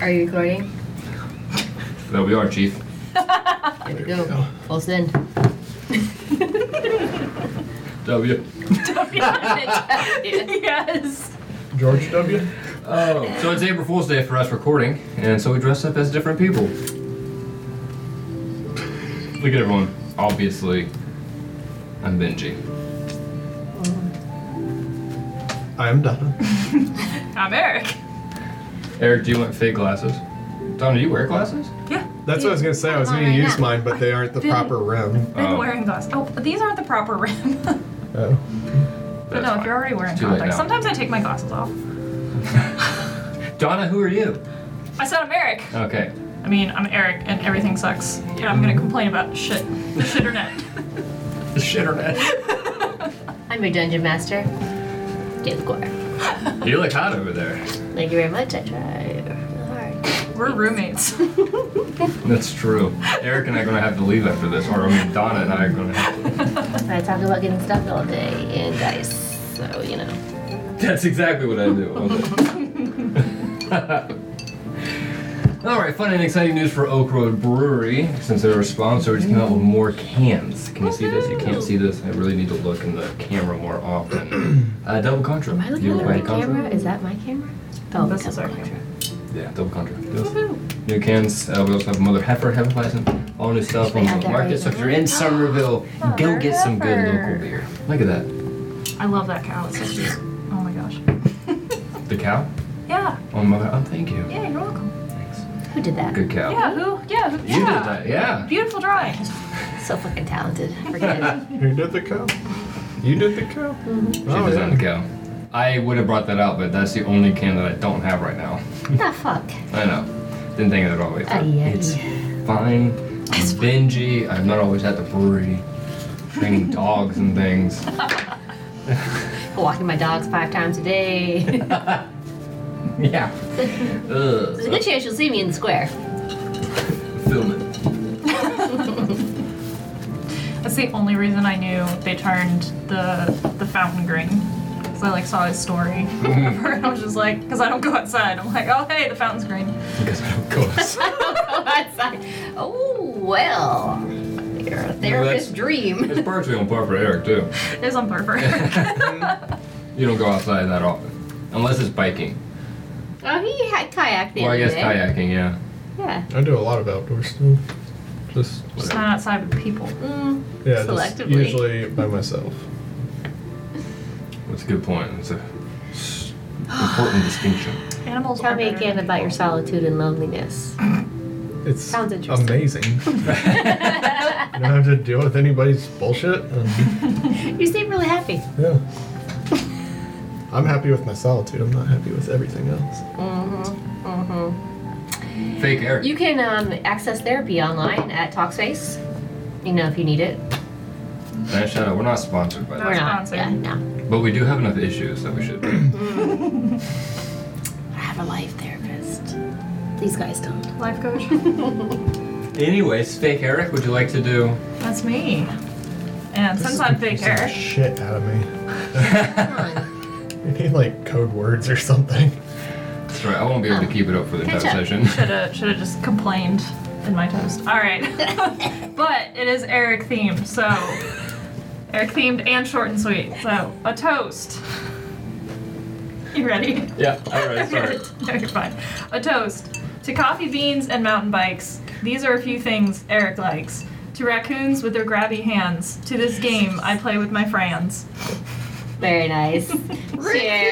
Are you recording? No, we are, chief. There we There we go. go. Full send. W. Yes. George W. Oh. So it's April Fool's Day for us recording, and so we dress up as different people. Look at everyone. Obviously, I'm Benji. I am Donna. I'm Eric. Eric, do you want fake glasses? Donna, do you wear glasses? Yeah, That's what I was gonna say. I was gonna Mine, use yeah. mine, but they aren't the Didn't- proper rim. been Oh. wearing glasses. Oh, but these aren't the proper rim. Oh. but That's no, fine. if you're already wearing It's too late now. contacts, sometimes I take my glasses off. Donna, who are you? I said I'm Eric. Okay. I mean, I'm Eric, and everything sucks. And I'm gonna complain about shit, shit or net. The shitter I'm your dungeon master, Dave Gore. You look hot over there. Thank you very much. I try real hard. We're roommates. That's true. Eric and I are gonna have to leave after this, or I mean, Donna and I are gonna. Have I talk about getting stuck all day and dice, so you know. That's exactly what I do. All right, fun and exciting news for Oak Road Brewery. Since they're a sponsor, we just came out with more cans. Can you see this? You can't see this. I really need to look in the camera more often. Uh, double contra. Am I You looking ever at the right played camera? Is that my camera? Oh, This is double our contra. camera. Yeah, double contra. Yes. Woohoo. New cans. Uh, we also have Mother Heifer, Heifer Weizen, all new stuff They on have the that market. right So if now. you're in Somerville, go Mother get some good local Heifer. beer. Look at that. I love that cow. It's such a- oh my gosh. The cow Yeah. on Mother. Oh, thank you. Yeah, you're welcome. Thanks. Who did that? Good cow. Yeah. Who? Yeah. Who? Oh. You yeah. did that. Yeah. Beautiful drawing. So fucking talented. Forget it. Who did the cow? You did the cow. Mm-hmm. She Oh, designed the yeah. cow. I would have brought that out, but that's the only can that I don't have right now. the Ah, fuck? I know. Didn't think of it all the way through. Ay, ay. It's fine. I'm Benji. I'm not always at the brewery training dogs and things. Walking my dogs five times a day. There's Yeah. Ugh. a good chance you'll see me in the square. Film it. That's the only reason I knew they turned the the fountain green. Because I like saw his story. of her, and I was just like, because I don't go outside. I'm like, oh hey, the fountain's green. Because I don't go outside. outside. Oh well. You're a that's- therapist dream. It's partially on par for Eric, too. It's on purpose. You don't go outside that often. Unless it's biking. Oh, he had kayak the Well, I other guess day. kayaking, yeah. Yeah. I do a lot of outdoor stuff. Just Just not outside with people. Mm. yeah, just Selectively. usually by myself. That's a good point. It's a s- important distinction. Animals. Tell are me better again than about your people. solitude and loneliness. It's Sounds interesting. amazing. you don't have to deal with anybody's bullshit. And, You seem really happy. yeah. I'm happy with my solitude. I'm not happy with everything else. Mm-hmm. Mm-hmm. Fake Eric. You can um, access therapy online at Talkspace. You know, if you need it. Nice shout out. We're not sponsored by that. No. We're not. sponsored. Yeah, no. But we do have enough issues that we should. I have a life therapist. These guys don't. Life coach. Anyways, fake Eric, would you like to do? That's me. And This since is I'm fake confusing the Eric, Shit out of me. Come on. We need like code words or something. That's right. I won't be able to keep it up for the entire Catch up. session. should have should have just complained in my toast. All right. but it is Eric themed, so Eric themed and short and sweet. So a toast. You ready? yeah. All right. no, you're fine. A toast to coffee beans and mountain bikes. These are a few things Eric likes. To raccoons with their grabby hands. To this game I play with my friends. Very nice. Cheers. Yeah,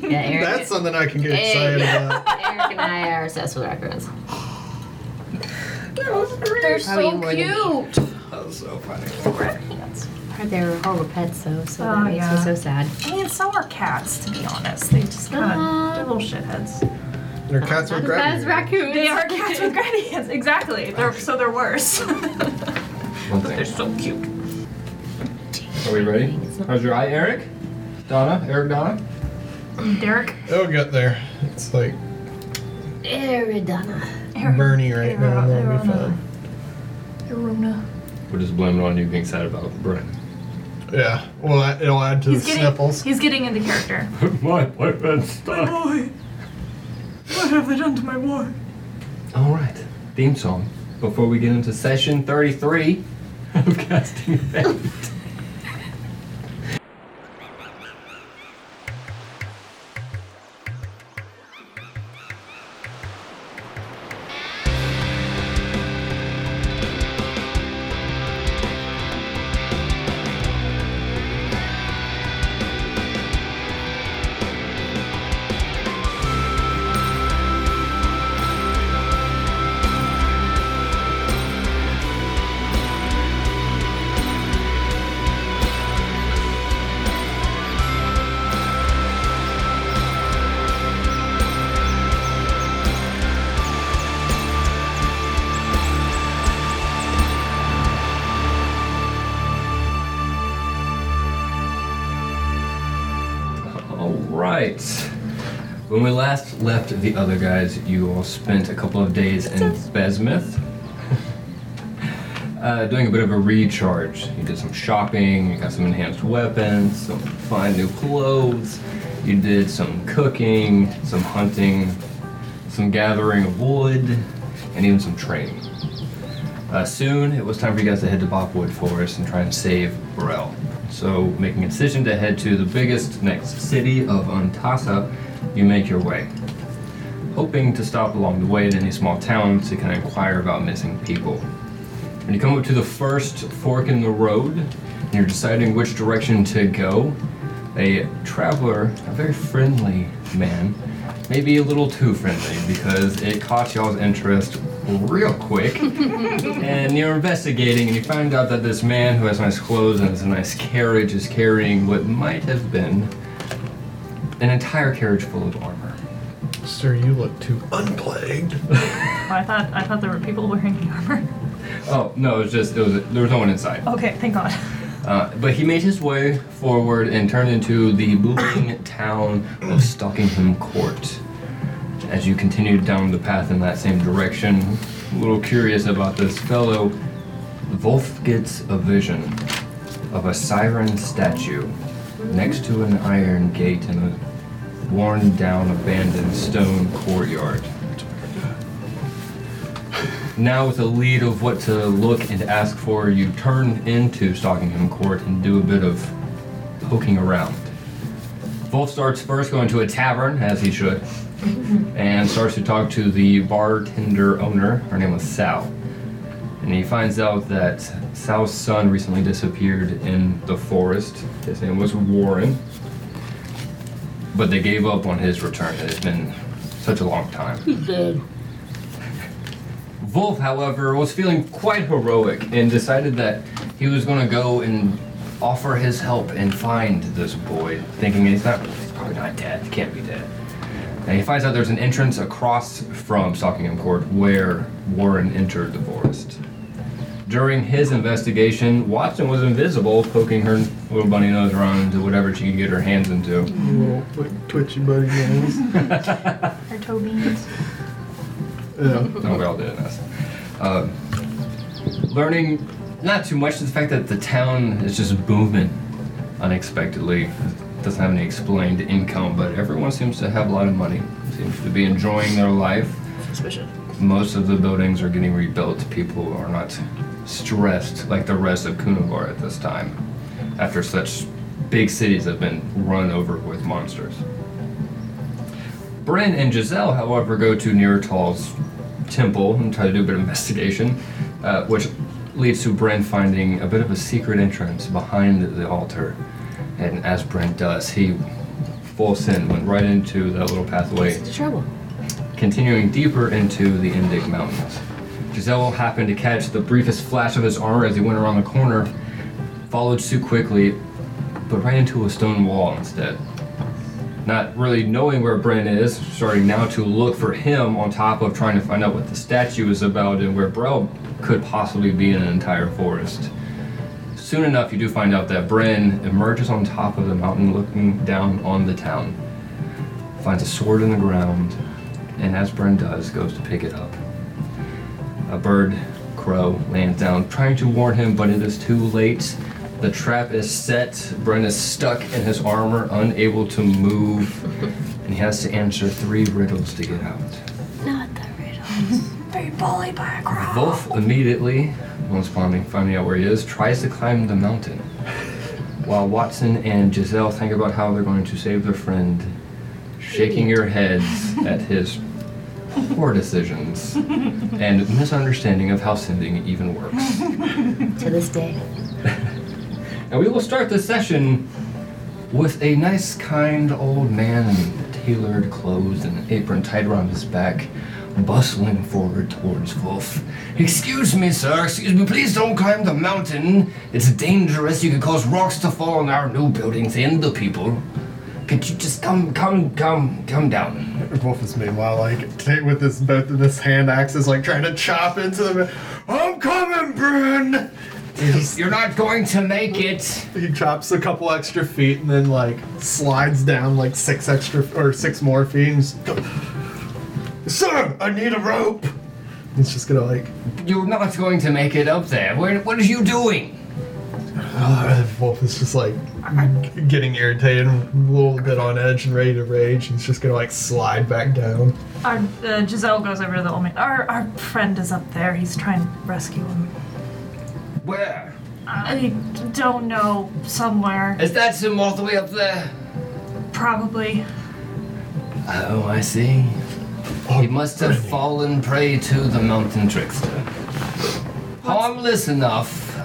Eric, That's something I can get Hey. excited about. Eric and I are obsessed with raccoons. They're Probably more than me. That's so funny. They're horrible pets, though, so Oh, that makes me yeah. so sad. I mean, so are cats, to be honest. They just kind of Uh-huh. they're little shitheads. Their cats Not are as bad as grabbing. you. raccoons. They are cats with granny hands. Exactly. They're so they're worse. One thing. they're so cute. Are we ready? It's not- How's your eye, Eric? Donna, Eric, Donna. Derek. It'll get there. It's like Eridana. Bernie right now. and That'll be Arona. fun. Arona. We'll just blame it on you being sad about Brett. Yeah. Well, that- it'll add to He's the getting snipples. he's getting into character. My boyfriend's stuck. What have they done to my war? All right, theme song. Before we get into session 33 of Casting Fate. All right. When we last left the other guys, you all spent a couple of days in Besmith. Uh, doing a bit of a recharge. You did some shopping, you got some enhanced weapons, some fine new clothes, you did some cooking, some hunting, some gathering of wood, and even some training. Uh, soon, it was time for you guys to head to Bopwood Forest and try and save Burrell. So, making a decision to head to the biggest next city of Untasa, you make your way. Hoping to stop along the way at any small towns to kind of inquire about missing people. When you come up to the first fork in the road, and you're deciding which direction to go, a traveler, a very friendly man, maybe a little too friendly because it caught y'all's interest real quick and you're investigating, and you find out that this man who has nice clothes and has a nice carriage is carrying what might have been an entire carriage full of armor. Sir, you look too unplagued. I thought I thought there were people wearing armor. Oh no, it was just it was there was no one inside. Okay, thank God. Uh, but he made his way forward and turned into the booming town of Stockingham Court. As you continued down the path in that same direction, a little curious about this fellow, Wolf gets a vision of a siren statue next to an iron gate in a worn down, abandoned stone courtyard. Now, with a lead of what to look and ask for, you turn into Stockingham Court and do a bit of poking around. Wolf starts first going to a tavern, as he should, and starts to talk to the bartender owner. Her name was Sal. And he finds out that Sal's son recently disappeared in the forest. His name was Warren. But they gave up on his return. It has been such a long time. Wolf, however, was feeling quite heroic and decided that he was going to go and offer his help and find this boy, thinking he's not he's probably not dead. He can't be dead. And he finds out there's an entrance across from Stockingham Court where Warren entered the forest. During his investigation, Watson was invisible, poking her little bunny nose around into whatever she could get her hands into. Little like, twitchy buddy nails. Her toe beans. yeah. No, we all did this. Um, learning not too much the fact that the town is just booming unexpectedly. It doesn't have any explained income, but everyone seems to have a lot of money. Seems to be enjoying their life. Suspicious. Most of the buildings are getting rebuilt. People are not stressed like the rest of Kunavar at this time, after such big cities have been run over with monsters. Bryn and Giselle, however, go to Neurtal's temple and try to do a bit of investigation, uh, which leads to Bryn finding a bit of a secret entrance behind the altar. And as Bryn does, he full sin went right into that little pathway It's the trouble. continuing deeper into the Indig Mountains. Giselle happened to catch the briefest flash of his armor as he went around the corner, followed suit quickly, but right into a stone wall instead. Not really knowing where Bren is, starting now to look for him on top of trying to find out what the statue is about and where Brel could possibly be in an entire forest. Soon enough, you do find out that Bren emerges on top of the mountain looking down on the town finds a sword in the ground, and as Bren does, goes to pick it up. A bird crow lands down, trying to warn him, but it is too late. The trap is set. Bren is stuck in his armor, unable to move, and he has to answer three riddles to get out. Not the riddles. Be bullied by a crowd. Wolf immediately, once finding, finding out where he is, tries to climb the mountain. While Watson and Giselle think about how they're going to save their friend, shaking your heads at his poor decisions and misunderstanding of how sending even works. to this day. And we will start this session with a nice, kind old man in tailored clothes and an apron tied around his back, bustling forward towards Wolf. Excuse me, sir, excuse me, please don't climb the mountain. It's dangerous, you could cause rocks to fall on our new buildings and the people. Could you just come, come, come, come down? Wolf is meanwhile like t- with this both in this hand axes like trying to chop into the. I'm coming, Bryn. He's- You're not going to make it. He chops a couple extra feet and then like slides down like six extra or six more feet and just go, Sir, I need a rope. He's just gonna like. You're not going to make it up there. What, what are you doing? Uh, Wolf is just like getting irritated, and a little bit on edge and ready to rage. He's just gonna like slide back down. Our, uh, Giselle goes over to the old man. Our, our friend is up there. He's trying to rescue him. Where? I don't know. Somewhere. Is that some all the way up there? Probably. Oh, I see. Oh, He must have Brittany. fallen prey to the mountain trickster. Harmless enough,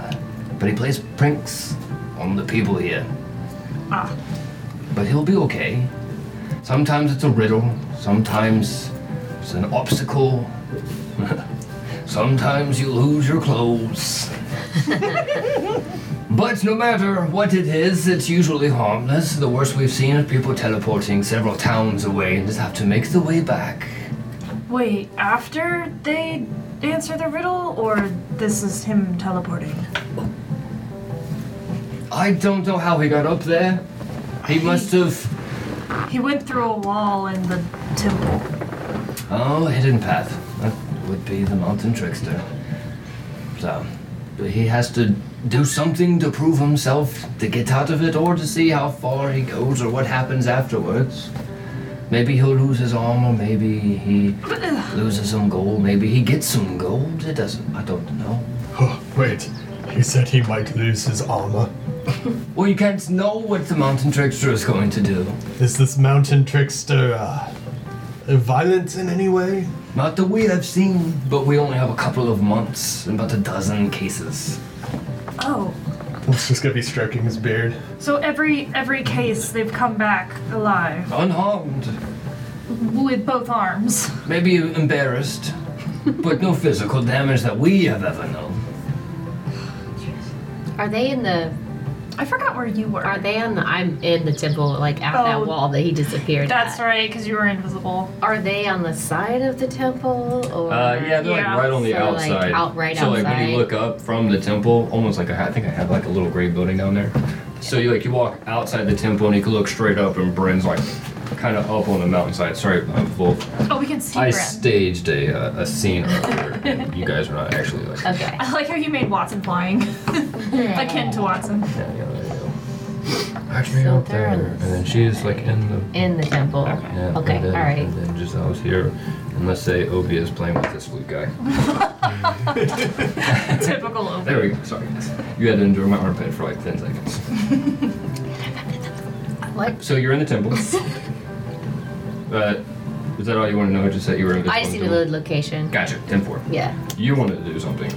but he plays pranks on the people here. Ah. But he'll be okay. Sometimes it's a riddle, sometimes it's an obstacle. sometimes you lose your clothes. but no matter what it is, it's usually harmless. The worst we've seen is people teleporting several towns away and just have to make the way back. Wait, after they answer the riddle, or this is him teleporting? I don't know how he got up there. He must have. He went through a wall in the temple. Oh, hidden path. That would be the mountain trickster. So, but he has to do something to prove himself to get out of it, or to see how far he goes, or what happens afterwards. Maybe he'll lose his arm, or maybe he loses some gold. Maybe he gets some gold. It doesn't. I don't know. Oh, wait, he said he might lose his armor. Well, you can't know what the mountain trickster is going to do. Is this mountain trickster uh, violent in any way? Not that we have seen, but we only have a couple of months and about a dozen cases. Oh, He's just gonna be stroking his beard. so every every case they've come back alive Unharmed, with both arms. maybe embarrassed, but no physical damage that we have ever known. Are they in the? I forgot where you were. Are they on the? I'm in the temple, like at Oh. that wall that he disappeared. That's at. right, because you were invisible. Are they on the side of the temple or? Uh, yeah, they're Yeah. like right on the So, like, outside. out- right so like when you outside. look up from the temple, almost like I I think I have like a little gray building down there. So you like you walk outside the temple and you can look straight up, and Bren's like kind of up on the mountainside. Sorry, I'm full. Oh, we can see I Bren. staged a uh, a scene earlier. and you guys are not actually like. Okay. I like how you made Watson flying. Akin to Watson. Yeah, yeah, there you go. So out they're there, on the and then she's like in the In the temple. Yeah, Okay. and then, All right. And then just I was here, and let's say Obi is playing with this flute guy. Typical Obi. There we go. Sorry, guys. You had to endure my armpit for like ten seconds. What? So you're in the temple. But is that all you want to know? Just that you were in the I just need the location. Gotcha. Ten four. Yeah. You wanted to do something,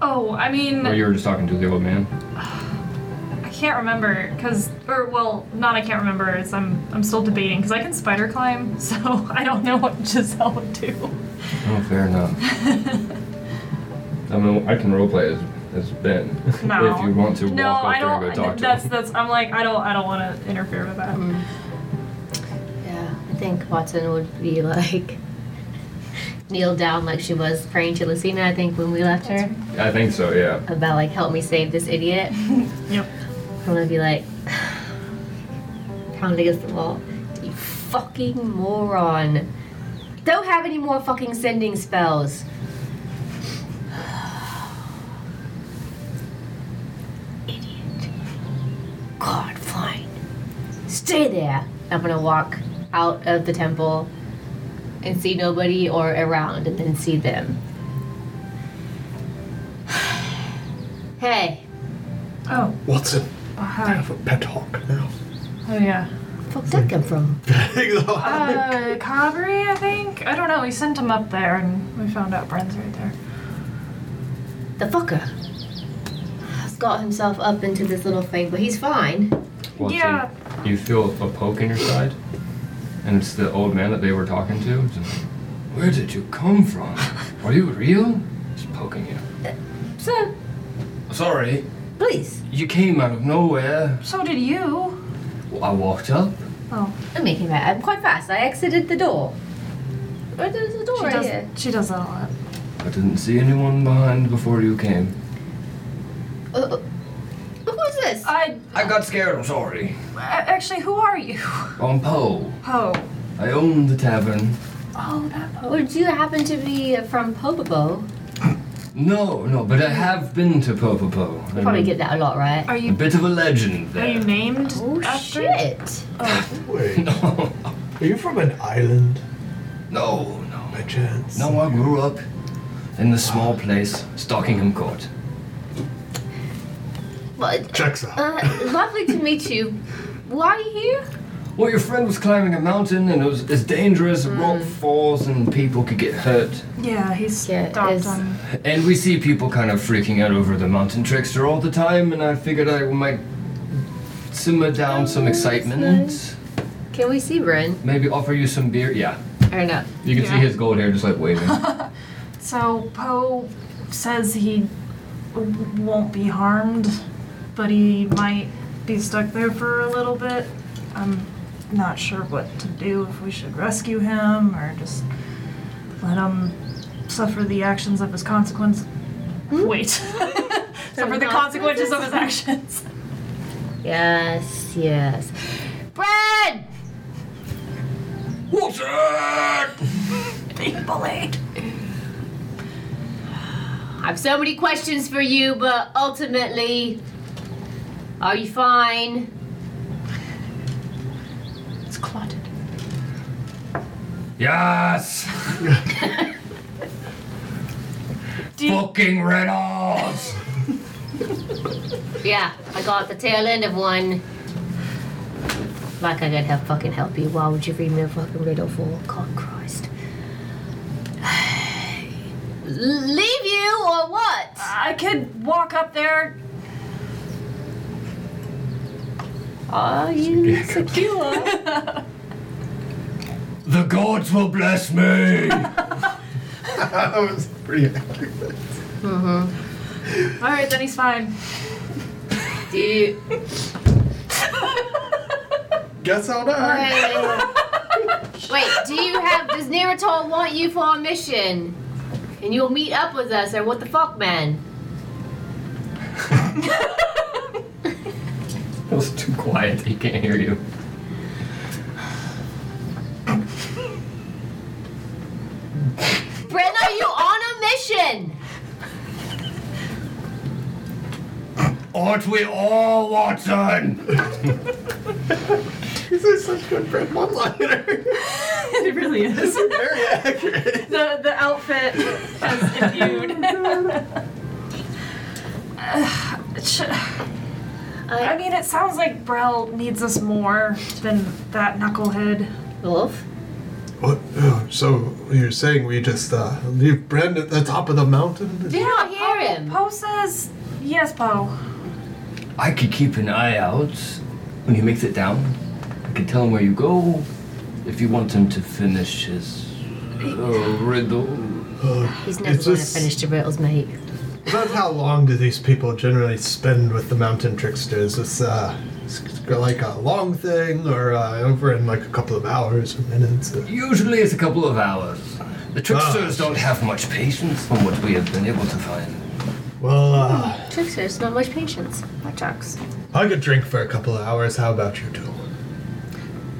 Oh, I mean, or you were just talking to the old man. I can't remember, because, or, well, not I can't remember, it's I'm, I'm still debating, because I can spider climb, so I don't know what Giselle would do. Oh, fair enough. I mean, I can roleplay as as Ben No. if you want to no, walk up I don't, there and go talk to that's, him. that's, I'm like, I don't, I don't want to interfere with that. Yeah. I think Watson would be like kneel down like she was praying to Lucina. I think when we left her I think so. Yeah. about like help me save this idiot. Yep. I'm gonna be like pounding against the wall. You fucking moron. Don't have any more fucking sending spells. Idiot. stay there. I'm gonna walk out of the temple and see nobody or around and then see them. hey, Oh, Watson, oh, I hi. have a pet hawk now. Oh, yeah. fuck that come from? Uh, Cabri, I think? I don't know. We sent him up there and we found out Bren's right there. The fucker has got himself up into this little thing, but he's fine. Watson, Yeah. You feel a poke in your side, and it's the old man that they were talking to. It's just, Where did you come from? Are you real? He's poking you. So, Sorry, please, you came out of nowhere. So did you. Well, I walked up. Oh, I'm making that. I'm quite fast. I exited the door. Where is the door she right does, here? she does that a lot. I didn't see anyone behind before you came. Uh, uh, who is this? I, I got scared. I'm sorry. a- actually, who are you? I'm Poe. Oh. I own the tavern. Oh, that boat. Would you happen to be from Popopo? No, no, but I have been to Popopo. You probably get that a lot, right? Are a you, bit of a legend are you there. named Oh after? shit! Oh, Wait, No, are you from an island no, no. by chance? No, I grew up in the small place, Stockingham Court. Well, Checks out. uh, lovely to meet you. Why are you here? Well, your friend was climbing a mountain and it was it's dangerous, Mm. rock falls, and people could get hurt. yeah, he's Yeah, it stopped is. on. And we see people kind of freaking out over the mountain trickster all the time, and I figured I might simmer Oh, down some excitement. Can we see Bryn? Maybe offer you some beer. Yeah. Or no? You can see Yeah. his gold hair just like waving. So Poe says he w- won't be harmed, but he might be stuck there for a little bit. I'm not sure what to do if we should rescue him or just let him suffer the actions of his consequence. Wait. Hmm? suffer the consequences of his actions. Yes, yes. Bryn! Water! Being bullied. I have so many questions for you, but ultimately, are you fine? It's clotted. Yes! Do you, Fucking Reynolds! Yeah, I got the tail end of one. Like I could have fucking help you. Why would you read me a fucking riddle for? God Christ. Leave you or what? I could walk up there. Are you secure? the gods will bless me! that was pretty accurate. Mm-hmm. All right, then he's fine. Do you- Guess I'll die. Wait, wait, do you have. Does Neratol want you for a mission? And you'll meet up with us, or what the fuck, man? It was too quiet, he can't hear you. Bryn, are you on a mission? Aren't we all, Watson? These are such good friend one-liner. it really is. Very accurate. the the outfit has imbued. Uh, sh- I mean, it sounds like Brel needs us more than that knucklehead. Wolf? What? Oh, so you're saying we just uh, leave Brent at the top of the mountain? Do you not hear him? Poe says, "Yes, Poe. I could keep an eye out when he makes it down. I could tell him where you go if you want him to finish his uh, riddle. Oh, He's never It's going to just- finish the riddles, mate. About how long do these people generally spend with the mountain tricksters? It's uh, it's like a long thing, or uh, over in like a couple of hours or minutes. Or... Usually it's a couple of hours. The Ah. tricksters don't have much patience from what we have been able to find. Well, uh, Tricksters, not much patience. That checks. I could drink for a couple of hours. How about you two?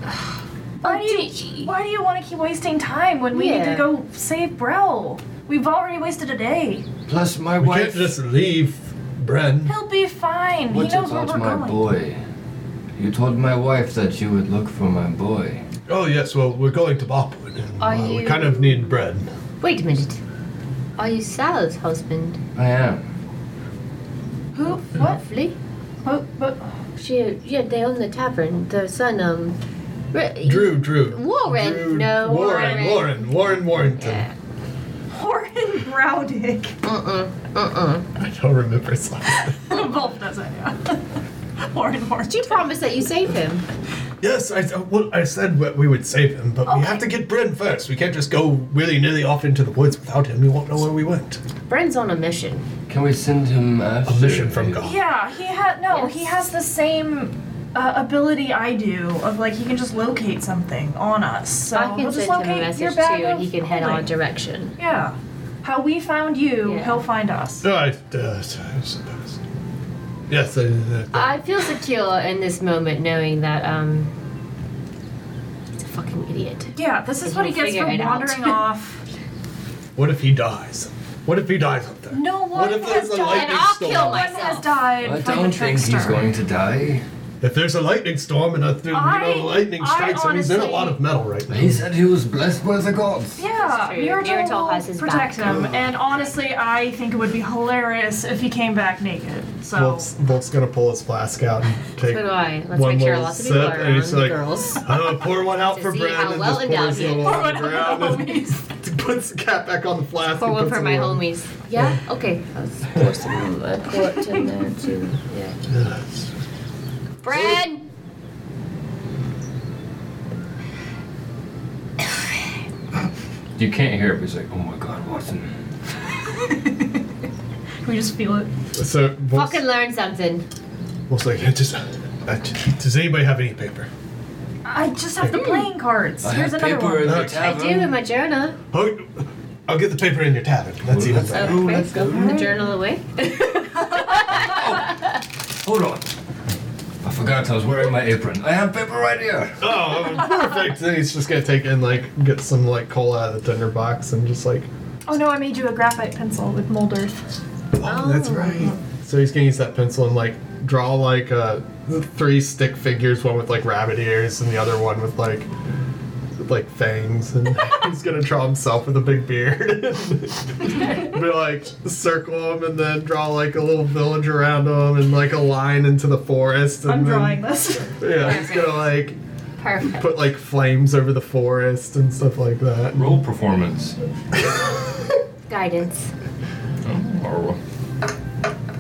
Oh, Why do you Why do you want to keep wasting time when we need Yeah. to go save Brel? We've already wasted a day. Plus, my We can't wife. just leave Bren. He'll be fine. What he knows where about we're my going. boy? You told my wife that you would look for my boy. Oh yes, well we're going to Bopwood. and, Are uh, We you- kind of need bread. Wait a minute. Are you Sal's husband? I am. Who? What? Roughly. What? What? She, yeah, they own the tavern. Their son, um, Re- Drew, Drew. Warren, Drew- no, Warren. Warren, Warren, Warren Warrington. Yeah. Horan Browdick. Uh uh. Uh uh. I don't remember his last name. Wolf doesn't, yeah. Horan Horan. Did you promise that you save him? Yes, I, uh, well, I said we- we would save him, but we Okay. have to get Bryn first. We can't just go willy nilly off into the woods without him. We won't know where we went. Bren's on a mission. Can we send him after? mission from you? God. Yeah, he had no. He has the same uh, ability I do of like he can just locate something on us. So I can we'll just send him a locate your message too, bag and he of can head our holding. direction. Yeah, how we found you, Yeah. he'll find us. No, I, uh, I suppose. Yes, uh, uh, I feel secure in this moment knowing that um, he's a fucking idiot. Yeah, this is And what he he'll gets for figure it out. wandering off. what if he dies? What if he dies up there? No one What if has there's a died. lightning lightning I'll storm? kill No one myself. has died. I from don't the think he's trickster. going to die. If there's a lightning storm and a th- I- you know, lightning I strikes him, he's in a honestly- lot of metal right now. He said he was blessed by the gods. Yeah, That's true. Myrtle Myrtle has his protect back. him, and honestly, I think it would be hilarious if he came back naked. So Volk's, Volk's gonna pull his flask out and take. So do I. Let's One make sure little lots of people sip, are and around. he's the like- girls. I'm gonna pour one out To for see Brad how and well just endowed pours he the is. one Or on the whatever ground the and homies. puts the cap back on the flask. For and one puts for it my away. homies. Yeah? Okay. I was forcing a quart in there too. Yeah. Yes. Bren! You can't hear it, but he's like, oh my god, Watson. we just feel it. So Volk's, Fucking learn something. Volk's like, "Yeah, just, uh, j- does anybody have any paper? I just have the playing cards. Hmm. I Here's have another paper in one. the Okay. I tavern. do in my journal. Oh, I'll get the paper in your tavern. That's even Ooh. better. Oh, let's go. Throw The journal away. Hold on. I forgot I was wearing my apron. I have paper right here. Oh, perfect. then he's just gonna take and like get some like coal out of the tinder box and just like. Oh no, I made you a graphite pencil with mold earth. Oh, that's Oh. right. So he's gonna use that pencil and like draw like uh, three stick figures, one with like rabbit ears and the other one with like like fangs, and he's gonna draw himself with a big beard. Be like circle him and then draw like a little village around him and like a line into the forest. And I'm then, drawing this. Yeah, he's gonna like Perfect. put like flames over the forest and stuff like that. Roll performance. Guidance. Or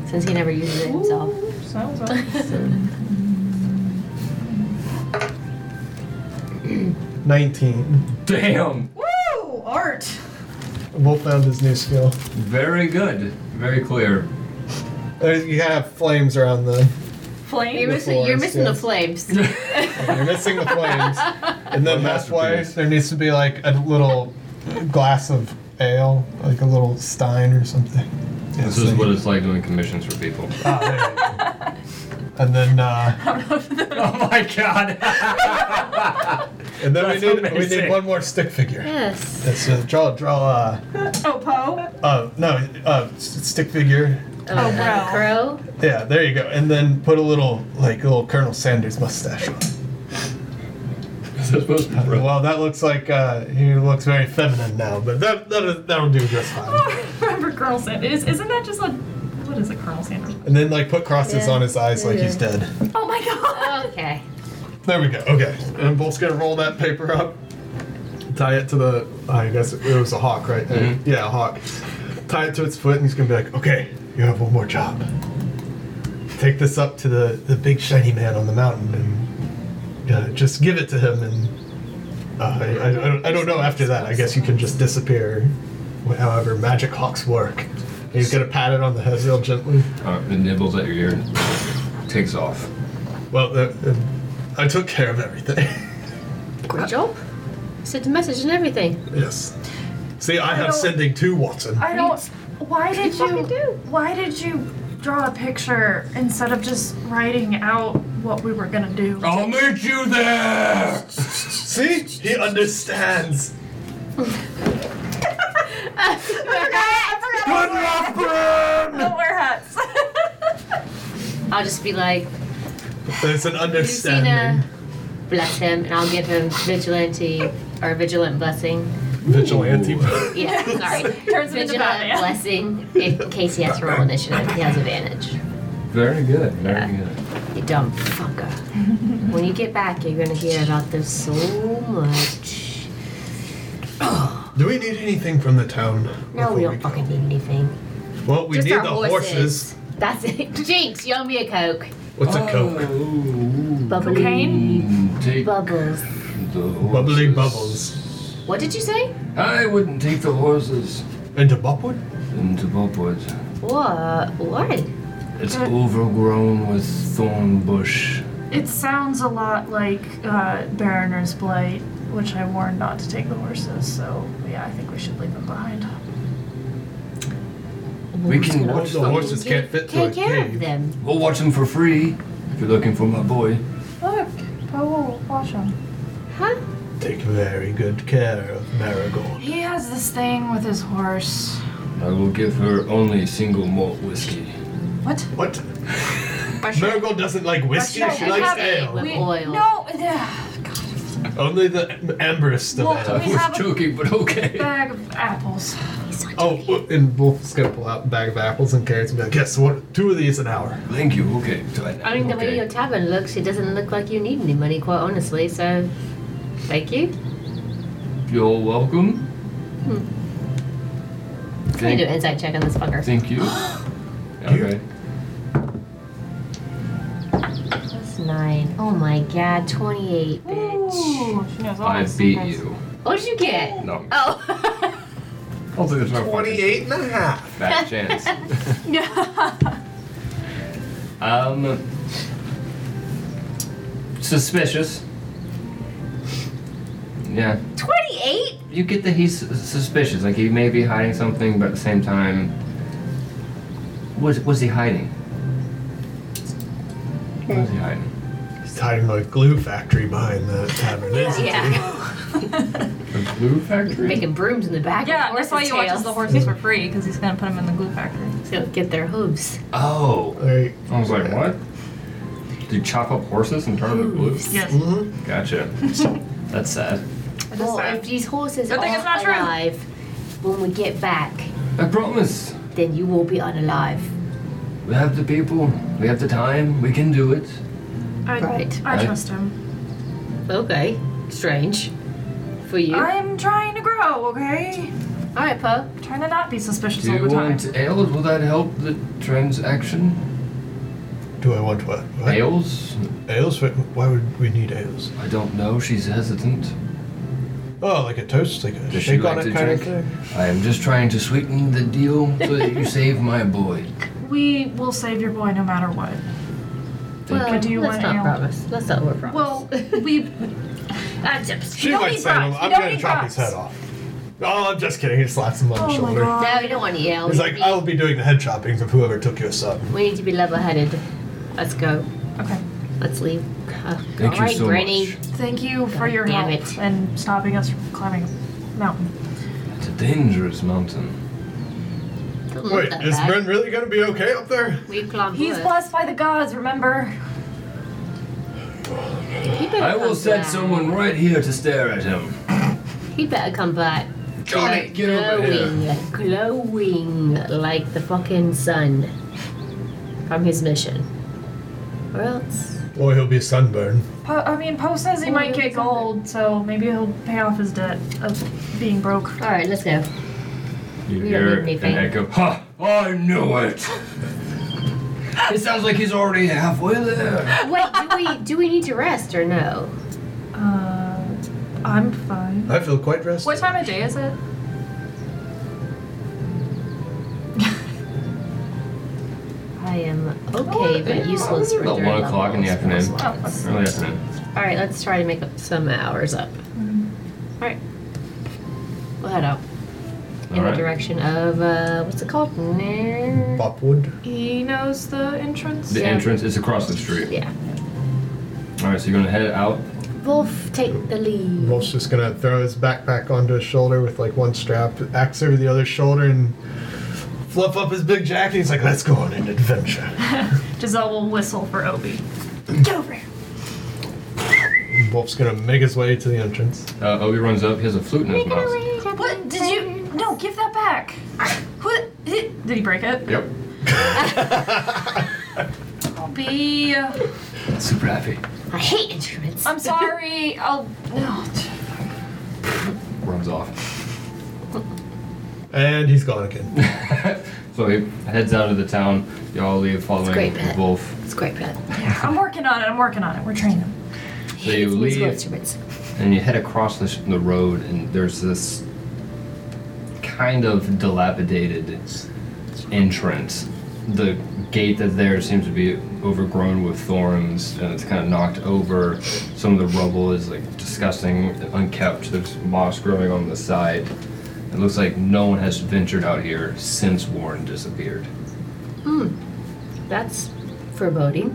Since he never uses it himself. Sounds awesome. 19. Damn. Woo! Art. Wolf found his new skill. Very good. Very clear. Uh, You have flames around the. You're Flame. missing, you're forest, missing the yes. flames. You're missing the flames. And then Or that's why masterpiece. there needs to be like a little glass of ale, like a little stein or something. This is what it's like doing commissions for people. Ah, there you go. And then, uh, oh my god. and then we That's need we amazing. need one more stick figure. Yes. That's uh, draw draw uh, Oh, Poe. uh no uh s- stick figure. Uh, wow. Crow. Yeah, there you go. And then put a little like a little Colonel Sanders mustache. on. Is that supposed to be bro? Well, that looks like uh, he looks very feminine now, but that that'll, that'll do just fine. Oh, I remember Colonel Sanders. Is, isn't that just a. What is a Colonel Sanders? And then like put crosses Yeah. on his eyes like he's Yeah. dead. Oh my god! Okay. There we go. Okay. And Bolt's gonna roll that paper up, tie it to the. I guess it was a hawk, right? there. Mhm. Yeah, a hawk. Tie it to its foot, and he's gonna be like, "Okay, you have one more job. Take this up to the the big shiny man on the mountain, and uh, just give it to him. And uh, I, I, I don't- I don't know. After that, I guess you can just disappear. However, magic hawks work. He's gonna pat it on the head real gently. Uh, it nibbles at your ear and takes off. Well, uh, uh, I took care of everything. Great job. Sent a message and everything. Yes. See, I, I have don't- sending to Watson. I don't. Why did you. fucking do. Why did you draw a picture instead of just writing out what we were gonna do? I'll meet you there! See, he understands. I forgot! Good Don't luck, Bran! wear hats. I'll just be like, There's an Lucina, understanding. bless him, and I'll give him vigilante or vigilant blessing. Vigilante. Yeah, sorry. Turns him into Vigilant Batman. blessing in case he has to roll initiative. He has advantage. Very good. Very Yeah. good. You dumb fucker. when you get back, you're gonna hear about this so much. Do we need anything from the town? No, before we don't go? fucking need anything. Well, we Just need our the horses. horses. That's it. Jinx, you owe me a coke. What's Oh. a coke? Bubbly. Cocaine? Ooh, Oh, take Bubbles. the horses. Bubbly bubbles. What did you say? I wouldn't take the horses Into Bopwood? into Bobwood. What? Why? It's Uh. overgrown with thorn bush. It sounds a lot like uh, Baroner's Blight, which I warned not to take the horses, so yeah, I think we should leave them behind. We can All watch the them. horses can't fit through a Take care of cave. them. We'll watch them for free if you're looking for my boy. Look, Powell, watch him. Huh? Take very good care of Marigold. He has this thing with his horse. I will give her only single malt whiskey. What? What? Marigold doesn't like whiskey. Russia She is likes happy With We- ale. oil. No, yeah. Only the amberest of Well, I ale. We have was a- joking, but Uh. okay. bag of apples. Oh, and Wolf's gonna pull out a bag of apples and carrots and be like, guess what? Two of these an hour. Thank you. Okay. I mean, the way your okay. tavern looks, it doesn't look like you need any money, quite honestly, so thank you. You're welcome. Hmm. Can you do Thank, an insight check on this fucker? thank you. okay. Plus nine. Oh my god, 28, bitch. Ooh, she knows all I the beat secrets. you. What did you get? No. Oh. I'll do this for and a half. Bad chance. Yeah. Um. Suspicious. Yeah. 28? You get that he's sus- suspicious. Like he may be hiding something, but at the same time, was was he hiding? What was he Hmm. hiding? He's hiding the glue factory behind the tavern, isn't Yeah. The glue factory. Making brooms in the back. yeah, with that's why horses' you watches tails. the horses for free, because he's gonna put them in the glue factory. So get their hooves. he? Oh, Like, I was like, what? Do you chop up horses and turn them to glue? Yes. mhm. Gotcha. That's sad. It is Well, sad. if these horses Good are thing it's not true. alive, when we get back, I promise. then you will be unalive. We have the people. We have the time. We can do it. I, Right. I Right. trust him. Okay. Strange. For you. I'm trying to grow, okay? All right, Poe. I'm trying to not be suspicious Do all you the time. want ales? Will that help the transaction? Do I want what? what? Ales? Ales? Why- Why would we need ales? I don't know. She's hesitant. Oh, like a toast, like a Does she shake on like it to kind of drink? thing. I am just trying to sweeten the deal so that you save my boy. We will save your boy no matter what. Thank Well, do you let's not want ale? promise. Let's not overpromise. Well, we. that's just. She don't likes need saying, brats. I'm You don't gonna need chop brats. his head off. Oh, I'm just kidding. He slaps him on the Oh my shoulder. God. No, you don't want to yell. He's We like, oh. need- I'll be doing the head choppings of whoever took your son. We need to be level-headed. Let's go. Okay. Let's leave. Uh, Thank all you right, so Granny. Thank you for God your damn help it. and stopping us from climbing a mountain. much. It's a dangerous mountain. Don't look Wait, that is bad. Bren really gonna be okay up there? We climbed He's wood. blessed by the gods, remember? He better I will come set back. someone right here to stare at him. He better come back. Johnny, get over glowing, here. glowing like the fucking sun from his mission. Or else, Or he'll be sunburned. Po- I mean, Poe says he Oh, might really get gold, so maybe he'll pay off his debt of being broke. all right, let's go. You We don't hear need an anything. echo. Ha! I knew it! it sounds like he's already halfway there. Wait, do we do we need to rest or no? Uh, I'm fine. I feel quite rested. What time of day is it? I am okay, but useless for About third one o'clock in the level. afternoon. Oh, that's- Early afternoon. All right, let's try to make up some hours up. All right, we'll head out in All the right. direction of uh, what's it called? Nair- Bopwood? He knows the entrance. The Yeah. entrance is across the street. Yeah, All right, so you're gonna head out. Wolf, take the lead. Wolf's just gonna throw his backpack onto his shoulder with like one strap, axe over the other shoulder, and fluff up his big jacket. He's like, let's go on an adventure. Giselle will whistle for Obi. Get over here. Wolf's gonna make his way to the entrance. Uh, Obi runs up. He has a flute in his mouth. What did you? No, give that back. What? Did did he break it? Yep. I'll be. uh, Super happy. I hate instruments. I'm sorry. I'll. No. Runs off. And he's gone again. so he heads out of the town. Y'all leave great, following Pat. Wolf. It's great, Pat. I'm working on it. I'm working on it. We're training. him. So you Musical leave instruments. and you head across the, sh- the road, and there's this kind of dilapidated entrance. The gate that's there seems to be overgrown with thorns, and it's kind of knocked over. Some of the rubble is like disgusting, unkept. There's moss growing on the side. It looks like no one has ventured out here since Warren disappeared. Hmm. That's foreboding.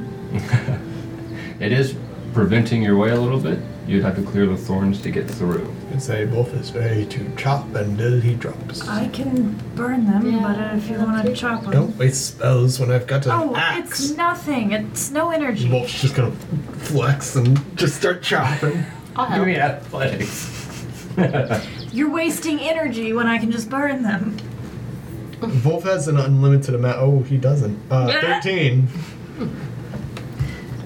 It is preventing your way a little bit. You'd have to clear the thorns to get through. And say Wolf is ready to chop until he drops. I can burn them, Yeah. but if you want to chop them. Don't waste spells when I've got an Oh, it's axe. nothing. It's no energy. Wolf's just gonna flex and just start chopping. I'll help. athletics. You're wasting energy when I can just burn them. Wolf has an unlimited amount. Oh, he doesn't. Uh, Yeah. 13.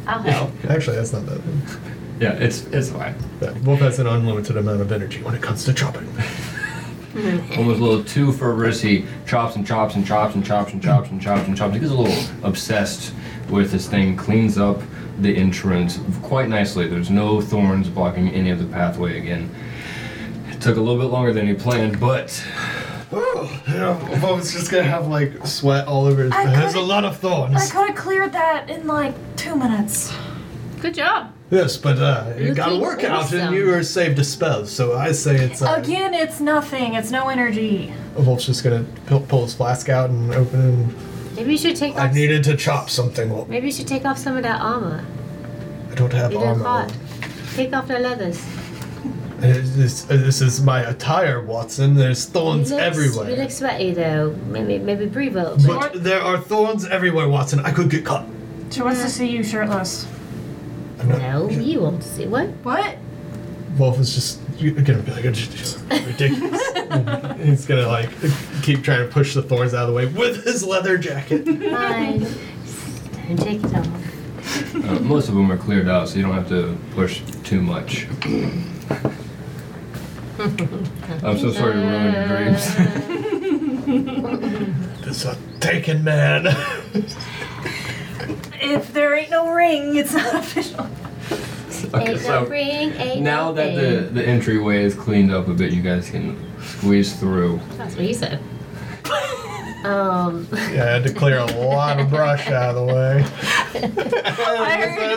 I'll help. Actually, that's not that bad. Yeah, it's it's fine. But Wolf has an unlimited amount of energy when it comes to chopping. Almost a little too fervorous. He chops and chops and chops and chops and chops and chops and chops. He gets a little obsessed with this thing. Cleans up the entrance quite nicely. There's no thorns blocking any of the pathway again. It took a little bit longer than he planned, but Oh, yeah, Wolf's just gonna have like sweat all over his I face. There's a couldn't- lot of I thorns. could have cleared that in like two minutes. Good job. Yes, but uh, you got a Looking workout awesome. and you were saved a spell, so I say it's. Uh, Again, it's nothing. It's no energy. Wolf's just gonna pull, pull his flask out and open it. And, Maybe you should take I off. needed to chop something. Wolf. Maybe you should take off some of that armor. I don't have You're armor. doing hot. Take off the leathers. This, uh, this is my attire, Watson. There's You thorns look- everywhere. You look sweaty though. Maybe maybe breathe a little bit. But there are thorns everywhere, Watson. I could get caught. She wants to see you shirtless. I'm not- No, you won't see what? What? Wolf is just you're gonna be like "This is ridiculous. He's gonna like keep trying to push the thorns out of the way with his leather jacket. Fine. Don't take it off. uh, most of them are cleared out, so you don't have to push too much. I'm so sorry to ruin your dreams. This a taken man. If there ain't no ring, it's not official. Okay, ain't so no ring, ain't Now no that thing. the, the entryway is cleaned up a bit, you guys can squeeze through. That's what he said. um, yeah, I had to clear a lot of brush out of the way. I That's why heard-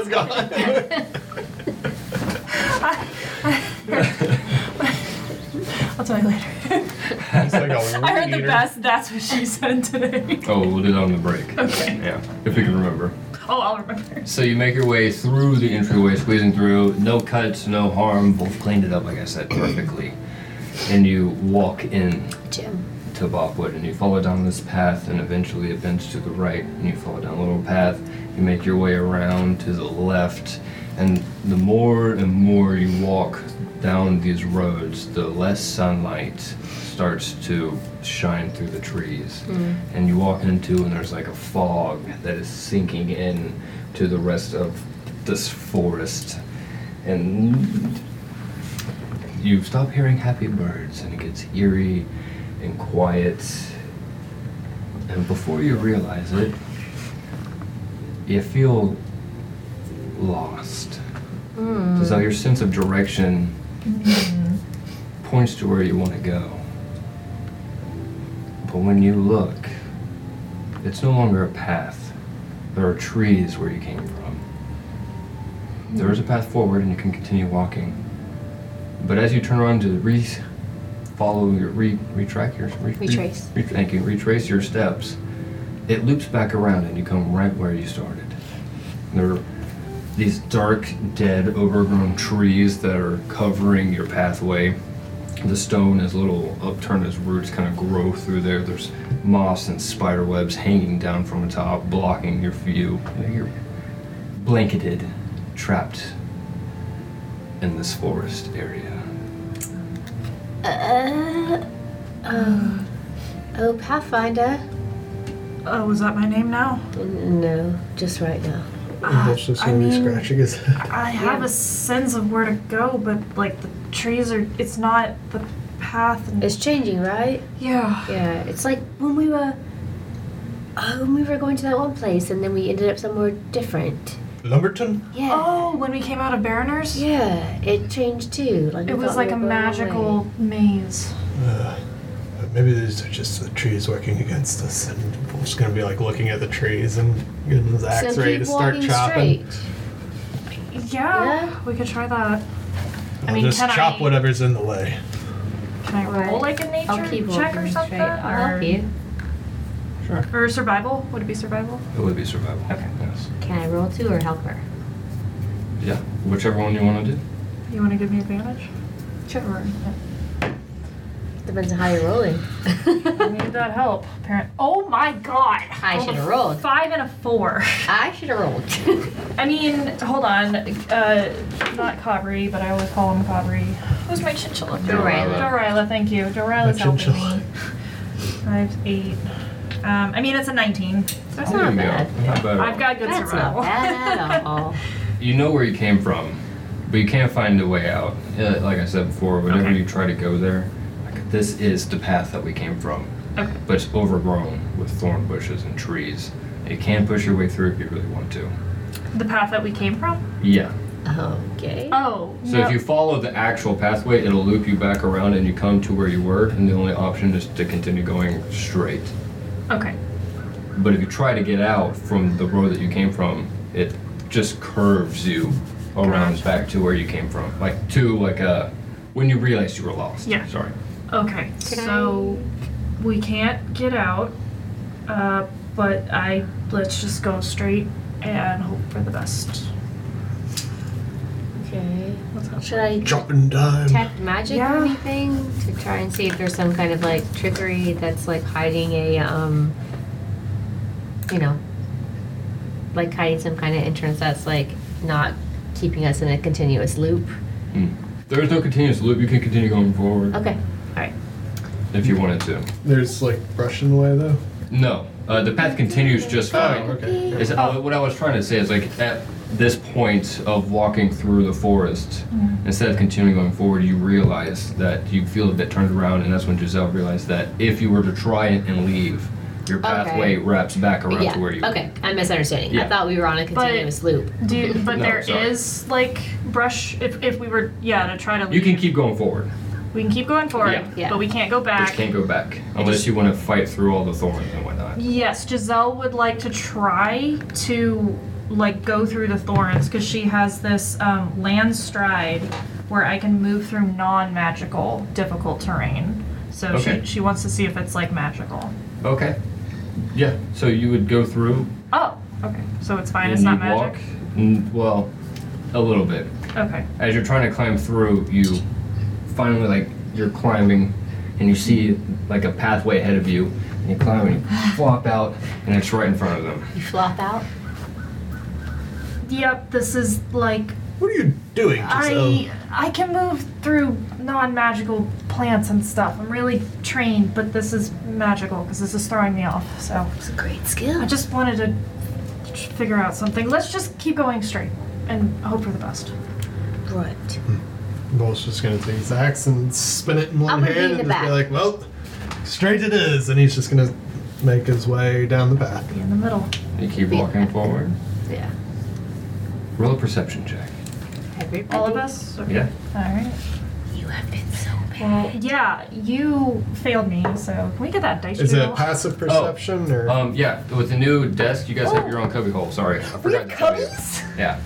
it's gone. I'll tell you later. It's like a I heard the weed-eater. best. That's what she said today. Oh, we'll do that on the break. Okay. Yeah, if we can remember. Oh, I'll remember. So you make your way through the entryway, squeezing through. No cuts, no harm. Both cleaned it up, like I said, perfectly. And you walk in Jim. to Bopwood, and you follow down this path, and eventually it bends to the right, and you follow down a little path. You make your way around to the left, and the more and more you walk down these roads, the less sunlight starts to shine through the trees. And you walk into, and there's like a fog that is sinking in to the rest of this forest. And you stop hearing happy birds and it gets eerie and quiet. And before you realize it, you feel lost. hmm. As though your sense of direction points to where you want to go. But when you look, it's no longer a path. There are trees where you came from. There is a path forward and you can continue walking. But as you turn around to re follow your re retrack your re, Retrace. Re, thank you, retrace your steps, it loops back around and you come right where you started. There are these dark, dead, overgrown trees that are covering your pathway. The stone is little upturned as roots kind of grow through there. There's moss and spider webs hanging down from the top, blocking your view. You're blanketed, trapped in this forest area. Uh, um, oh, Pathfinder. Oh, was that my name now? No, just right now. That's just I gonna be mean- scratching his head. I have a sense of where to go, but like the trees are. It's not the path. And, It's changing, right? yeah. Yeah, it's like when we were. Oh, when we were going to that one place and then we ended up somewhere different. Lumberton? Yeah. Oh, when we came out of Baroners, Yeah, it changed too. Like we it was thought like we a were going magical away. maze. Uh, maybe these are just the trees working against us, and we're just gonna be like looking at the trees and getting his axe So ready to keep start walking chopping. straight. Yeah, Yeah. we could try that. I I'll mean, just can chop I whatever's in the way. can I roll Right. like a nature I'll keep check or walking something, straight. I'll or, help you. or survival? Would it be survival? It would be survival. Okay. Yes. Can I roll too or help her? Yeah. Whichever one you want to do. You want to give me advantage? Sure. Depends on how you're rolling. I need that help. Parent. Oh my god. I Rolled a should've rolled. Five and a four. I should have rolled. I mean, hold on. Uh, not Cobry, but I always call him Cobry. Who's my chinchilla? Dorila. Dorila, thank you. Dorila's My helping chinchilla. me. Five, eight. Um, I mean, it's a 19. That's not bad. Not bad. at all. I've got good Oh. That's survival. not bad at all. You know where you came from, but you can't find a way out. Uh, Like I said before, whenever Okay. you try to go there, like, this is the path that we came from, okay. but it's overgrown with thorn bushes and trees. You can push your way through if you really want to. The path that we came from? Yeah. Okay. Oh. So no. if you follow the actual pathway, it'll loop you back around and you come to where you were, and the only option is to continue going straight. Okay. But if you try to get out from the road that you came from, it just curves you around Gotcha. back to where you came from, like to like a when you realized you were lost. Yeah. Sorry. Okay. Can so we can't get out, uh, but I let's just go straight and hope for the best. Okay. Let's hope. Should I Jumping dime. Um, detect magic Yeah. or anything to try and see if there's some kind of like trickery that's like hiding a um you know like hiding some kind of entrance that's like not keeping us in a continuous loop. There is Mm. no continuous loop. You can continue going forward Okay. All right. if you wanted to. There's like brush in the way though. No, uh, the path continues just fine. okay. It's, uh, what I was trying to say is like at this point of walking through the forest, Mm-hmm. instead of continuing going forward, you realize that you feel a bit turned around, and that's when Giselle realized that if you were to try it and leave, your pathway wraps back around yeah. to where you. okay. I'm misunderstanding. Yeah. I thought we were on a continuous loop. Do you, but No, there is sorry. like brush. If, if we were yeah to try to You leave, can keep going forward, we can keep going forward, Yeah. Yeah. but we can't go but back. you can't go back unless you want to fight through all the thorns and whatnot. Yes, Giselle would like to try to like go through the thorns because she has this um, land stride where I can move through non-magical difficult terrain. So Okay. she, she wants to see if it's like magical. Okay. Yeah. So you would go through Oh, okay. So it's fine. and It's not you'd walk. magic. N- well, a little bit. Okay. as you're trying to climb through, you finally like you're climbing, and you see like a pathway ahead of you, and you climb and you flop out, and it's right in front of them. You flop out. Yep. This is like What are you doing, Giselle? oh. I I can move through non-magical plants and stuff. I'm really trained, but this is magical because this is throwing me off. So It's a great I skill. just wanted to t- figure out something. Let's just keep going straight and hope for the best. Right. Bol's just gonna take his axe and spin it in one I'm gonna be hand in the and just back. be like, well, straight it is, and he's just gonna make his way down the path. Be in the middle. You keep walking forward. Yeah. Roll a perception check. Everybody. All of us? Okay. Yeah. All right. You have been so bad. Well, yeah, you failed me, so can we get that dice Is roll? it passive perception or Um. Yeah. With the new desk, you guys have your own cubby hole. Sorry, I we have forgot. to tell you. cubbies? Yeah.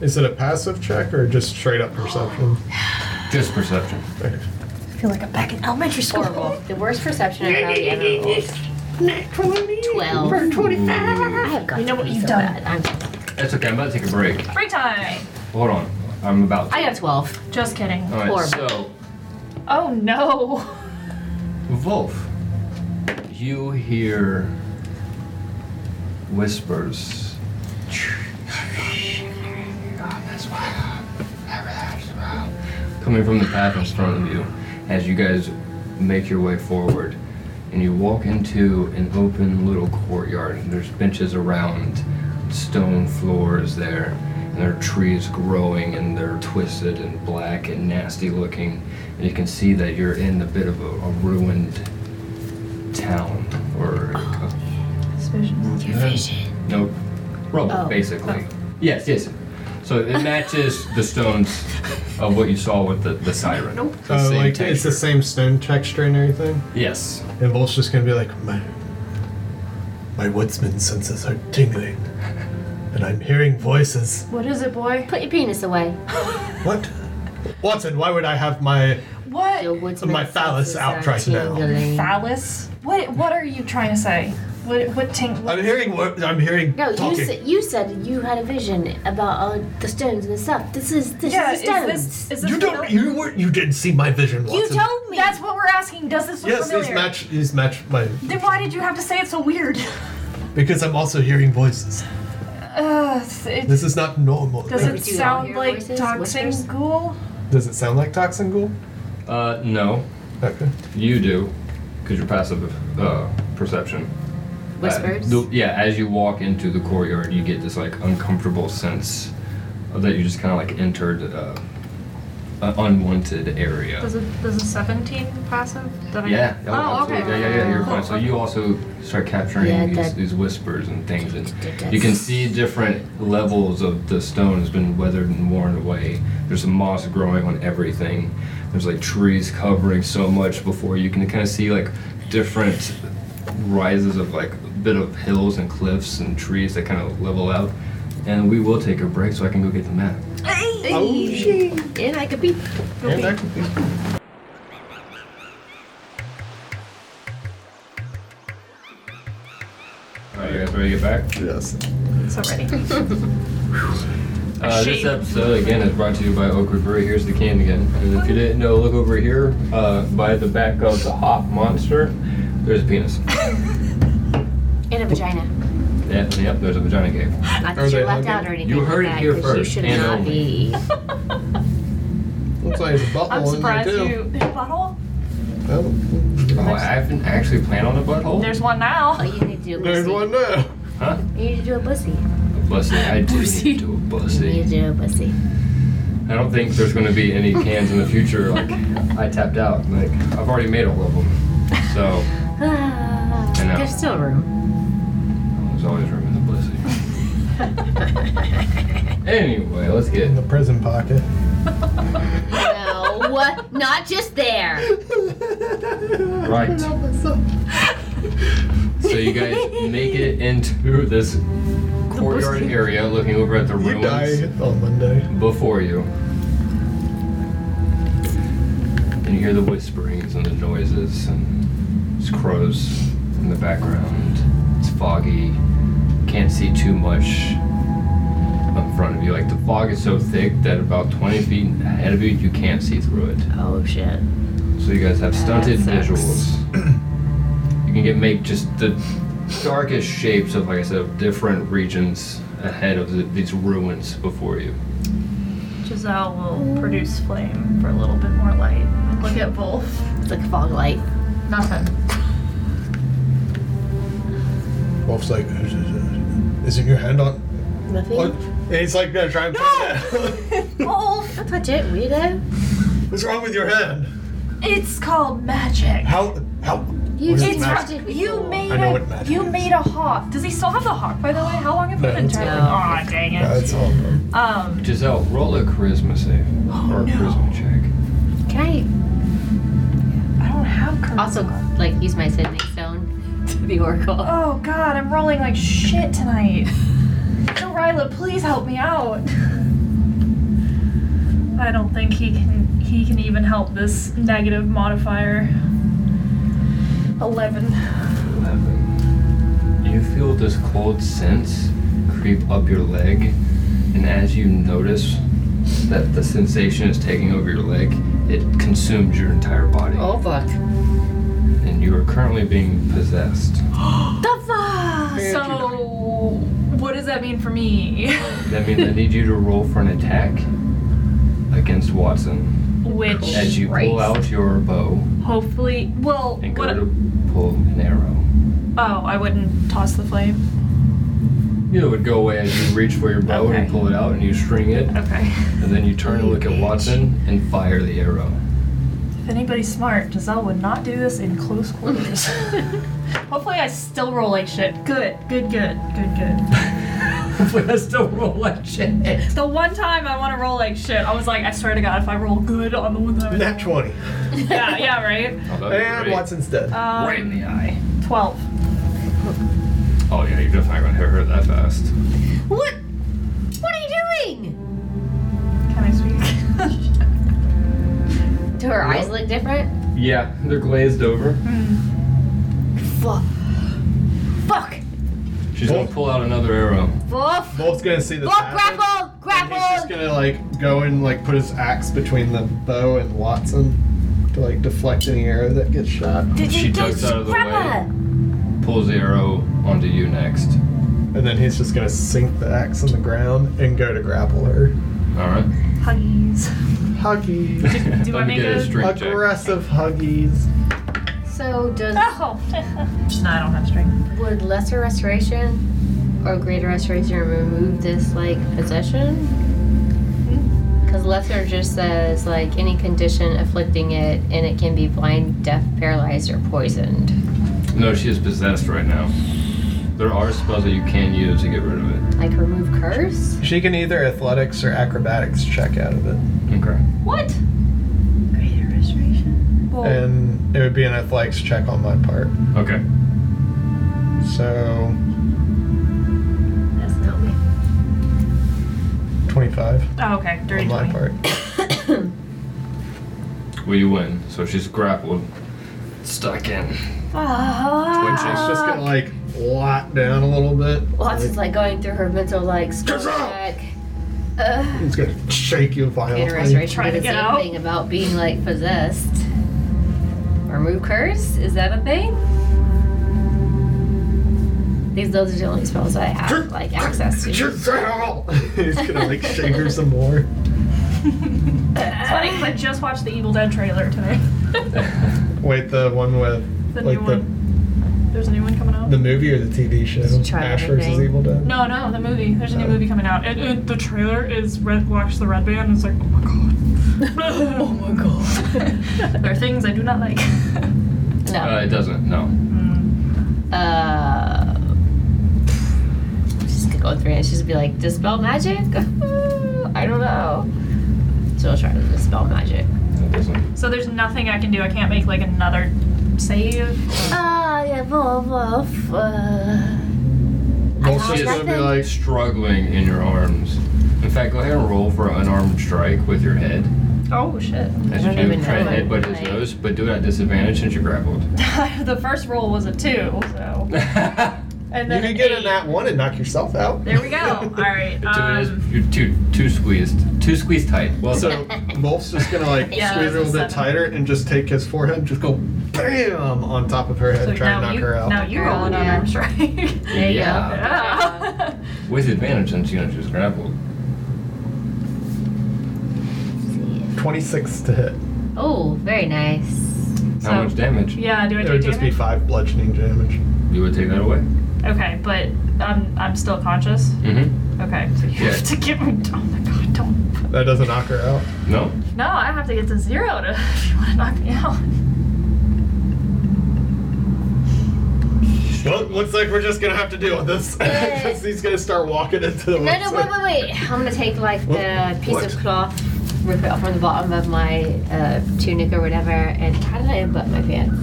is it a passive check or just straight up perception? Oh, Just perception. Okay. I feel like I'm back in elementary school. Horrible. The worst perception I've probably ever rolled. Twelve. I have got You to know what be you've so done. bad. I'm, That's okay. I'm about to take a break. Free time! Hold on. I'm about. To. I got twelve. Just kidding. All right. horrible. So, Oh no! Wolf, you hear whispers. Coming from the path in front of you, as you guys make your way forward, and you walk into an open little courtyard, and there's benches around, stone floors there, and there are trees growing, and they're twisted and black and nasty looking, and you can see that you're in a bit of a, a ruined town or a no rubble, Oh. basically. Yes, yes. So it matches the stones of what you saw with the, the siren. Nope. The Oh, same like it's texture. the same stone texture and everything. Yes. And Volt's just gonna be like, my my woodsman senses are tingling, and I'm hearing voices. What is it, boy? Put your penis away. What? Watson, why would I have my? Your What? woodsman My phallus senses out are right now. tingling. Phallus? What? What are you trying to say? What? What? Tink- I'm hearing. wo- I'm hearing No, you, talking. sa- you said you had a vision about all the stones and stuff. This is this yeah. is Is the stones. this? Is this you don't. familiar? You were. You didn't see my vision, you Watson. told me. That's what we're asking. Does this look Yes, these familiar? match. These match my. Then why did you have to say it so weird? Because I'm also hearing voices. Uh, it, This is not normal. does We it do all sound hear like voices, Toxin whispers. Ghoul? Does it sound like Toxin Ghoul? Uh, no. Okay. You do, because your passive uh, perception. Whispers. Uh, th- yeah, as you walk into the courtyard, you get this like uncomfortable sense of that you just kind of like entered uh, an unwanted area. Does it? Does a 17 passive? Did I Yeah. Oh, absolutely. okay. Yeah, yeah, yeah. You're fine. Cool, So cool, you cool. also start capturing Yeah, these, that- these whispers and things, and you can see different levels of the stone has been weathered and worn away. There's some moss growing on everything. There's like trees covering so much before you can kind of see like different rises of like a bit of hills and cliffs and trees that kind of level out. And we will take a break so I can go get the map. Oh, and I could be. And that could be- All right, you guys ready to get back? Yes. So ready. Uh, this Shame. episode again is brought to you by Oakwood Brewery. Here's the can again. And if you didn't know, look over here uh, by the back of the hop monster. There's a penis. In a vagina. Yeah, yep, there's a vagina cave. Not that Are you're they left hugging? out or anything. You like heard it that, here 'cause You first, should and not only. be. Looks like there's a bottle I'm in there surprised Oh, too. you. There's a butthole? Oh. Oh, I haven't actually planned on a butthole. There's one now. Oh, you need to do a There's bussy. one now. huh? You need to do a bussy. A bussy. I do Pussy. need to You need to do a do bussy. a bussy. I don't think there's going to be any cans in the future. Like I tapped out. Like I've already made all of them. So Ah, I know. There's still room. there's always room in the bussy. Anyway, let's get. In the prison pocket. no, not just there. Right. So you guys make it into this courtyard area, looking over at the You ruins die on Monday. before you. And you hear the whisperings and the noises, and it's crows in the background. It's foggy. Can't see too much in front of you. Like the fog is so thick that about 20 feet ahead of you, you can't see through it. Oh shit. So you guys have stunted That sucks. visuals. you can get make just the darkest shapes of, like I said, of different regions ahead of the, these ruins before you. Giselle will produce flame for a little bit more light. Look at Wolf. It's like a fog light. Nothing. Wolf's like, "Is- is- isn't your hand on? Nothing. What? And he's like, gonna try and no! Wolf! Don't touch it, weirdo. What's wrong with your hand? It's called magic. How? How? You what is did It's magic? magic. you made I know a what magic you is. made a hawk. Does he still have the hawk by the way? How long have No, Uh, you been it's traveling? gone. Aw, dang it. That's all. Um Giselle, roll a charisma save Oh, or a no. charisma check. Can I don't have I charisma. also like use my sending stone to the oracle? Oh god, I'm rolling like shit tonight. So Ryla, please help me out. I don't think he can he can even help this negative modifier. Eleven. Eleven. You feel this cold sense creep up your leg, and as you notice that the sensation is taking over your leg, it consumes your entire body, Oh fuck. and you are currently being possessed. The fuck. So What does that mean for me? That means I need you to roll for an attack against Watson Which as you pull out your bow hopefully, well, and what? go to pull an arrow. Oh, I wouldn't toss the flame. Yeah, it would go away as you reach for your bow and Okay. you pull it out and you string it, Okay. and then you turn and look at Watson and fire the arrow. If anybody's smart, Giselle would not do this in close quarters. Hopefully, I still roll like shit. Good, good, good, good, good. Hopefully, I still roll like shit. The one time I want to roll like shit, I was like, I swear to God, if I roll good on the one time, I- Nat 20. yeah, yeah, right. And Watson's dead. Um, Right in the eye. Twelve. Oh, yeah, you're definitely not gonna hit her that fast. What? What are you doing? Can I speak? Do her eyes look different? Yeah, they're glazed over. Hmm. Fuck. Fuck. She's Oh. gonna pull out another arrow. Wolf. Bolt's gonna see this Wolf, happen, grapple. and he's just Grapple. gonna like go and like put his axe between the bow and Watson to like deflect any arrow that gets shot. Did She you ducks out of the way. grapple? Pulls the arrow onto you next. And then he's just gonna sink the axe in the ground and go to grapple her. Alright. Huggies. Huggies. do I make get a- strength check? Aggressive huggies. So does Oh. no, I don't have strength. would lesser restoration or greater restoration remove this like possession? Because lesser just says like any condition afflicting it, and it can be blind, deaf, paralyzed, or poisoned. No, she is possessed right now. There are spells that you can use to get rid of it. Like remove curse. She can either athletics or acrobatics check out of it. Okay. What? Greater restoration. Well, And it would be an athletics check on my part. Okay. So That's not me. 25 oh, okay. Dirty on my 20. part. Well, you win. So she's grappled, stuck in. Ah. She's just Uh, gonna like lot down a little bit. Watson's like going through her mental like spell Gazelle! check. Uh, He's gonna shake you violently. and restoration Trying did to the get same out. thing about being like possessed. Remove curse? Is that a thing? These those are the only spells I have like access to. Giselle! He's gonna like shake her some more. It's funny 'cause I just watched the Evil Dead trailer today. Wait, the one with The like new the one. There's a new one coming out. the movie or the TV show? Just try Ash everything. versus Evil Dead. no, no, the movie. There's a new movie coming out. It, it, the trailer is red. Watch the red band. It's like, oh my god. oh my god. there are things I do not like. No. Uh, it doesn't. No. Uh she's gonna go through it. She's gonna be like, dispel magic? I don't know. So I'll try to dispel magic. It doesn't. so there's nothing I can do. I can't make like another save. Ah, yeah, wolf, wolf. Uh, Well, Oh, She she's is nothing. gonna be like, struggling in your arms. In fact, go ahead and roll for an unarmed strike with your head. Oh shit. As don't you even try know to what headbutt I'm his playing. nose, but do it at disadvantage since you grappled. the first roll was a two. So. And you then can an get in eight. that one and knock yourself out. There we go. All right. Two Um, is- you're too too squeezed. Too squeezed tight. Well So done. Wolf's just gonna like Yeah, squeeze her a that's little a bit seven. tighter and just take his forehead, just go bam on top of her head, so try and now knock you, her out. now you roll an Yeah. unarmed strike. There you Yeah. go. yeah. With advantage since you know she was grappled. Twenty-six to hit. Oh, very nice. How So- much damage? Yeah, do I It take would just be damage? five bludgeoning damage. You would take that away. Okay, but I'm I'm still conscious. Mm-hmm. Okay, so you Yeah. have to get me. Oh my god, don't. That doesn't knock her out. No. Oh, No, I have to get to zero to if you want to knock me out. Well, looks like we're just gonna have to deal with this. Yeah. Because he's gonna start walking into the No, no, wait, wait, wait. I'm gonna take like the What? piece of cloth, rip it off from the bottom of my uh, tunic or whatever, and how did I unbutton my pants?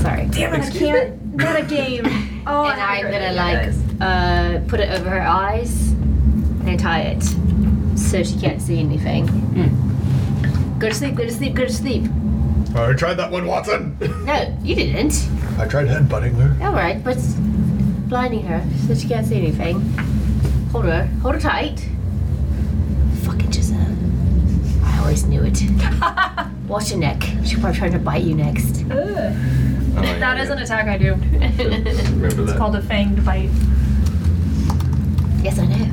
Sorry. Damn it, I can't. Not a game. Oh, and I'm gonna like regret it, uh, put it over her eyes and tie it so she can't see anything. Go to sleep. Go to sleep. Go to sleep. I tried that one, Watson. No, you didn't. I tried headbutting her. All right, but blinding her so she can't see anything. Hold her, hold her tight. Fucking Giselle. I always knew it. Watch your neck. She'll probably try to bite you next. guys. Ugh. Oh, yeah, That yeah. is an attack I do. Remember that. It's called a fanged bite. Yes, I know.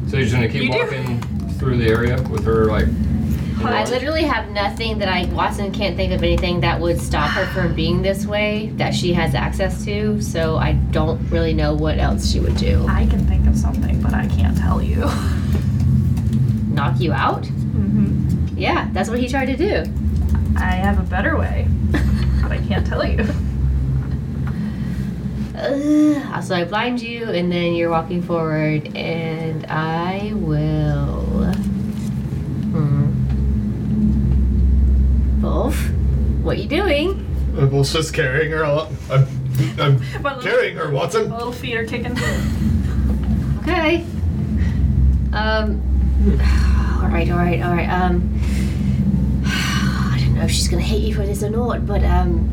So you're just gonna keep You do. walking through the area with her, like. in I the- literally have nothing that I Watson can't think of anything that would stop her from being this way that she has access to. So I don't really know what else she would do. I can think of something, but I can't tell you. Knock you out? hmm Yeah, that's what he tried to do. I have a better way, but I can't tell you. Ugh. So I blind you, and then you're walking forward, and I will. Hmm. Wolf, what you doing? Uh, well, it's just carrying her up. I'm, I'm My little- carrying her, Watson. My little feet are kicking. Okay. Um. All right, all right, all right. Um. I don't know if she's gonna hate you for this or not, but um.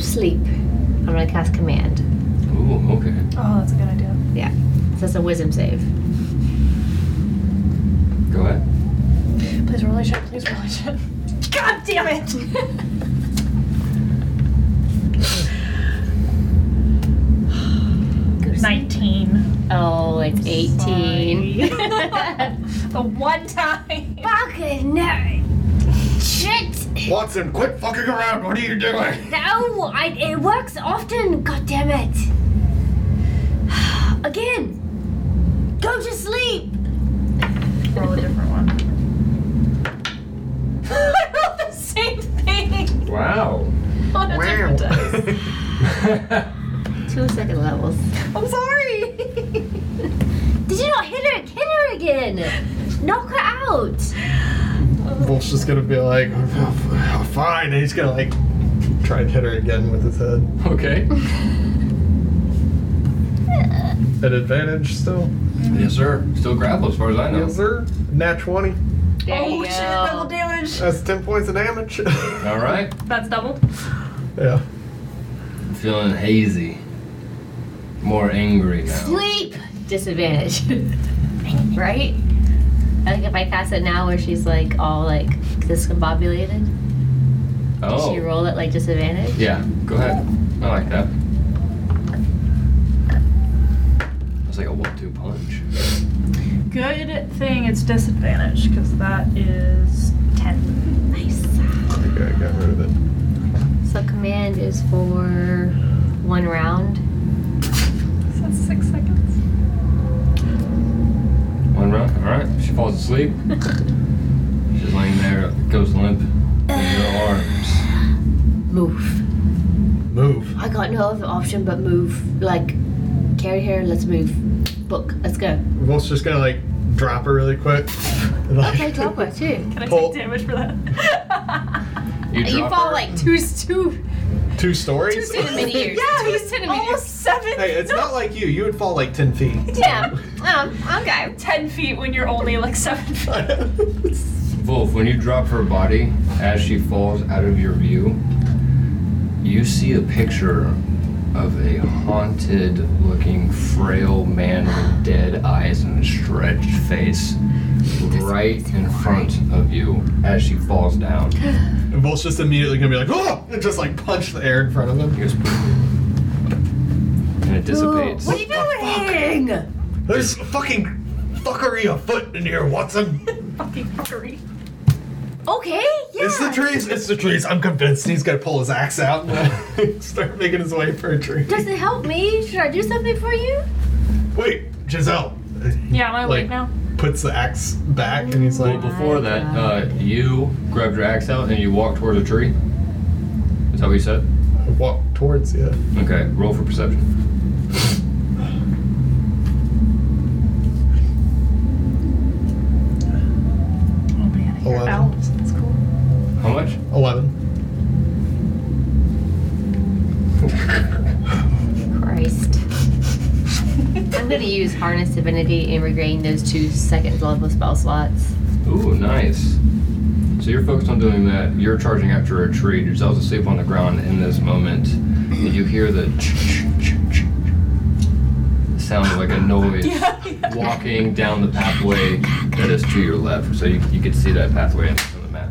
Sleep. I'm gonna cast command. Ooh, okay. Oh, that's a good idea. Yeah. So that's a wisdom save. Go ahead. Please roll a shit. Please roll a shit. God damn it! Go to sleep. Nineteen. Oh, it's 18. the one time. Fucking no. Shit. Watson, quit fucking around. What are you doing? No, I, it works often. God damn it. Again. Go to sleep. Roll a different one. I rolled the same thing Wow. on a different dice. Two second levels. I'm sorry. Did you not hit her? Hit her again. Knock her out. Wolf's just gonna be like, "Oh, f- fine. And he's gonna like try and hit her again with his head. okay. At advantage still. Yes, sir. Still grapple as far as I know. Yes, sir. Nat 20. There oh you shit! go. Double damage. That's 10 points of damage. All right. That's doubled. yeah. Feeling hazy. More angry now. Sleep. Disadvantage. right? I think if I cast it now where she's like all like discombobulated, does Oh. she roll at like disadvantage? Yeah. Go ahead. I like that. That's like a one-two punch. Good thing it's disadvantage because that is ten. Nice. I think I got rid of it. So command is for one round. So that's six seconds. One round. All right. She falls asleep. She's laying there, goes limp in your arms. Move. Move. I got no other option but move. Like, carry her, let's move. Book, let's go. Wolf's just gonna like drop her really quick. And, like, Okay, drop her too. Can I Pull. take damage for that? You, You drop fall her. like two, two Two stories? centimeters. yeah, two he's almost centimeters. seven. Hey, it's no, not like you. You would fall like 10 feet. Yeah. Um, okay. ten feet when you're only like seven. feet. Wolf, when you drop her body as she falls out of your view, you see a picture of a haunted looking frail man with dead eyes and a stretched face right in front of you as she falls down. And Wolf's just immediately gonna be like, oh! And just like punch the air in front of He him. goes, and it dissipates. What are you doing? There's fucking fuckery afoot in here, Watson. Fucking fuckery. Okay, yeah. It's the trees. It's the trees. I'm convinced. he's gonna pull his axe out and uh, start making his way for a tree. Does it help me? Should I do something for you? Wait, Giselle. Yeah, am I awake Like- now? Puts the axe back and he's Well, like, before that, uh, you grabbed your axe out and you walked towards a tree. Is that what you said? walk towards you. Okay, roll for perception. Oh man, I hear Eleven. owls. That's cool. How much? Eleven. Christ. I'm gonna use Harness Divinity and regain those two second level spell slots. Ooh, nice. So you're focused on doing that. You're charging after a tree. Giselle's asleep on the ground in this moment. And you hear the sound of like a noise Yeah, yeah. walking down the pathway that is to your left. So you, you can see that pathway on the map.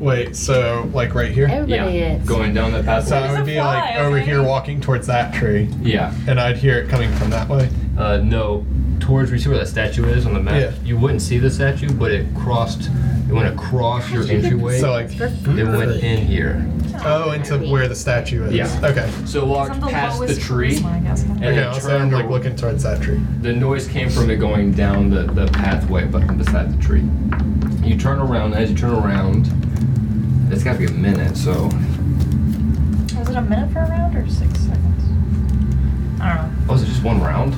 Wait, so like right here? Everybody is. Going down that pathway. So I There's would a be fly, like over okay. here walking towards that tree, Yeah. and I'd hear it coming from that way. Uh, no, towards where you see where that statue is on the map. Yeah. You wouldn't see the statue, but it crossed. It went across your entryway. So like, it went in here. oh, into where the statue is. Yeah. Okay. So walked It's on the past the lowest tree, charisma, I guess. and Okay, then I'll say I'm turned. like ar- looking towards that tree. The noise came from it going down the, the pathway, but beside the tree. You turn around. As you turn around, it's got to be a minute. So Was it a minute for a round or six seconds? I don't know. oh, is it just one round?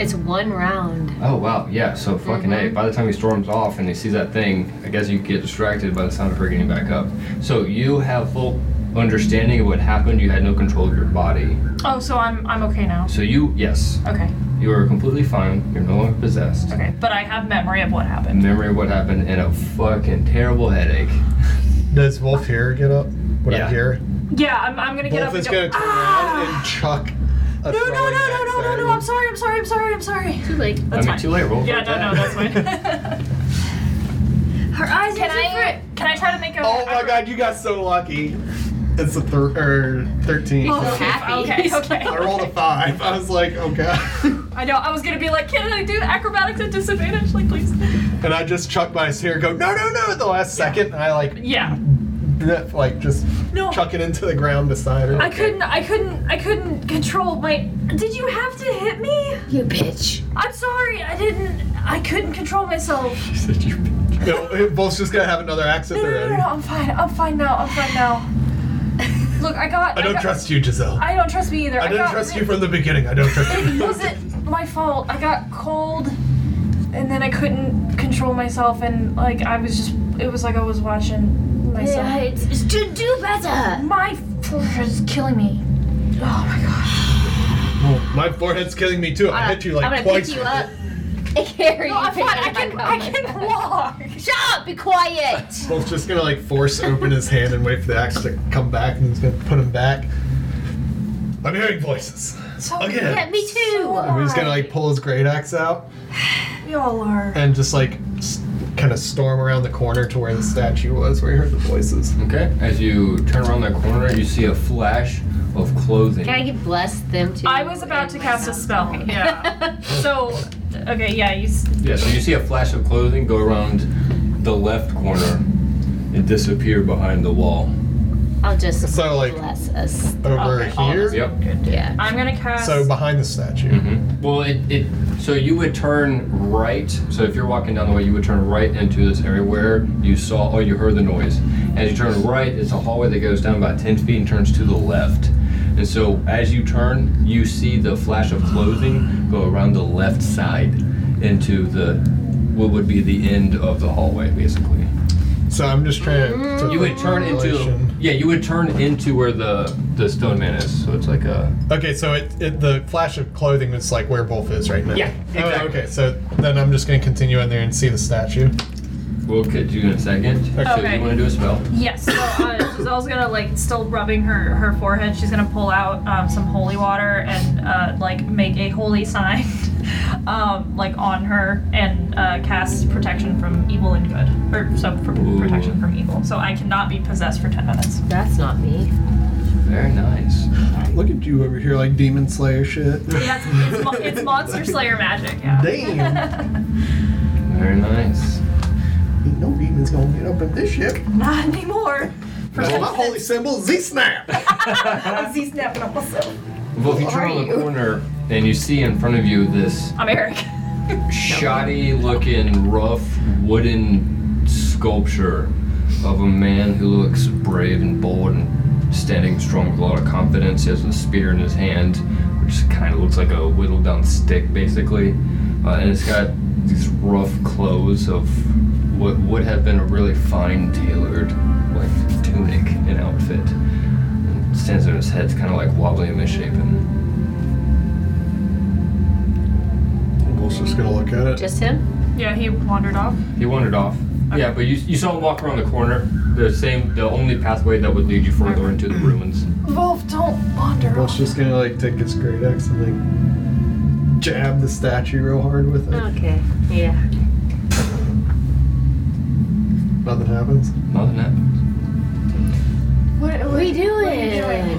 It's one round. Oh wow, yeah. So fucking a. Mhm. By the time he storms off and he sees that thing, I guess you get distracted by the sound of her getting back up. So you have full understanding of what happened. You had no control of your body. Oh, so I'm I'm okay now. So you, yes, Okay, you are completely fine. You're no longer possessed. okay. But I have memory of what happened. Memory of what happened and a fucking terrible headache. Does Wolf here get up? What Yeah. I hear? Yeah, I'm, I'm gonna get Wolf up. is and go, gonna turn ah! around and chuck. No, A no, no, throwing no, axe no, no, at no! you. I'm sorry, I'm sorry, I'm sorry, I'm sorry. Too late. That's I mean, fine. too late. Roll. Yeah, for that. no, no, that's fine. Her eyes Can I? Can I try to make a? Oh my god, you got so lucky. It's a thir- or 13. Oh, Oh, happy. Okay, okay. I rolled a 5. I was like, oh god. I know. I was gonna be like, can I do acrobatics at disadvantage? Like, please. and I just chucked my spear, go, no, no, no, at the last second. And I like, Yeah. bleh, like just No. chuck it into the ground beside her. Oh. I couldn't. I couldn't. I couldn't control my. Did you have to hit me? You bitch. I'm sorry. I didn't. I couldn't control myself. She said you bitch. no, it- Wolf's just gonna have another axe at No, the no, no, no, no. ready. I'm fine. I'm fine now. I'm fine now. Look, I got. I don't got- trust you, Giselle. I, I don't trust me either. didn't got trust ri- you from the beginning. I don't trust you. It wasn't my fault. I got cold, and then I couldn't control myself, and like I was just. It was like I was watching myself. it's, it's to do better. My forehead is killing me. Oh my gosh. My forehead's killing me too. I hit you like am gonna twice. pick you with up. and carry No, you. I'm pick fine. me I back can. up. I can walk. Shut up. Be quiet. it. Wolf's just gonna like force open his hand and wait for the axe to come back and he's gonna put him back. I'm hearing voices. So Again. Yeah, me too. So- And he's gonna like pull his great axe out we all are. and just like s kind of storm around the corner to where the statue was where he heard the voices. Okay. As you turn around that corner, you see a flash of clothing. Can I get bless them too? I was about to cast a spell. Yeah. So, okay, yeah, you. s- Yeah, so you see a flash of clothing go around the left corner and disappear behind the wall. I'll just So, like- bless us. Over Okay, all here. this- Yep. Yeah. I'm gonna cast. So Oh, behind the statue. hmm Well, it, it so you would turn right. So if you're walking down the way, you would turn right into this area where you saw or you heard the noise. As you turn right, it's a hallway that goes down about ten feet and turns to the left. And so as you turn, you see the flash of clothing go around the left side into the what would be the end of the hallway, basically. So I'm just trying to. to You would turn into relation. yeah, you would turn into where the the stone man is. So it's like a Okay, so it, it the flash of clothing was like where Wolf is right now. Yeah, Oh, exactly. okay, so then I'm just gonna continue in there and see the statue. we'll get to you in a second. So Okay. you want to do a spell? Yes. So uh, Giselle's gonna like still rubbing her her forehead. She's gonna pull out um, some holy water and uh, like make a holy sign, um, like on her and uh, cast protection from evil and good, or so for Ooh. protection from evil. So I cannot be possessed for ten minutes. That's not me. Very nice. Look at you over here like demon slayer shit. Yeah, it's, it's, mo- it's monster slayer magic. Yeah. Damn. Very nice. Ain't no demon's gonna get up in this ship. Not anymore. For Well, ten my holy symbol, Z snap. minutes. Z snapping up also. Well, if you turn around the corner and you see in front of you this I'm Eric. shoddy looking, rough wooden sculpture of a man who looks brave and bold and standing strong with a lot of confidence. He has a spear in his hand, which kind of looks like a whittled down stick, basically. Uh, and it's got these rough clothes of what would have been a really fine tailored like tunic and outfit. And stands there, and his head's kind of like wobbly and misshapen. Wolf's just gonna look at it. Just him? Yeah, he wandered off. He wandered off. Yeah, but you, you saw him walk around the corner. The same, the only pathway that would lead you further into the ruins. Wolf, don't wander Wolf's just gonna like take his great axe and like jab the statue real hard with it. Okay. Yeah. Nothing happens. Nothing happened. What are we doing? doing?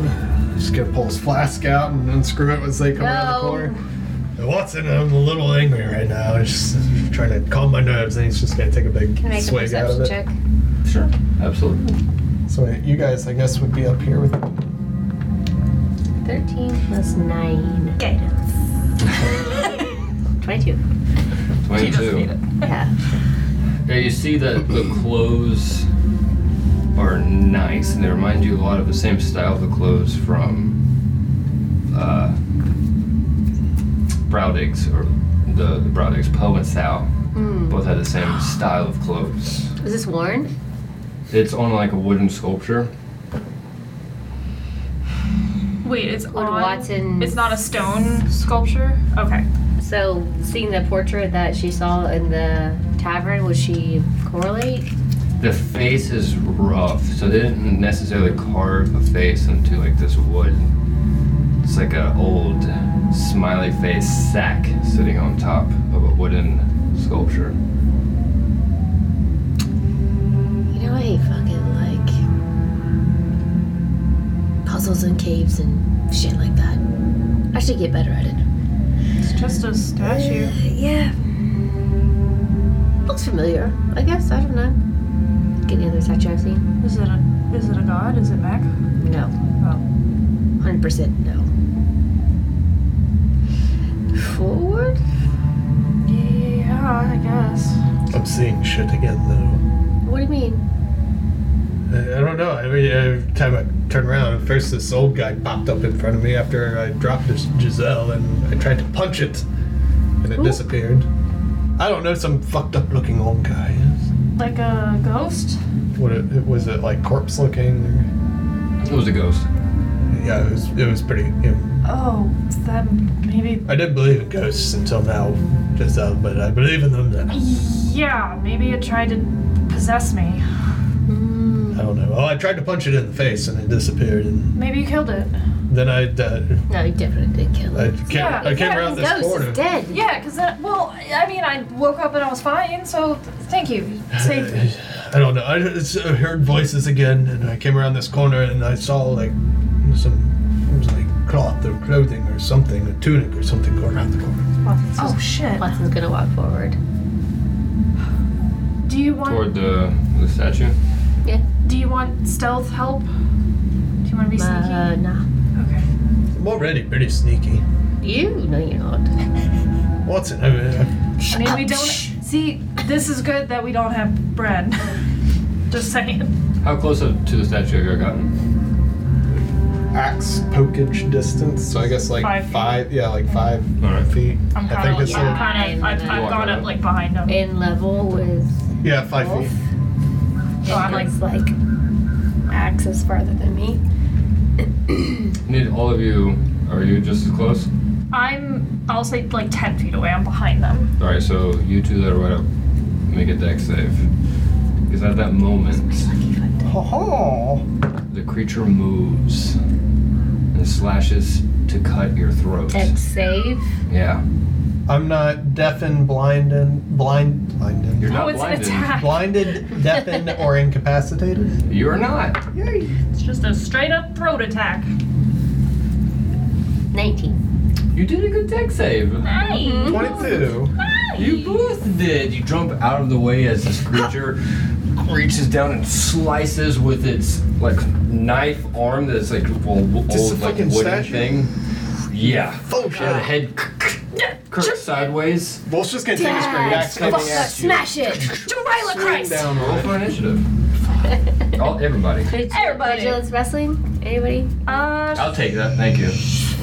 Just gonna pull his flask out and unscrew it once they come around the No. corner. Watson, I'm a little angry right now. I'm just trying to calm my nerves, and he's just gonna take a big Can I make a swig out of perception it. check? Sure. Absolutely. So you guys, I guess, would be up here with. 13 plus 9. Guidance. 22. She doesn't need 22. it. Yeah. Yeah, you see that the clothes are nice, and they remind you a lot of the same style of the clothes from uh, Browdig's or the, the Browdig's Poe and Sal. Hmm. Both had the same style of clothes. Is this worn? It's on like a wooden sculpture. Wait, it's Would on. Watson- It's not a stone sculpture. Okay. So, seeing the portrait that she saw in the tavern, would she correlate? The face is rough, so they didn't necessarily carve a face into like this wood. It's like an old smiley face sack sitting on top of a wooden sculpture. You know, I hate fucking like puzzles and caves and shit like that. I should get better at it. It's just a statue. Uh, yeah. Looks familiar, I guess. I don't know. Like any other statue I've seen? Is it a is it a god? Is it Mac? No. Oh. 100% no. Forward? Yeah, I guess. I'm seeing shit again, though. What do you mean? I, I don't know. Every, every time I turn around, first this old guy popped up in front of me after I dropped this Giselle, and I tried to punch it, and it disappeared. I don't know. Some fucked up looking old guy. Like a ghost? What it, was it like? Corpse looking? Or... It was a ghost. Yeah, it was, it was pretty. You know, Oh, that maybe. I didn't believe in ghosts until now, just uh, but I believe in them now. Yeah, maybe it tried to possess me. I don't know. Well, I tried to punch it in the face and it disappeared, and Maybe you killed it. then I uh, No, you definitely did kill I him. came, Yeah, I came yeah, around this Ghost corner. is dead. Yeah, because that. Well, I mean, I woke up and I was fine, so th- thank you. You Saved me. I don't know. I just I heard voices again, and I came around this corner and I saw like some it was like cloth or clothing or something, a tunic or something, go around the corner. Watson's, Oh, shit. Watson's gonna walk forward. Do you want. Toward the, the statue. Do you want stealth help? Do you want to be Uh, sneaky? nah. Okay. I'm already pretty sneaky. You? No, you're not. Watson, I, I, I mean, we don't. See, this is good that we don't have bread. Just saying. How close up to the statue have you ever gotten? axe pokage distance, so I guess like Five feet. yeah, like five All right. feet. I'm I kind think of. it's I'm like- kind of. I've, I've gone up like behind them. In level with. Yeah, five Wolf. feet. So I'm like. It's like Axe is farther than me. Need all of you. Are you just as close? I'm. I'll say like ten feet away. I'm behind them. All right. So you two that are right up, make a deck save. Because at that moment, Oh. the creature moves and slashes to cut your throat. Deck save. Yeah. I'm not deafened, blind, and blind, blinded, You're oh, not it's blinded. an attack. blinded, deafened, or incapacitated. You're not. It's just a straight up throat attack. 19. You did a good deck save. Mm-hmm. Nice. Twenty-two. You both did. You jump out of the way as this creature reaches down and slices with its like knife arm that's like old, Just a old like fucking wooden statue? thing. Yeah. Oh Yeah, the shit! head curves sideways. Wolf's just gonna take his great axe Fuck coming that at you. Smash it! Delilah Christ. Down Roll roll. for initiative. All, everybody. Everybody. Vigilance wrestling? Anybody? Uh, I'll take that. Thank you.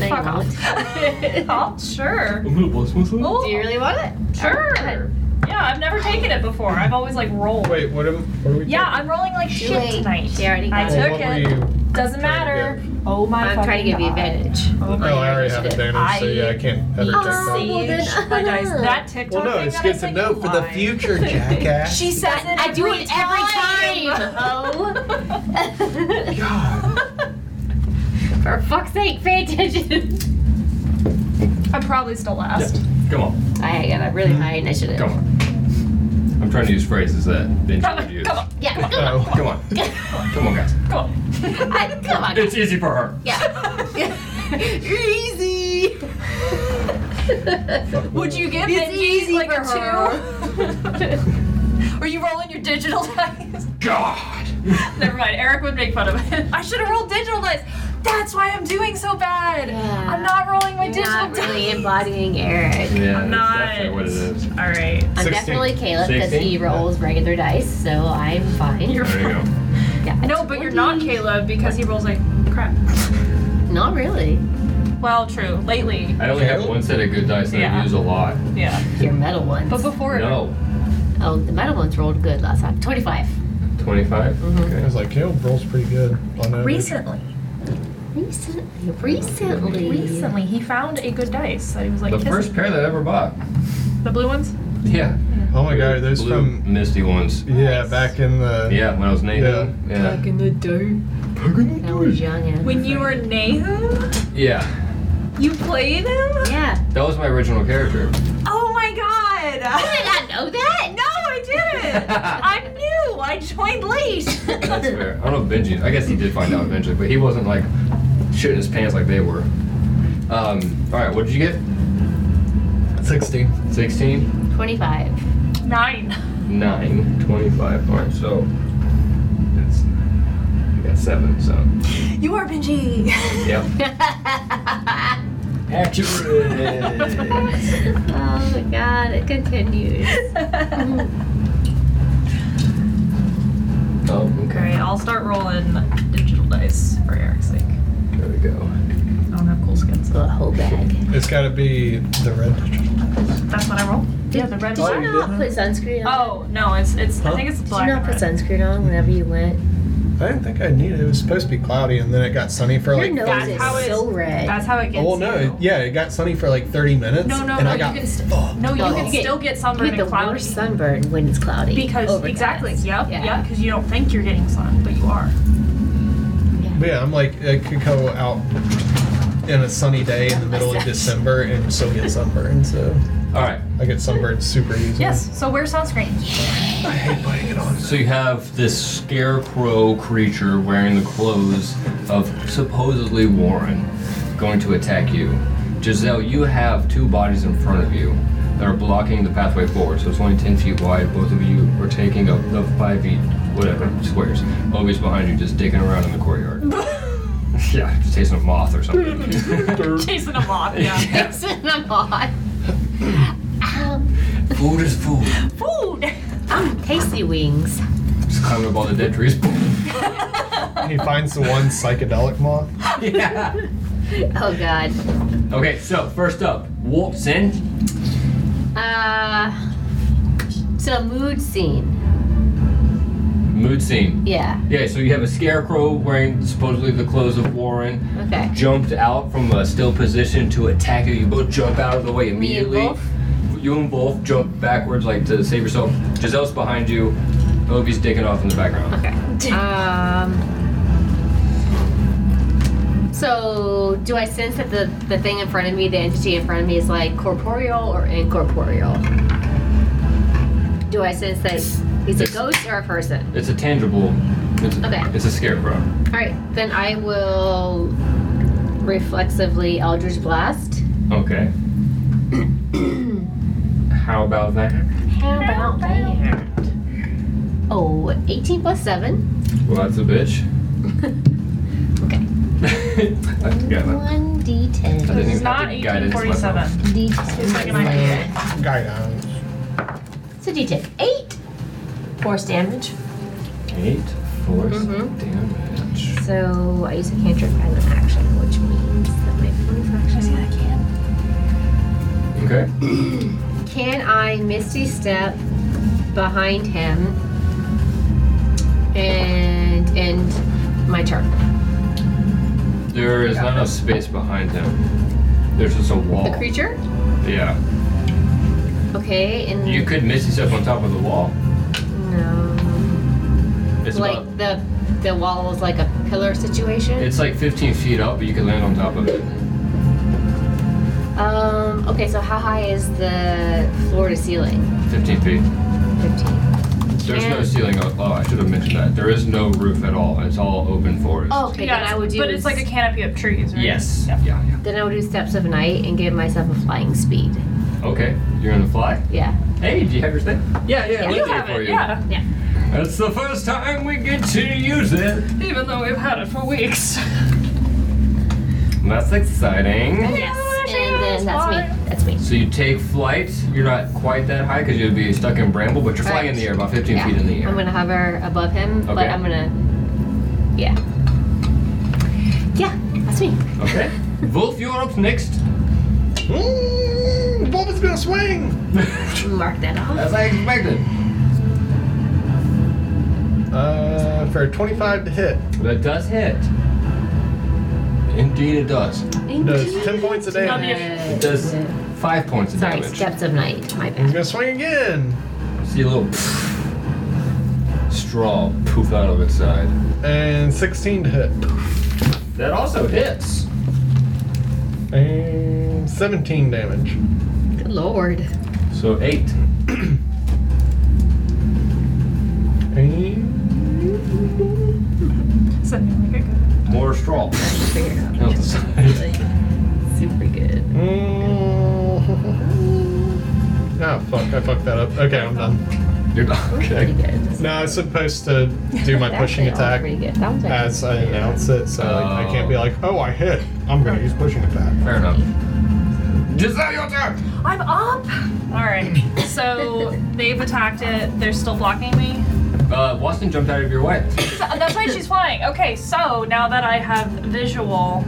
No, you fuck won't. off. I'll oh, sure. I'm gonna bless myself. Cool. Do you really want it? Sure. ahead. Yeah, I've never taken it before. I've always like rolled. Wait, what am? What are we? Yeah, I'm rolling like shit late. tonight. She already I got Well, took what it. were you? Doesn't matter. Oh my I'm trying to give you advantage. Oh, I already have initiative. advantage, so yeah, I can't ever take that. well, then- my dice. That TikTok Well, no, thing it's that I good to sent know you for the lied. future, jackass. She says it. I do it every time. Oh. God. For fuck's sake, pay attention. I'm probably still Yeah. last. Come on. I got a really high initiative. Come on. I'm trying to use phrases that they Come should on, use. come on, Yeah, come Oh. Come on. Come on, guys. on. come on. Come on. It's easy for her. Yeah. Easy. Would you give It's Benji easy like for a her. two? Are you rolling your digital dice? God! Never mind. Eric would make fun of it. I should have rolled digital dice. That's why I'm doing so bad. Yeah. I'm not rolling my You're digital not really dice. embodying Eric. Yeah, that's I'm not. definitely what it is. All right. I'm 16. definitely Caleb because he 16? rolls regular dice, so I'm fine. You're There you go. yeah, No, but you're not 20. Caleb because he rolls like crap. Not really. Well, true. Lately, I only have one set of good dice that Yeah. I use a lot. yeah. Your metal ones. But before, No. Oh, the metal ones rolled good last time. 25. 25? Mm-hmm. I was like, Caleb rolls pretty good Oh, on average. recently, Recently. Recently. recently he found a good dice that he was like The "This first is- pair that I ever bought. the blue ones. Yeah. Oh my god, those Blue from Misty ones. yeah back in the Yeah, when I was Nathan. Yeah. in the dirt. That was young. and- When you were Nahum, Yeah. you played him. Yeah. That was my original character. Oh my I did not god! know that. No, I didn't. I'm new. I joined late. That's fair. I don't know if Benji. I guess he did find out eventually, but he wasn't like shitting his pants like they were. Um, all right, what did you get? 16. 16, 25. Nine. 9, 25. All right, so it's, I got 7, so. You are Benji. Yep. Accurate. oh my god, it continues. oh, okay. okay, I'll start rolling digital dice for Eric's sake. There we go. I don't have cool skins. The whole bag. It's gotta be the red. That's what I roll. Yeah, the red Did one. you not put sunscreen on? Oh no, it's it's. I Huh? think it's Did black. you not put and red. sunscreen on whenever you went? I didn't think I needed it. It was supposed to be cloudy and then it got sunny for Your like. nose that's is how it- so red. That's how it gets. Oh, well, no. you. it- Yeah, it got sunny for like 30 minutes. No, no, and no. I You got can st- fucked. no, you No, can you get- still Oh. get you sunburn get the and cloudy. worst sunburn when it's cloudy. because Overcast. exactly. Yep. Yeah. Yep. Because you don't think you're getting sun, but you are. But yeah, I'm like, I could go out in a sunny day in the middle of December and still get sunburned. So All right, I get sunburned super easy. Yes. So wear sunscreen. I hate putting it on. so you have this scarecrow creature wearing the clothes of supposedly Warren going to attack you. Giselle, you have two bodies in front of you that are blocking the pathway forward, so it's only 10 feet wide. Both of you are taking up the 5 feet, whatever, squares. Obi's behind you just digging around in the courtyard. yeah, just tasting a moth or something. Chasing a moth. Yeah. I'm hot. Um, food is food. Food. I'm tasty wings. Just climbing up all the dead trees. He finds the one psychedelic moth. yeah. Oh god. Okay, so first up, waltz in. Uh. So mood scene. Mood scene. Yeah. Yeah, so you have a scarecrow wearing supposedly the clothes of Warren, Okay. jumped out from a still position to attack you. You both jump out of the way Me and immediately. You and Wolf jump backwards like to save yourself. Giselle's behind you. Obi's digging off in the background. Okay. Um. So, do I sense that the, the thing in front of me, the entity in front of me, is like corporeal or incorporeal? Do I sense that he's a It's- ghost or a person? It's a tangible. It's a, Okay. It's a scarecrow. All right, then I will reflexively Eldritch Blast. Okay. How about that? How about that? Oh, 18 plus 7. Well, that's a bitch. Okay. I forgot that. 1d10. I didn't This is even have not to guide it. It's my fault. 1847. D10. It's like an idea. Guy down. So d10. 8 force damage. Eight, force Mhm. damage. So I use a cantrip as an action, which means that my bonus action is I can. Okay. Can I Misty Step behind him and end my turn? There is not enough space behind him. There's just a wall. The creature? Yeah. Okay, and You could miss yourself on top of the wall. no, It's like about. the the wall is like a pillar situation. It's like 15 feet up, but you could land on top of it. um. Okay, so how high is the floor to ceiling? 15 feet. Fifteen. There's no And- ceiling. up- Oh, I should have mentioned that. There is no roof at all. It's all open forest. Oh, okay, yeah, then I would do. but it's like a canopy of trees, right? Yes. Yeah. Yeah, yeah. Then I would do steps of night and give myself a flying speed. Okay. You're gonna fly? Yeah. Hey, do you have your thing? Yeah, yeah, I You left it have for it, you. yeah. That's the first time we get to use it. Even though we've had it for weeks. That's exciting. Yes, And then that's me. That's me. So you take flight. You're not quite that high because you'd be stuck in bramble, but you're flying in the air, about 15 Yeah. feet in the air. I'm gonna hover above him, but Okay. I'm gonna. Yeah. Yeah, that's me. Okay. Wolf, you're up next. Mm, Bulba's gonna swing! Mark that off. As I expected. Uh, for a 25 to hit. That does hit. Indeed, it does. Does 10 points a Love you. damage. It does five points of Uh, Sorry, damage. steps of night. My He's bad. gonna swing again. See a little straw poof out of its side. And 16 to hit. That also hits. And 17 damage. Good lord. So eight. And Sending like a good. More straw. Figure it Out the side. out. Super good. Mm. Oh, fuck. I fucked that up. Okay, I'm done. You're done. Pretty Okay. good. No, I was supposed to do my That's pushing actually all Pretty attack good. That one's actually- as I announce it, so like, I can't be like, oh, I hit. I'm gonna use pushing attack. Fair enough. Giselle, your turn. I'm up! Alright, so they've attacked it. They're still blocking me. Uh, Watson jumped out of your way. So- that's why she's flying. Okay, so now that I have visual,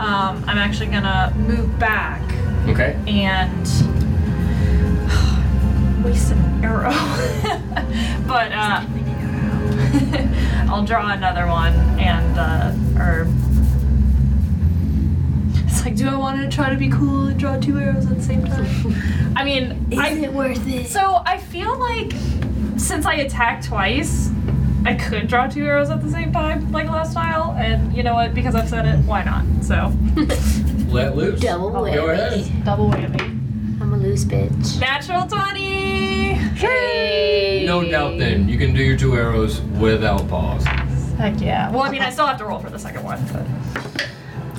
um, I'm actually gonna move back Okay. and waste an arrow. but uh, I'll draw another one and uh, or it's like, do I want to try to be cool and draw two arrows at the same time? I mean, Is I, it worth it? so I feel like since I attacked twice, I could draw two arrows at the same time, like last style, and you know what? Because I've said it, why not? So Let loose. Double Go Go ahead. whammy. double whammy. I'm a loose bitch. Natural twenty. Hey. No doubt then, you can do your two arrows without pause. Heck yeah. Well, I mean, I still have to roll for the second one, but.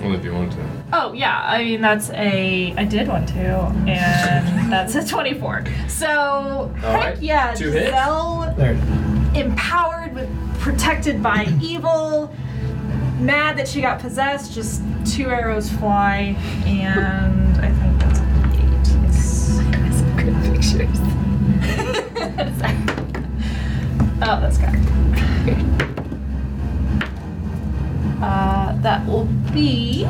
Only if you want to. Oh yeah, I mean that's a I did one too, and that's a twenty-four. So heck right. yeah, Two hits. Giselle There. empowered with protected by evil mad that she got possessed just two arrows fly and i think that's eight yes. Some good pictures. oh that's correct uh, that will be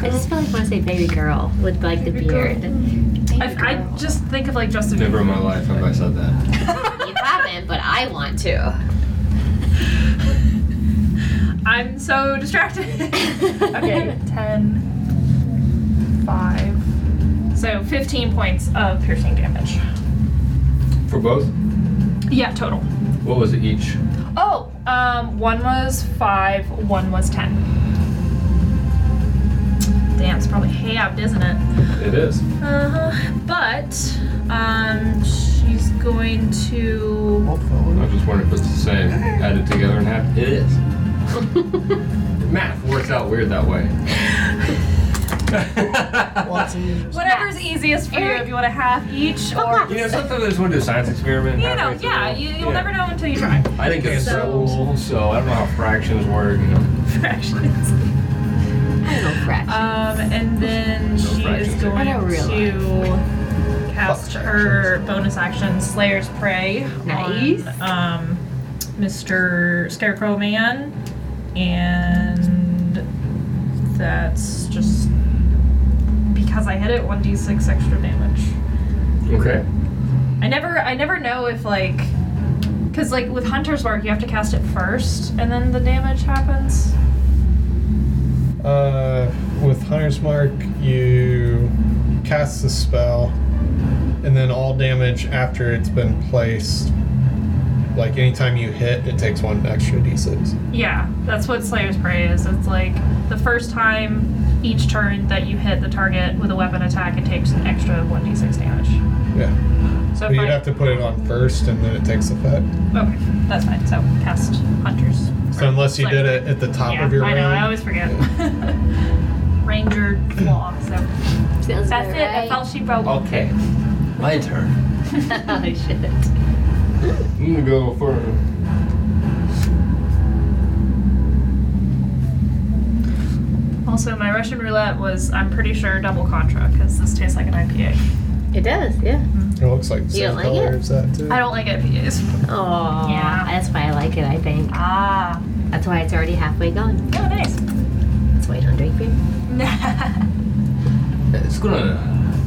I just feel like I want to say baby girl with like the Baby girl. beard. I, I just think of like justin Never in my life have I said that. You haven't, but I want to. i'm so distracted okay 10 5 so 15 points of piercing damage For both? yeah total What was it each? Oh, um, one was five, one was ten. Damn, it's probably halved, isn't it? It is. Uh huh. But um, she's going to. I was just wondering if it's the same. Add it together and half. It is. Math works out weird that way. Whatever's easiest for you. If you want a half each, you or know, sometimes I just want to do a science experiment. you know, halfway through. yeah, you, Yeah. you'll never know until you try. I think it's So- so, so I don't know how fractions work. You know. Fractions. I don't know, fresh. Um, and then she is fractions. going I don't to cast her bonus action Slayer's Prey Nice. on um, Mr. Scarecrow Man, and that's just because I hit it 1d6 extra damage. Okay. I never, I never know if like, because like with Hunter's Mark, you have to cast it first, and then the damage happens. Uh, with Hunter's Mark, you cast the spell, and then all damage after it's been placed like anytime you hit, it takes one extra d6. Yeah, that's what Slayer's Prey is. It's like the first time each turn that you hit the target with a weapon attack, it takes an extra 1d6 damage. Yeah. So But if I, you'd have to put it on first and then it takes effect. Okay, that's fine. So cast Hunters. So unless you did it at the top yeah, of your I round. know, I always forget. Ranger flaw, so. Sounds That's about it, I right. felt she broke. Okay. My turn. Holy Oh, shit. I'm gonna go for. Also, my Russian roulette was, I'm pretty sure, double Contra, because this tastes like an IPA. It does, yeah. It looks like You the same don't like color it? as that too. I don't like IPAs. Oh, Yeah. that's why I like it, I think. Ah. That's why it's already halfway gone. Oh, nice. That's why I don't drink beer. It's gonna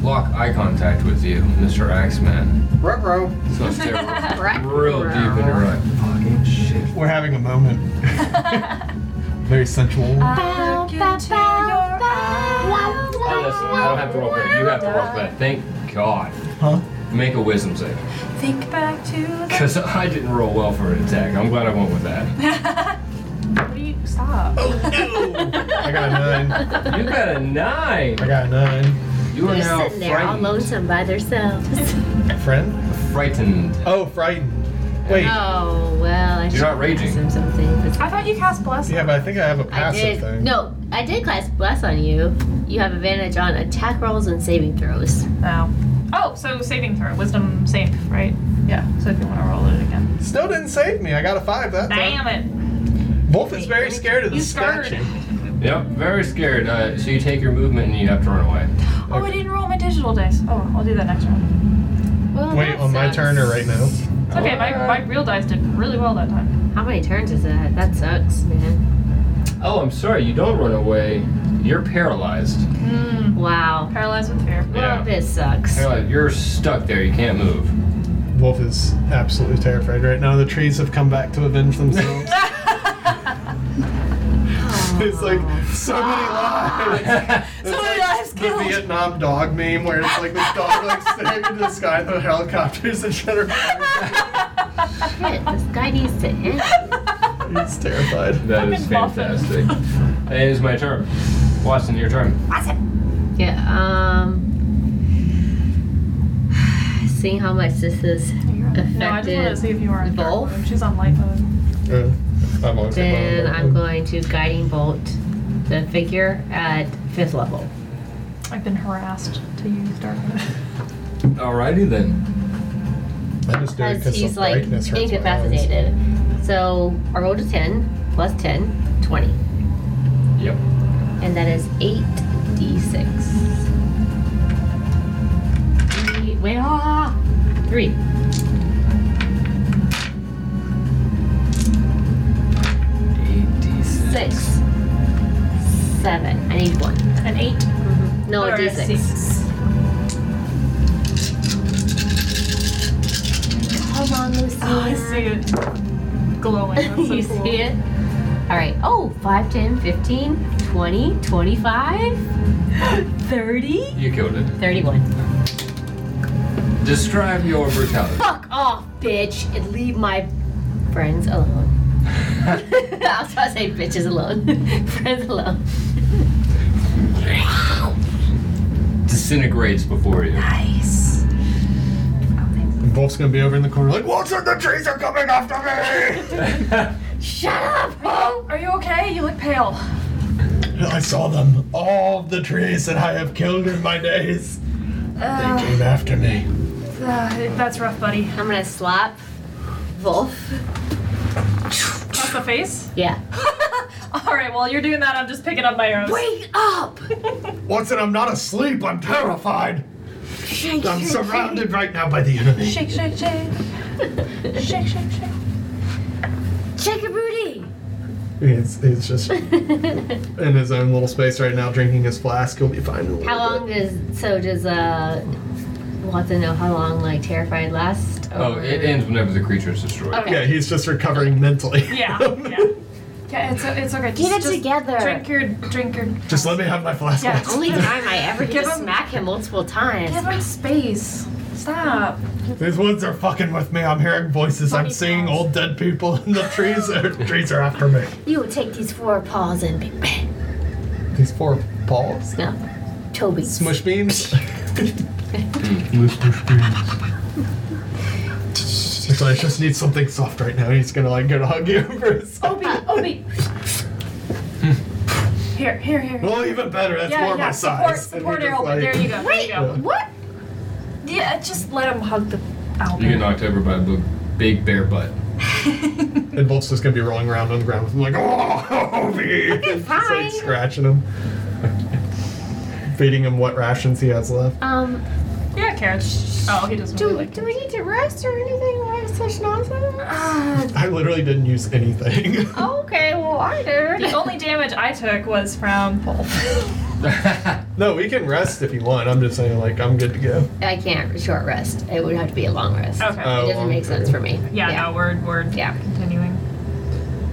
lock eye contact with you, Mr. Axeman. Ruh-roh. It's gonna stare real- Right. real deep in your eye. Fucking shit. We're having a moment. Very sensual. I look into your eyes. I, just, I don't have to roll for it. You have to roll for that. Thank God. huh? Make a wisdom save. Think back to the. Because I didn't roll well for an attack. I'm glad I went with that. What do you stop? Oh, I got a nine. You got a I nine. got a nine. You are They're now sitting there all frightened. lonesome by themselves. Friend? Frightened. Oh, frightened. Wait. Oh, well, I should not raging. ask him something. but- I thought you cast bless. Yeah, but I think I have a I passive did. thing. No, I did class bless on you. You have advantage on attack rolls and saving throws. No. Oh, so saving throw, wisdom save, right? Yeah. So if you want to roll it again. Snow didn't save me. I got a five that time. Damn it! Wolf is very scared of You this scarred. statue. Yep, very scared. Uh, so you take your movement and you have to run away. Oh, I didn't roll my digital dice. Oh, I'll do that next round. Well, Wait, that on my sucks. turn or right now? It's okay. My, my real dice did really well that time. How many turns is that? That sucks, man. Oh, I'm sorry. You don't run away. You're paralyzed. Mm, Hmm. Wow. paralyzed with fear. Well, Yeah. this sucks. Paralyzed. You're stuck there. You can't move. Wolf is absolutely terrified right now. The trees have come back to avenge themselves. it's like so many lives. It's many like lives the killed. Vietnam dog meme where it's like this dog like staring into the sky and the helicopters and shit are flying. Oh, Shit, this guy needs to end. He's terrified. That I'm is involved. fantastic. it is my turn. Watson, your turn. Yeah, um. Seeing how much this is No, I just wanted to see affected, if you were on dark Evolve? mode. She's on light mode. Uh, I'm always then I'm going to guiding bolt the figure at fifth level. I've been harassed to use dark mode. Alrighty then. I just do it Because because he's the like brightness hurts my eyes. incapacitated. So I rolled a 10 plus 10, 20. Yep. And that is 8d6. Eight- Wait, ah! Three. Six. Seven. I need one. An eight No, a or a d6. six. Come on, Lucy. Oh, I see it glowing. That's so you cool. see it? All right. Oh, 5, 10, 15, 20, 25, 30, You killed it. 31. Describe your brutality. Fuck off, bitch, and leave my friends alone. I was about to say bitches alone. friends alone. Disintegrates before you. Nice. And Wolf's gonna be over in the corner like, Walter, the trees are coming after Shut up! Oh, are you okay? You look pale. me! I saw them. All of the trees that I have killed in my days. Ah. they came after me. Uh, that's rough, buddy. I'm gonna slap Wolf. That's the face. Yeah. All right. While you're doing that, I'm just picking up my arrows. Wake up! Watson, I'm not asleep. I'm terrified. Shake, I'm surrounded right now by the enemy. Shake, shake, shake. shake, shake, shake. shake your booty! He's, he's just in his own little space right now, drinking his flask. He'll be fine. in a little How long bit. does so does uh want to know how long like terrified lasts? Oh, or- it ends whenever the creature is destroyed. Okay. Yeah, he's just recovering mentally. Yeah. Yeah. Yeah. It's it's okay. Get Just- it just together. Drink your drink your. just let me have my flask. Yeah. Watson. Only time I ever Give get to him- smack him multiple times. Give him space. Stop. These woods are fucking with me. I'm hearing voices. I'm Funny seeing sounds. old dead people in the trees. The trees are after me. You will take these four paws and be These four balls. no, Toby. Smush beans. Actually, I just need something soft right now. He's gonna like go to hug you for a second. Obi, Obi. here, here, here. Well, even better. That's yeah, more yeah. my support, size. And support you're just Errol. there you go. Wait, there you go. what? Yeah, just let him hug the You get album. knocked over by a bu- big bear butt. And Bolt's just gonna be rolling around on the ground with him, like, oh, Obi! just like fine. scratching him. Feeding him what rations he has left. Um, Yeah, carrots. Oh, he doesn't really do, like. do we need to rest or anything? Why is such nonsense? Ah, I literally didn't use anything. Oh. okay, well I did. The only damage I took was from pulp. no, we can rest if you want. I'm just saying, like, I'm good to go. I can't short rest. It would have to be a long rest. Okay. Oh, It doesn't make sense for me. yeah, No word. Word. Yeah. Continuing.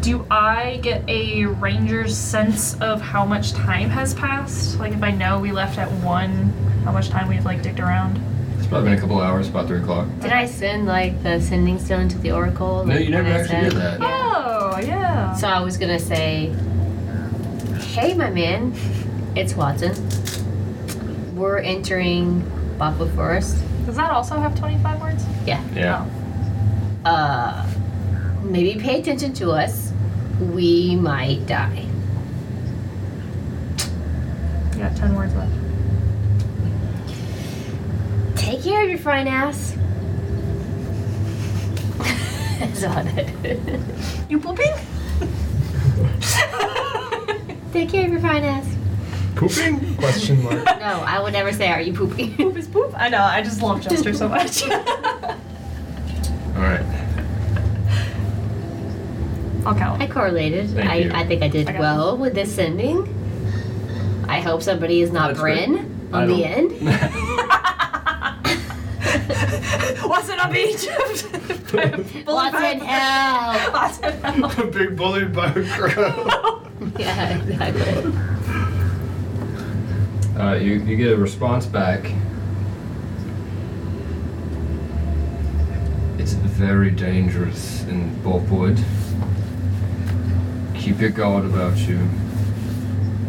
Do I get a ranger's sense of how much time has passed? Like if I know we left at one, how much time we've like dicked around? It's probably been a couple hours, about three o'clock. Did I send like the sending stone to the oracle? No, like, you never when I actually did said- that. Oh yeah. So I was gonna say, hey, my man, it's Watson. We're entering Bopwood Forest. Does that also have twenty-five words? Oh. Yeah. Yeah. Uh, maybe pay attention to us. We might die. Oh, you got ten words left. Take care of your fine ass. That's all it. You pooping? Take care of your fine ass. Pooping? Question mark. No, I would never say, are you pooping? poop is poop. I know. I just love Jester so much. I'll All right. I count. correlated. Thank you. I, I think I did I got well with this sending. I hope somebody is not That's great. Bryn I on the don't- end. What's it up Egypt? What's in hell? What's in hell? Big bullied by a crow. Yeah, exactly. uh, you, you get a response back. It's very dangerous in Bobwood. Keep your guard about you.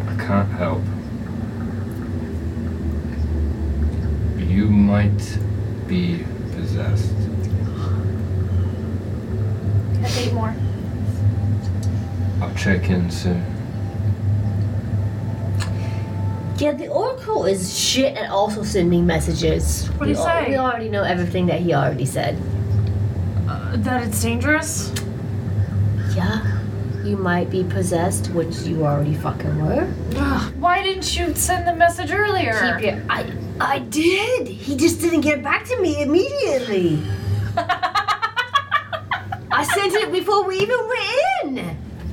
I can't help. You might be possessed. Eight more. I'll check in soon. Yeah, the Oracle is shit at also sending messages. What'd We he al- say? We already know everything that he already said. Uh, that it's dangerous. Yeah, you might be possessed, which you already fucking were. Ugh, why didn't you send the message earlier? Keep your. I, I did. He just didn't get back to me immediately. I sent it before we even went in.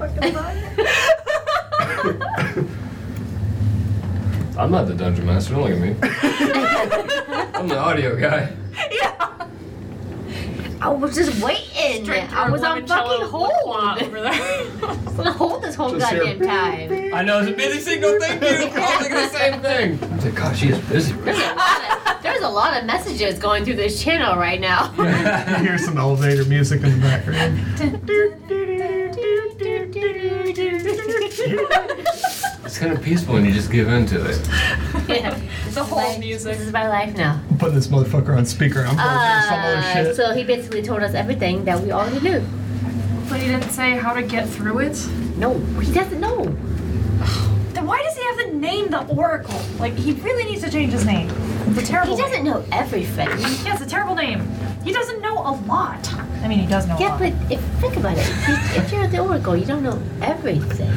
I'm not the dungeon master. Don't look at me. I'm the audio guy. yeah. I was just waiting. I was on fucking hold. Over there. I was on hold this whole Just hear goddamn time. I know it's a busy signal. Thank you. I was thinking the same thing. I said, "God, she is busy." There's a lot of- There's a lot of messages going through this channel right now. I hear some elevator music in the background. It's kind of peaceful when you just give in to it. the whole music. This is my life now. I'm putting this motherfucker on speaker. I'm going to some Uh, other shit. so he basically told us everything that we already knew. But he didn't say how to get through it. No, he doesn't know. Then why does he have the name the Oracle? Like he really needs to change his name. It's a terrible. He doesn't know everything. Name. Yeah, it's a terrible name. He doesn't know a lot. I mean, he does know a Yeah, lot. but if think about it, if, if you're the oracle, you don't know everything.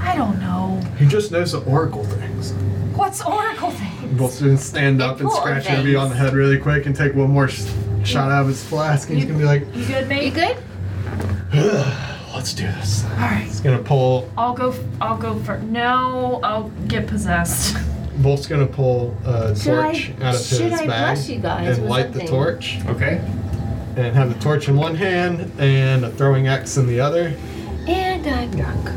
I don't know. He just knows the oracle things. What's Oracle thing? Bolt's going to stand up and Oracle scratch Obi on the head really quick and take one more sh- shot out of his flask. And he's going to be like, You good, You mate? good? let's do this. All right. He's going to pull I'll go. F- I'll go for. No, I'll get possessed. Volt's gonna pull a Should I- torch out of his should I bag bless you guys and with light the something? torch, Okay. and have the torch in one hand and a throwing axe in the other, And I'm drunk.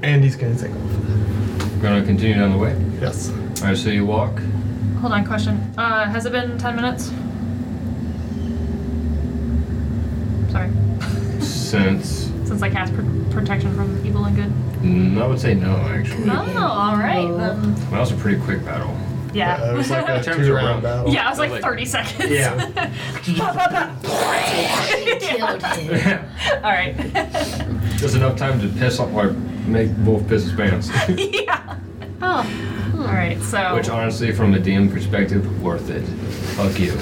and he's gonna take off. We're gonna continue down the way. Yes. All right. So you walk Hold on, question. Uh, has it been 10 minutes? Sorry. Since Since I cast pr- protection from evil and good. mm, I would say no, actually. No, alright then. That was a pretty quick battle. Yeah. Uh, it was like a Turns around. two round battle. yeah, it was like Like- 30 seconds. Yeah. Pa, pa, pa. Killed him. Alright. Just enough time to piss off or make Wolf piss his pants. yeah. Oh, Alright, so. Which honestly, from a DM perspective, worth it. Fuck you.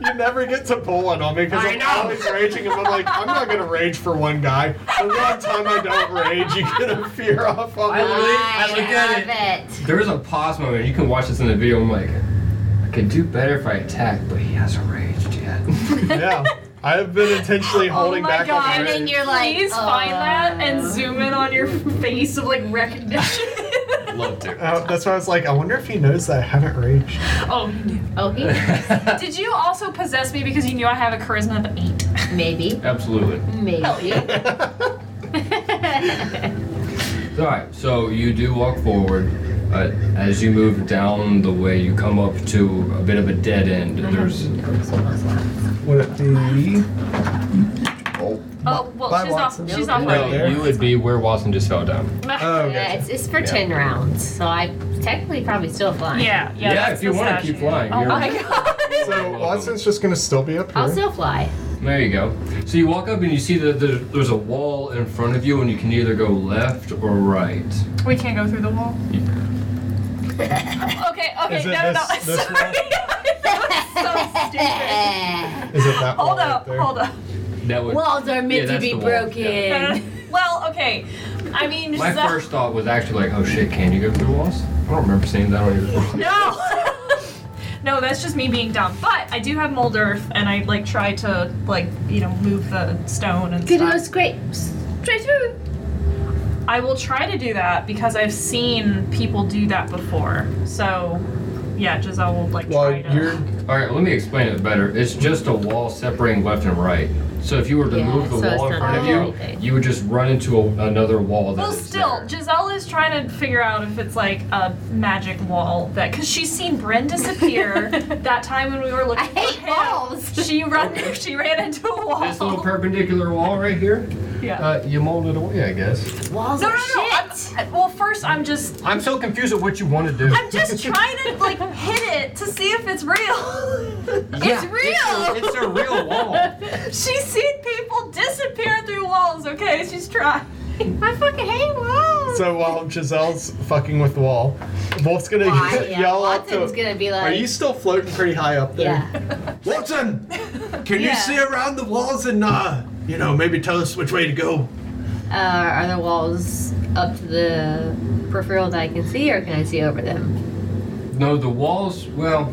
You never get to pull one on me because I I'm know. always raging. And I'm like, I'm not gonna rage for one guy. The one time I don't rage, you get a fear off on I me. literally- I look at it. love it. There is a pause moment. You can watch this in the video. I'm like, I could do better if I attack, but he hasn't raged yet. Yeah, I have been intentionally Oh holding my back God. on And my then "Oh, rage. you're like, Please find that and zoom in on your face of like recognition. Love to. Uh, that's why I was like, I wonder if he knows that I haven't raged. oh, you do. Oh, he Did you also possess me because you knew I have a charisma of eight? maybe, Absolutely. maybe. All right. So you do walk forward. Uh, as you move down the way, you come up to a bit of a dead end. There's Would it be? Oh, Oh, well, Bye, she's Watson. off. She's off. no. already. there. You would be where Watson just fell down. oh Yeah, gotcha. it's, it's for 10 rounds, so I technically probably still flying. yeah, yeah. Yeah, that's if you the wanna stash. keep flying, Oh you're- my god. Oh. So Watson's just gonna still be up here. I'll still fly. There you go. So you walk up and you see that there- there's a wall in front of you, and you can either go left or right. we can't go through the wall. okay, okay, Is it no, no, this- this sorry. That was so stupid. Is it that wall Hold right up, there? hold up. That would. Walls are meant Yeah, to that's be the wall. broken. Uh, well, okay. I mean, My Giselle- first thought was actually like, oh shit, can you go through walls? I don't remember saying that on your. No. no, that's just me being dumb. But I do have mold earth, and I like try to like you know move the stone and Could stuff. go straight, straight through. I will try to do that because I've seen people do that before. So, yeah, Giselle will like Well, try to. you're All right, let me explain it better. It's just a wall separating left and right. So if you were to Yeah, move the so it's wall in not front of doing you, anything. you would just run into a, another wall. that well, is still, there. Giselle is trying to figure out if it's like a magic wall that because she's seen Bren disappear that time when we were looking I for hate him. walls. She run. She ran into a wall. This little perpendicular wall right here, yeah. uh, you molded away, I guess. Walls no, no, are no. I'm- shit. I- well, first, I'm just I'm so confused at what you want to do. I'm just trying to like hit it to see if it's real. Yeah, it's real. It's a real wall. She's seen people disappear through walls. Okay, she's trying. I fucking hate walls. so while Giselle's fucking with the wall, Wolf's gonna Why? Yeah, yell out to. Watson's gonna be Are like, you still floating pretty high up there? yeah. Watson, can Yeah. you see around the walls and uh, you know, maybe tell us which way to go? Uh, are the walls up to the peripheral that I can see, or can I see over them? No, the walls, well,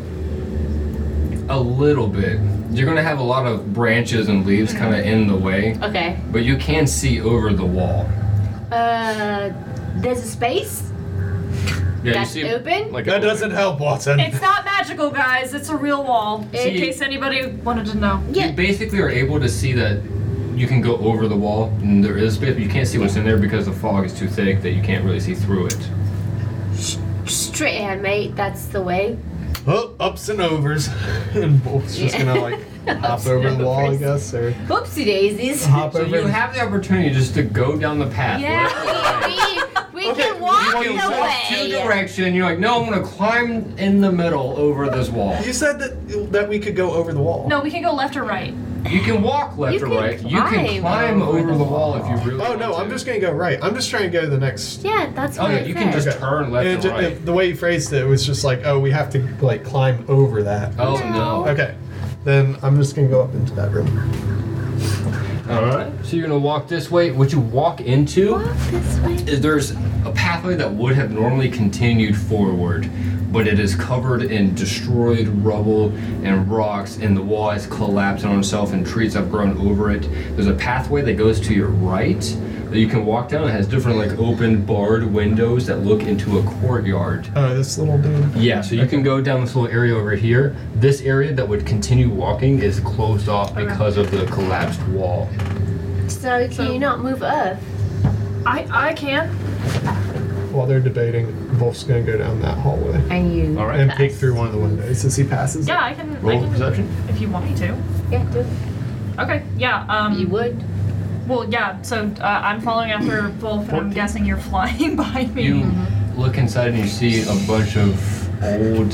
a little bit. You're going to have a lot of branches and leaves kind of in the way, Okay. but you can see over the wall. Uh, there's a space. Yeah, That's you see open? Like That open- doesn't help, Watson. It's not magical, guys. It's a real wall. in See- case anybody wanted to know. You basically are able to see that you can go over the wall, and there is space, but you can't see what's in there because the fog is too thick that you can't really see through it. Straight ahead, mate. That's the way. Oh, ups and overs. and Wolf's just Yeah. gonna like hop Ups over and the wall, I overs. guess, or Whoopsie daisies. hop So over. you and- have the opportunity just to go down the path. Yeah, we, we, we Okay, can you walk want the to Two way. direction. You're like, no, I'm gonna climb in the middle over this wall. you said that that we could go over the wall. No, we can go left or right. You can walk left You or can right. You can climb climb over, the wall, if you really. Oh no, want I'm to. just gonna go right. I'm just trying to go to the next. Yeah, that's Oh what yeah, I you said. can just Okay. turn left And and ju- right. the way you phrased it, it was just like, oh, we have to like climb over that. Oh no. Okay, then I'm just gonna go up into that room. All right. So you're gonna walk this way. What you walk into Walk this way. is there's a pathway that would have normally continued forward, but it is covered in destroyed rubble and rocks, and the wall has collapsed on itself, and trees have grown over it. There's a pathway that goes to your right that you can walk down. It has different like open barred windows that look into a courtyard. Oh, this little dude. Yeah, so you can go down this little area over here. This area that would continue walking is closed off because of the collapsed wall. So can you not move up? I I can. While they're debating, Wolf's gonna go down that hallway And you. All right. and peek through one of the windows as he passes. Yeah, I can. I Roll can perception. if you want me to. Yeah, do it. Okay. Yeah. Um. You would. Well, yeah. So uh, I'm following after Wolf, and I'm Fourteen. guessing you're flying behind me. You Mm-hmm. look inside and you see a bunch of old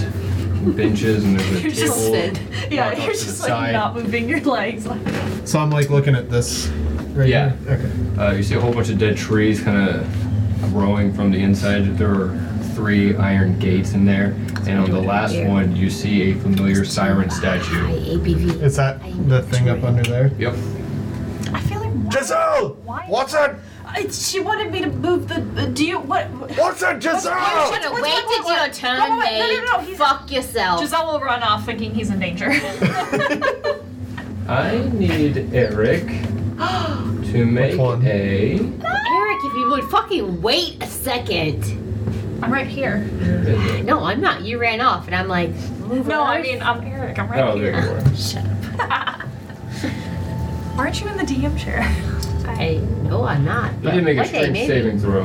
benches and there's a You're table. just dead. yeah, knocked off you're to the just like side. not moving your legs. Like, So I'm like looking at this. Right Yeah. here? Okay. Uh, you see a whole bunch of dead trees kind of growing from the inside. There are three iron gates in there. And on the last Here. one, you see a familiar siren statue. High ABV. Is that the thing up under there? Yep. I feel like why- Giselle! Why? Watson! I, she wanted me to move the. Uh, do you what? Watson, what's- Giselle! what's- what's- what's- what's- wait, wait, wait, no, no, no, he's- Fuck yourself. Giselle will run off thinking he's in danger. I need Eric to make one? a. Eric, if you would fucking wait a second. I'm right here. No, I'm not. You ran off, and I'm like, move No, I on. mean I'm Eric. I'm right Oh, here. there you are. Shut up. Aren't you in the DM chair? I no, I'm not. You did make a One day, strength maybe. saving throw.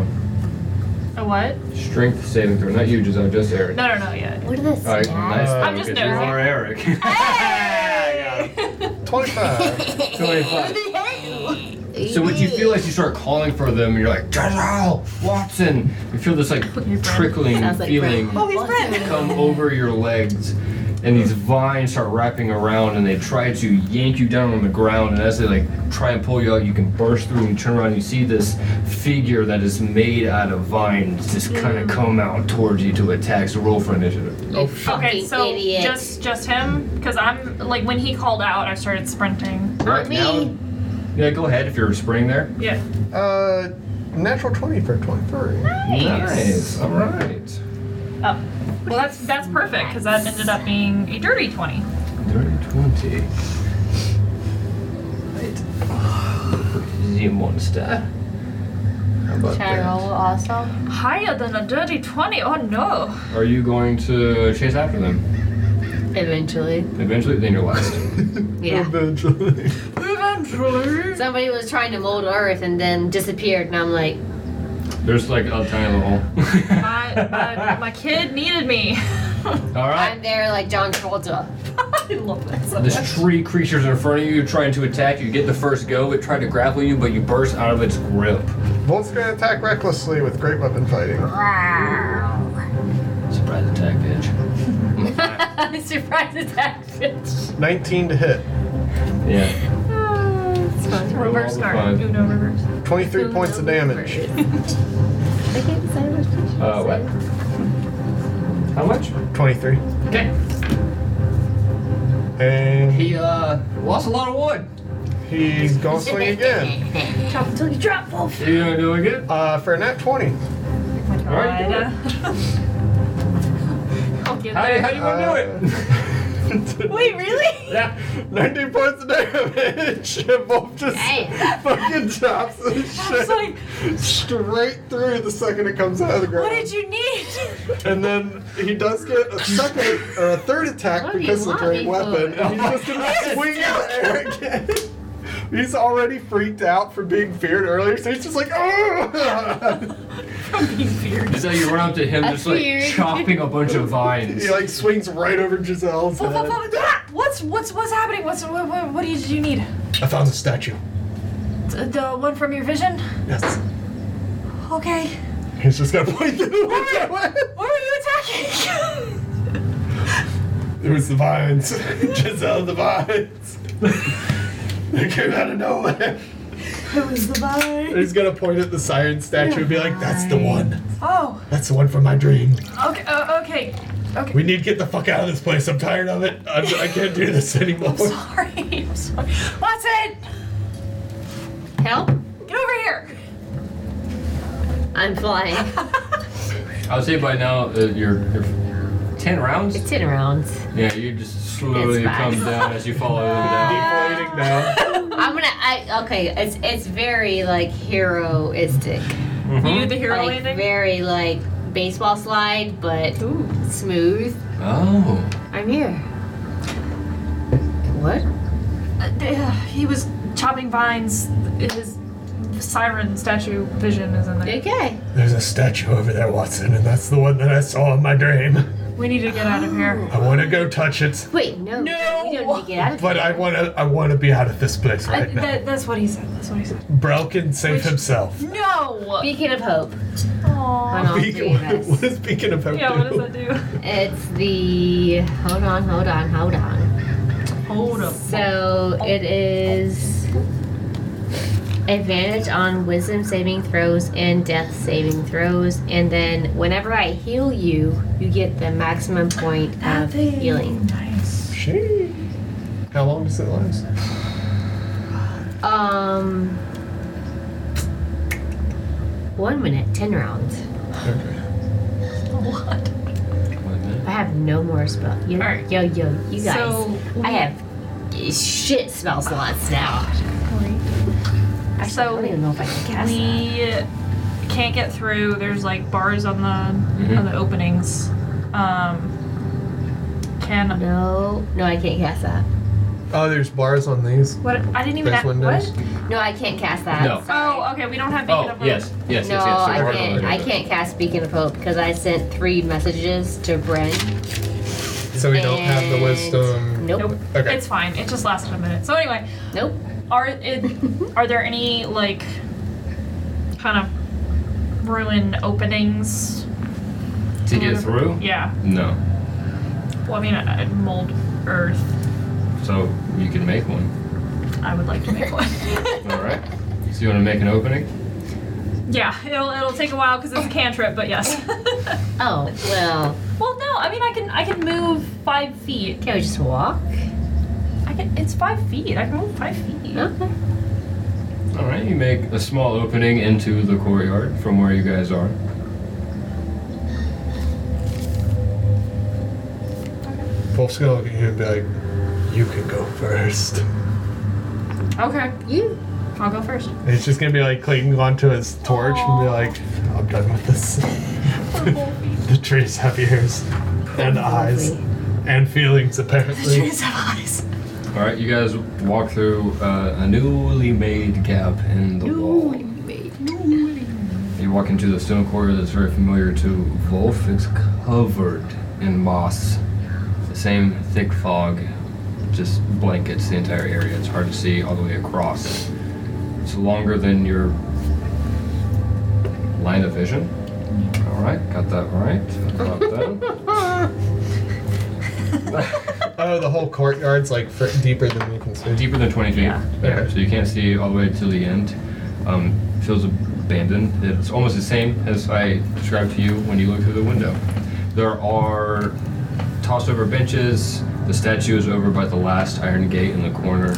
A what? Strength saving throw. Not you, Giselle, just Eric. No, no, no. Yeah. What are this? All right, nice. I'm throw, just 'cause nosy. You are Eric. Twenty-five. 25. So when you feel as you start calling for them, you're like, Giselle, Watson. You feel this like trickling Sounds like feeling Brett. he's red. come over your legs, and these vines start wrapping around, and they try to yank you down on the ground. And as they like try and pull you out, you can burst through, and you turn around, and you see this figure that is made out of vines just kind Mm. of come out towards you to attack. So roll for initiative. You fucking Okay, so idiot. just just him, because I'm like when he called out, I started sprinting. Not me. now, yeah, go ahead if you're sprinting there. Yeah. Uh, natural twenty for twenty-three. Nice. All right. Oh. Well, that's that's perfect because that ended up being a dirty twenty. Dirty 20. Right. The monster. How about Should I roll that? also? Higher than a dirty twenty. Oh no. Are you going to chase after them? Eventually. Eventually, then you're last. Yeah. Eventually. Eventually. Somebody was trying to mold Earth and then disappeared, and I'm like, There's like a tiny little hole. My, my, my kid needed me. All I'm right. there like John Travolta. I love that so much. This tree creature's in front of you, trying to attack you. Get the first go. It tried to grapple you, but you burst out of its grip. Bolt's gonna attack recklessly with great weapon fighting. Surprise attack, bitch. Surprise attack, bitch. Nineteen to hit. Yeah. It's fun. Reverse the card. five. Uno reverse. Twenty-three points of damage. Okay, Uh, what? How much? Twenty-three. Okay. And He uh lost a lot of wood. he's going to swing again. Chop until you drop, Oh, Wolf. You gonna do it again? Uh, for a nat twenty. All right, do I'll get How, there. how do you want to do it? Wait, really? yeah. 19 points of damage. And Wolf just Hey. fucking chops this I was shit like, straight through the second it comes out of the ground. what did you need? And then he does get a second or a third attack What do you because of the want great me weapon. for? And he's just gonna swing in the air again. He's already freaked out from being feared earlier, so he's just like, oh! I'm being feared. So you run up to him, just like Appeared. chopping a bunch of vines. he like swings right over Giselle's Wolf, Wolf, head. Uh, Wolf, ah! What's what's what's happening? What's what what, what do you, you need? I found the statue. The, the one from your vision? Yes. Okay. He's just gonna point through the window. What were you attacking? It was the vines. Giselle, the vines. they came out of nowhere. it was the vine. He's gonna point at the siren statue and be like, that's the one. Oh. That's the one from my dream. Okay. Uh, okay. Okay. We need to get the fuck out of this place. I'm tired of it. I'm, I can't do this anymore. sorry. I'm sorry. Watson, Help? get over here. I'm flying. I would say by now uh, you're, you're ten rounds. It's in rounds. Yeah, you just slowly It's fine. come down as you follow them down. Deflating now. I'm gonna. I okay. It's it's very like heroistic. You did the hero like very like baseball slide, but smooth. Oh, I'm here. What? Uh, d- uh, he was chopping vines. His siren statue vision is in there. Okay. There's a statue over there, Watson, and that's the one that I saw in my dream. We need to get out of Oh. here. I want to go touch it, Wait, no. No! We don't need to get out of but I want to. I want to be out of this place I, right now. that, that's what he said. That's what he said. Brel can save Which- himself. No. Beacon of Hope. Aw. I know. Oh, Beacon- yes. what is Beacon of Hope? Yeah. What do? does that do? It's the. Hold on, hold on, hold on. Hold up. So it is. Advantage on wisdom saving throws and death saving throws, and then whenever I heal you, you get the maximum point of healing. Nice. She. How long does it last? Um, one minute, ten rounds. Okay. What? I have no more spell. Yo, Alright. yo, yo, you guys. So I have shit spell slots now. Actually, So- I don't even know if I can cast that. we can't get through. There's like bars on the Mm-hmm. on the openings. Um, can No, no, I can't cast that. Oh, there's bars on these. what? I didn't even. There's ask- windows. what? No, I can't cast that. No. sorry. Oh, okay. We don't have beacon Oh of yes, yes, yes, yes. No, yes. I Sorry. can't. I can't cast Beacon of Hope because I sent three messages to Bren. So we don't have the and- wisdom. Nope. Nope. Okay. It's fine. It just lasted a minute. So anyway, Nope. are it, are there any like kind of ruin openings? To get through? Yeah. No. Well, I mean, I, I mold earth. So you can make one. I would like to make one. All right. So you want to make an opening? yeah, it'll it'll take a while because it's a cantrip, but yes. Oh well. well, no. I mean, I can I can move five feet. Can we just walk? I can. It's five feet. I can move five feet. Okay. All right. You make a small opening into the courtyard from where you guys are. Wolf's gonna look at you and be like, "You can go first. Okay. You. I'll go first. And he's just gonna be like clinging onto his torch and be like, "I'm done with this." the trees have ears and eyes and feelings, apparently. Trees have eyes. All right. You guys walk through uh, a newly made gap in the wall. You walk into the stone corridor that's very familiar to Wolf. It's covered in moss. The same thick fog just blankets the entire area. It's hard to see all the way across. It's longer than your line of vision. All right, got that right. About that. Oh, the whole courtyard's like fr- deeper than you can see. Deeper than 20 feet. Yeah. Yeah, so you can't see all the way to the end. Um, feels abandoned. It's almost the same as I described to you when you look through the window. There are tossed over benches. The statue is over by the last iron gate in the corner.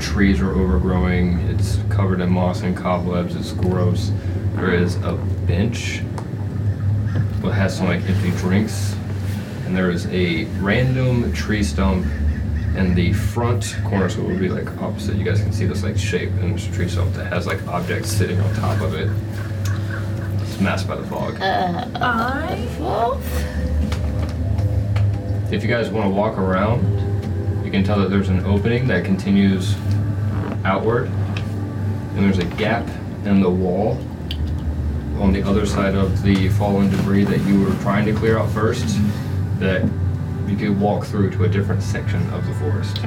Trees are overgrowing. It's covered in moss and cobwebs. It's gross. There is a bench that has some like empty drinks. And there is a random tree stump in the front corner, so it would be like opposite. You guys can see this like shape in this tree stump that has like objects sitting on top of it. It's masked by the fog. I If you guys want to walk around, you can tell that there's an opening that continues outward, and there's a gap in the wall on the other side of the fallen debris that you were trying to clear out first that you could walk through to a different section of the forest.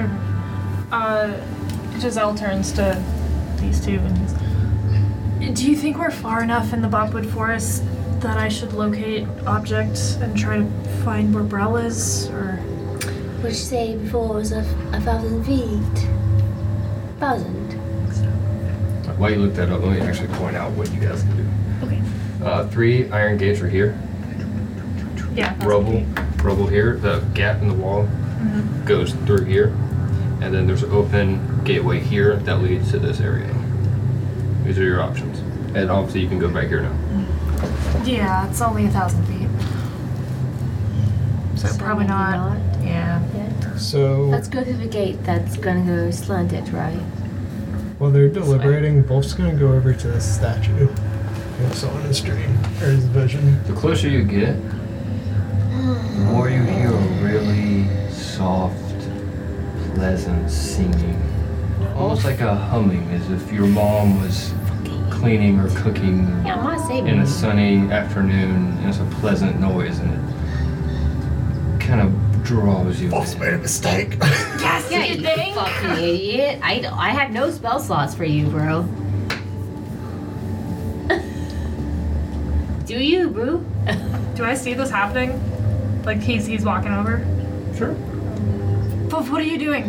uh, Giselle turns to these two and he's. Do you think we're far enough in the Bopwood Forest that I should locate objects and try to find where Brel is? Or What'd you say before was a, a thousand feet? Thousand? While you look that up, let me actually point out what you guys can do. okay, Uh, three iron gates are here. yeah, that's rubble, okay. rubble here. The gap in the wall goes through here, and then there's an open gateway here that leads to this area. These are your options, and obviously you can go back here now. Yeah, it's only a thousand feet. So, probably not. Yeah. So, Let's go through the gate that's gonna go slanted, right? while they're deliberating, Wolf's gonna go over to this statue. He saw in his dream or his vision. The closer you get, the more you hear a really soft, pleasant singing, almost like a humming, as if your mom was cleaning or cooking Yeah, I'm not saving. in a you. sunny afternoon, and it's a pleasant noise, and it kind of draws you. Wolf's made a mistake. Yes, Yeah, you you think? fucking idiot. I, I had no spell slots for you, bro. Do you, bro? Do I see this happening? Like he's he's walking over. Sure. Puff, what are you doing?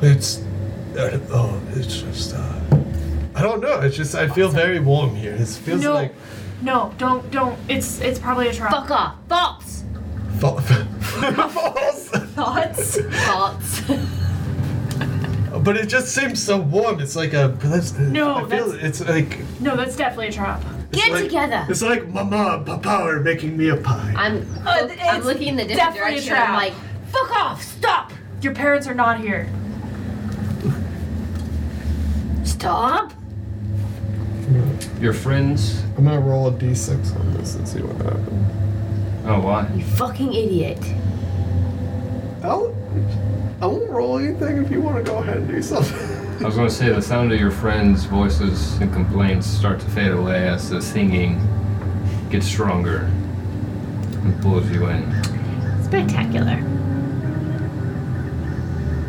it's. Uh, oh, it's just. Uh, I don't know. It's just. I feel very warm here. It feels no, like. no, don't, don't. It's it's probably a trap. Fuck off. False. Fa- False. Thoughts? False. But it just seems so warm. It's like a. That's, No, I feel that's- it's like. No, that's definitely a trap. it's Get like- together. It's like Mama and Papa are making me a pie. I'm, Uh, I'm it's looking in the different definitely a direction. and I'm trap. like, fuck off. Stop. Your parents are not here. Stop. Your friends. I'm gonna roll a d6 on this and see what happens. Oh, why? You fucking idiot. I'll, I won't roll anything if you want to go ahead and do something. I was going to say the sound of your friends' voices and complaints start to fade away as the singing gets stronger and pulls you in. Spectacular.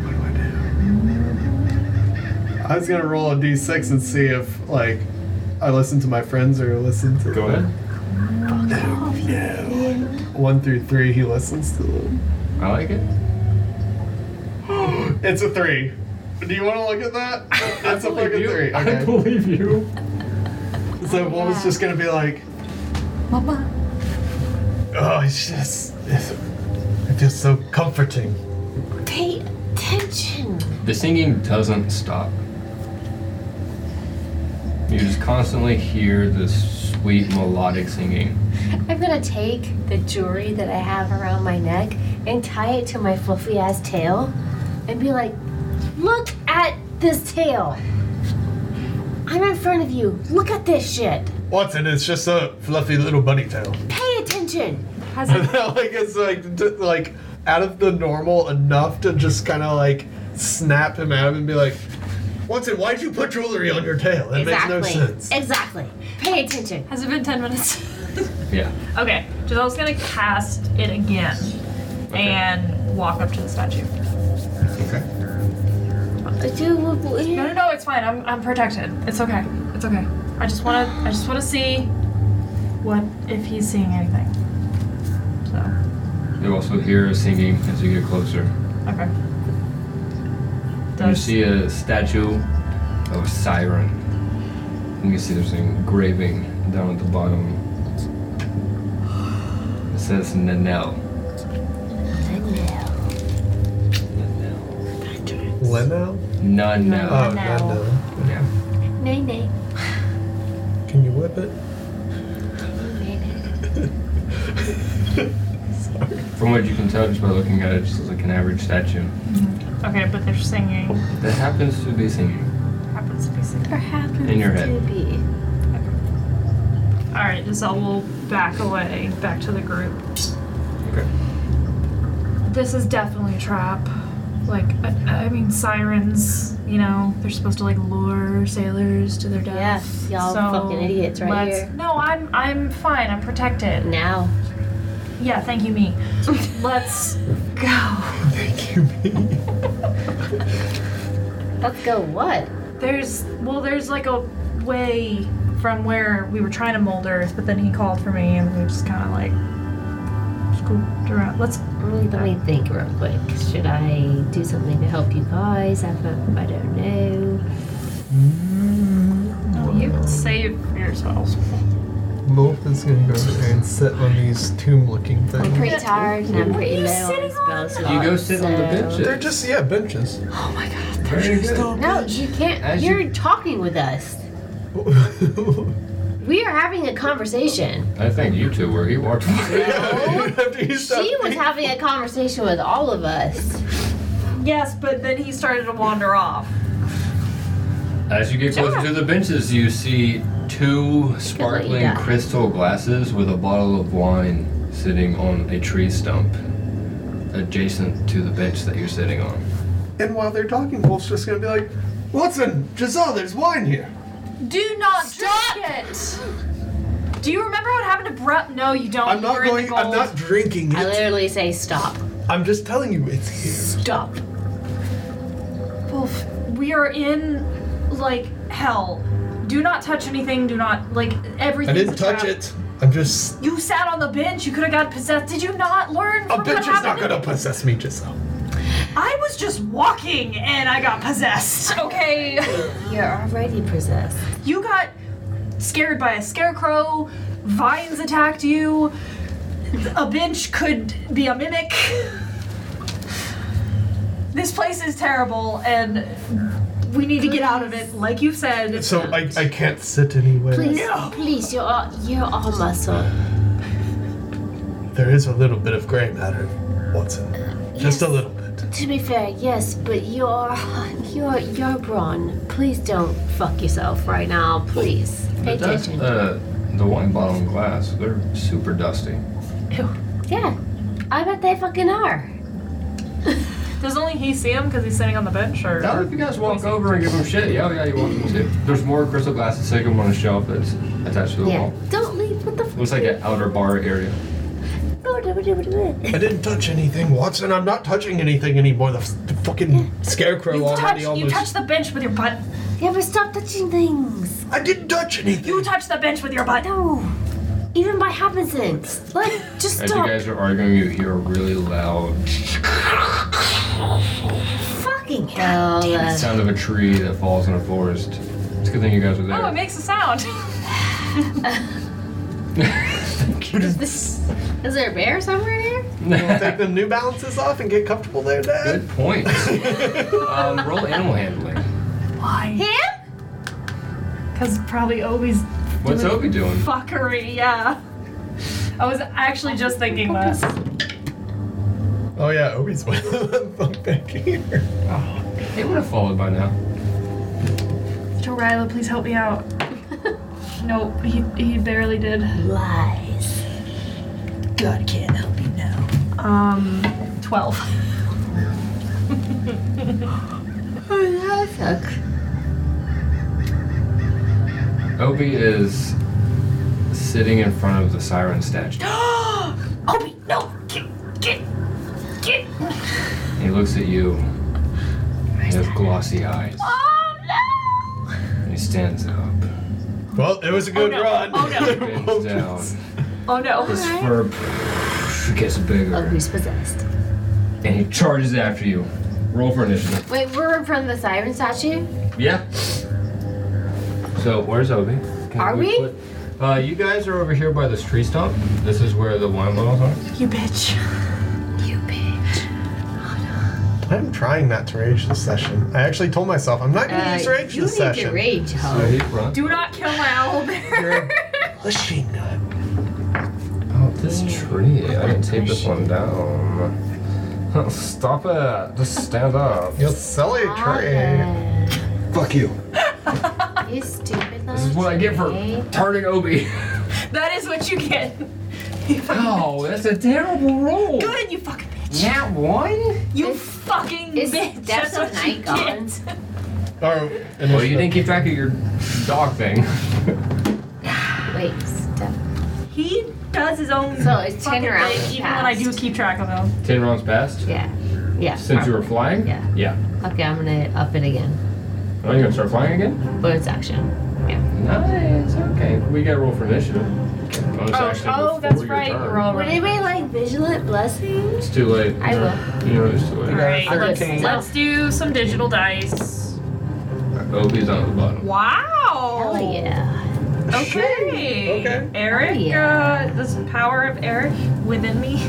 what do I do? I was gonna roll a d6 and see if like I listen to my friends or listen to. Go ahead. One through three, he listens to them. I like it. It's a three. Do you want to look at that? It's a fucking three. I Okay. believe you. So Wolf's just gonna be like, Mama. oh, it's just, it's, it feels so comforting. Pay attention. The singing doesn't stop. You just constantly hear this sweet melodic singing. I'm gonna take the jewelry that I have around my neck and tie it to my fluffy ass tail and be like, look at this tail. I'm in front of you. Look at this shit. Watson, it's just a fluffy little bunny tail. Pay attention. Has And it, then, like it's like d- like out of the normal enough to just kind of like snap him out and be like, Watson, why'd you put jewelry on your tail? That exactly. makes no sense. Exactly. Pay attention. has it been ten minutes? Yeah. okay, Giselle's gonna cast it again and walk up to the statue. Okay. No, no, no, it's fine. I'm, I'm protected. It's okay. It's okay. I just wanna, I just wanna see what if he's seeing anything. So, You also hear singing as you get closer. okay. You Does- see a statue of a siren. And you see there's an engraving down at the bottom. It says Nanel. Nanel. Leno? Nanel. Oh, Leno. Yeah. Nay, nay. Can you whip it? From what you can tell just by looking at it, it just looks like an average statue. Okay, but they're singing. That happens to be singing. Happens to be singing. Perhaps In your head. to be. All right, Giselle will back away, back to the group. Okay. This is definitely a trap. Like, I, I mean, sirens. You know, they're supposed to like lure sailors to their death. Yes, y'all So, fucking idiots right let's- here. No, I'm I'm fine. I'm protected. Now. Yeah, thank you, me. Let's go. Thank you, me. Let's go what? There's well, there's like a way from where we were trying to mold Earth, but then he called for me, and we just kind of like scooped around. Let's Mm, Let me think real quick. Should I do something to help you guys? I don't, I don't know. no, you save yourselves. Wolf is gonna go over there and sit on these tomb-looking I'm things. pretty tired and I'm pretty you low sitting on on? spell You go slots, sit on the so- benches. They're just yeah benches. Oh my god. Very good. No, you can't. As you- you're talking with us. We are having a conversation. I think you two were. He walked away. She was having a conversation with all of us. Yes, but then he started to wander off. As you get closer to the benches, you see two sparkling yeah. crystal glasses with a bottle of wine sitting on a tree stump adjacent to the bench that you're sitting on. And while they're talking, Wolf's just gonna be like, Watson, Giselle, there's wine here. Do not drink it. Do you remember what happened to Brett? No, you don't. I'm you not were in the going. I'm gold. not drinking I it. literally say stop. I'm just telling you it's here. Stop. Wolf, we are in like hell. Do not touch anything. Do not like I everything. didn't touch it. I'm just. You sat on the bench. You could have got possessed. Did you not learn A from bitch what is not happened? gonna possess me just now. I was just walking and I got possessed. Okay. You're already possessed. you got scared by a scarecrow. Vines attacked you. A bench could be a mimic. This place is terrible and we need to get out of it, like you said. So I, I can't sit anywhere. Please, No. please, you're all, you're all muscle. There is a little bit of gray matter, Watson. Just a little bit. To be fair, yes, but you're you're you're brawn. Please don't fuck yourself right now, please. Pay But that's, attention. uh, the wine bottle and glass, they're super dusty. Yeah, I bet they fucking are. Does only he see him because he's sitting on the bench? Or Now, if you guys walk over and give them shit, yeah, yeah, you're welcome to. There's more crystal glass and sigma on a shelf that's attached to the Yeah, wall. don't leave. What the fuck? Looks like an outer bar area. I didn't touch anything, Watson. I'm not touching anything anymore. The, f- the fucking scarecrow you touch, already you almost. touch the bench with your butt. Yeah, but stop touching things. I didn't touch anything. You touch the bench with your butt. No, even by happenstance. Like, just As you stop guys are arguing, you hear a really loud fucking hell. uh, sound of a tree that falls in a forest. It's a good thing you guys are there. Oh, it makes a sound. Is uh, this is there a bear somewhere here? Take the New Balances off and get comfortable there, Dad. Good point. um, roll animal handling. Why? Him? Because probably Obi's What's Obi doing? fuckery. Yeah. I was actually just thinking that. Oh yeah, Obi's with them. Fuck back here. They would have followed by now. Joe Ryla, please help me out. nope, he, he barely did. Lies. God can't help you now. Um, twelve. Oh, that suck. Obi is sitting in front of the siren statue. Obi, no, get, get, get. He looks at you. He has glossy eyes. Oh no! And he stands up. Well, it was a good no. run. Oh, no. Bends down. Oh no! His fur gets bigger. Oh, who's possessed? And he charges after you. Roll for initiative. Wait, we're from the siren statue. Yeah. So where's Obi? Can Are we? put- uh, you guys are over here by this tree stump. This is where the wine bottles are. You bitch. You bitch. I'm trying not to rage this session. I actually told myself I'm not Uh, gonna use rage you need this session. to rage, So ho. he runs. Do not kill my owl bear. Machine gun. Oh, this tree. I didn't take this one down. Stop it. Just stand up. You'll sell it, Trey. Fuck you. You stupid This is what I get for turning Obi. that is what you get. Oh, that's a terrible roll. Good, you fucking bitch. Nat one? You fucking is bitch. Death That's of what you Night Gone? get. Oh, Well, you didn't keep track of your dog thing. Wait, step. He does his own So it's ten fucking rounds. thing, even when I do passed. keep track of him. Ten rounds passed? Yeah. Yeah. Since you were flying? Yeah. Yeah. Okay, I'm gonna up it again. Are you gonna start flying again? Bonus action. Nice. Okay. We gotta roll for initiative. Bonus action oh, before that's your right. turn. You're all Would right. anybody like vigilant blessing? It's too late. I will. You know it's too All late. right, Alright, let's, thirteen. let's do some digital dice. Obi's on the bottom. Wow. Oh yeah. Okay. Okay. Eric, Yeah. uh, this power of Eric within me.